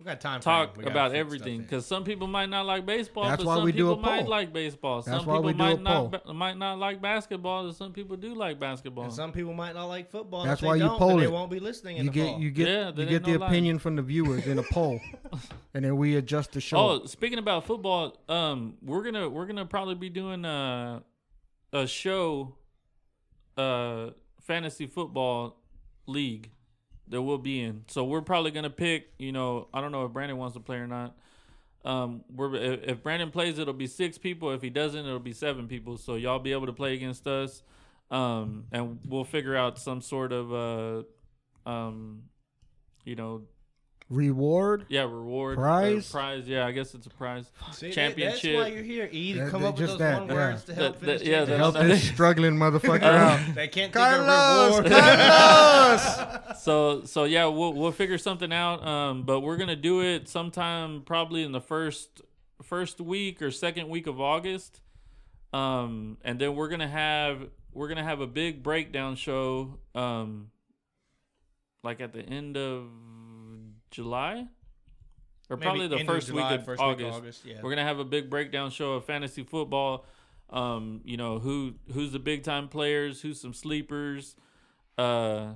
H: we got time.
C: talk
H: frame. We gotta
C: about
H: fit
C: everything
H: stuff in.
C: because some people might not like baseball.
D: That's
C: but
D: why
C: some
D: we do
C: people
D: a poll.
C: Might like baseball. Some
D: That's why
C: people
D: we do
C: might
D: a
C: not
D: poll.
C: ba- might not like basketball. And some people do like basketball.
H: And some people might not like football. and
D: That's
H: if they
D: why you
H: don't, then
D: poll
H: They
D: it.
H: won't be listening. In
D: You
H: the
D: get
H: fall.
D: you get
C: Yeah, that
D: you get
C: ain't
D: the
C: no lie.
D: opinion from the viewers in a poll, and then we adjust the show.
C: Oh, speaking about football, um, we're gonna we're gonna probably be doing a a show, uh, fantasy football league that we'll be in. So we're probably gonna pick. You know, I don't know if Brandon wants to play or not. Um, we're if if Brandon plays, it'll be six people. If he doesn't, it'll be seven people. So y'all be able to play against us, um, and we'll figure out some sort of uh, um, you know,
D: Reward.
C: yeah, reward or
D: Prize?
C: prize. Yeah, I guess it's a prize.
H: See, that-
C: championship.
H: That's why you're here, E, to
D: That-
H: come
D: that-
H: up with
D: just
H: those
D: that,
H: one
D: yeah.
H: words to help
C: That- that-
H: finish.
C: yeah,
H: it.
C: that-
D: Help this struggling motherfucker out.
H: They can't think
D: Carlos,
H: of reward.
D: Carlos.
C: so so yeah, we'll we'll figure something out. Um, but we're gonna do it sometime probably in the first first week or second week of August. Um, and then we're gonna have we're gonna have a big breakdown show. Um, like at the end of July, or
H: Maybe
C: probably the
H: end of
C: first,
H: July,
C: week, of
H: first week of
C: August.
H: August, yeah.
C: We're gonna have a big breakdown show of fantasy football. Um, you know who who's the big time players, who's some sleepers. Uh,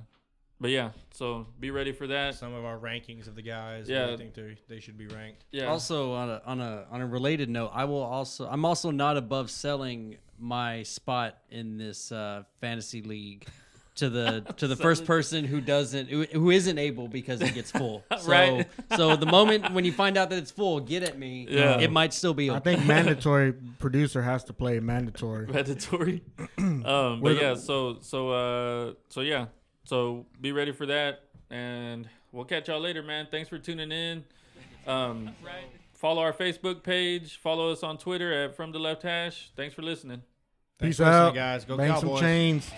C: but yeah, so be ready for that.
H: Some of our rankings of the guys.
C: Yeah.
H: Yeah. I think they they should be ranked.
C: Yeah,
B: Also, on a on a on a related note, I will also I'm also not above selling my spot in this uh, fantasy league to the to the first person who doesn't who, who isn't able because it gets full. So,
C: Right.
B: so the moment when you find out that it's full, get at me.
C: Yeah.
B: It might still be. Open.
D: I think mandatory producer has to play mandatory.
C: mandatory. um, but yeah, so so uh, so yeah, so be ready for that, and we'll catch y'all later, man. Thanks for tuning in. Um, Follow our Facebook page. Follow us on Twitter at From the Left Hash. Thanks for listening.
D: Peace
H: for listening,
D: out,
H: guys. Go
D: Bang some
H: Cowboys.
D: chains.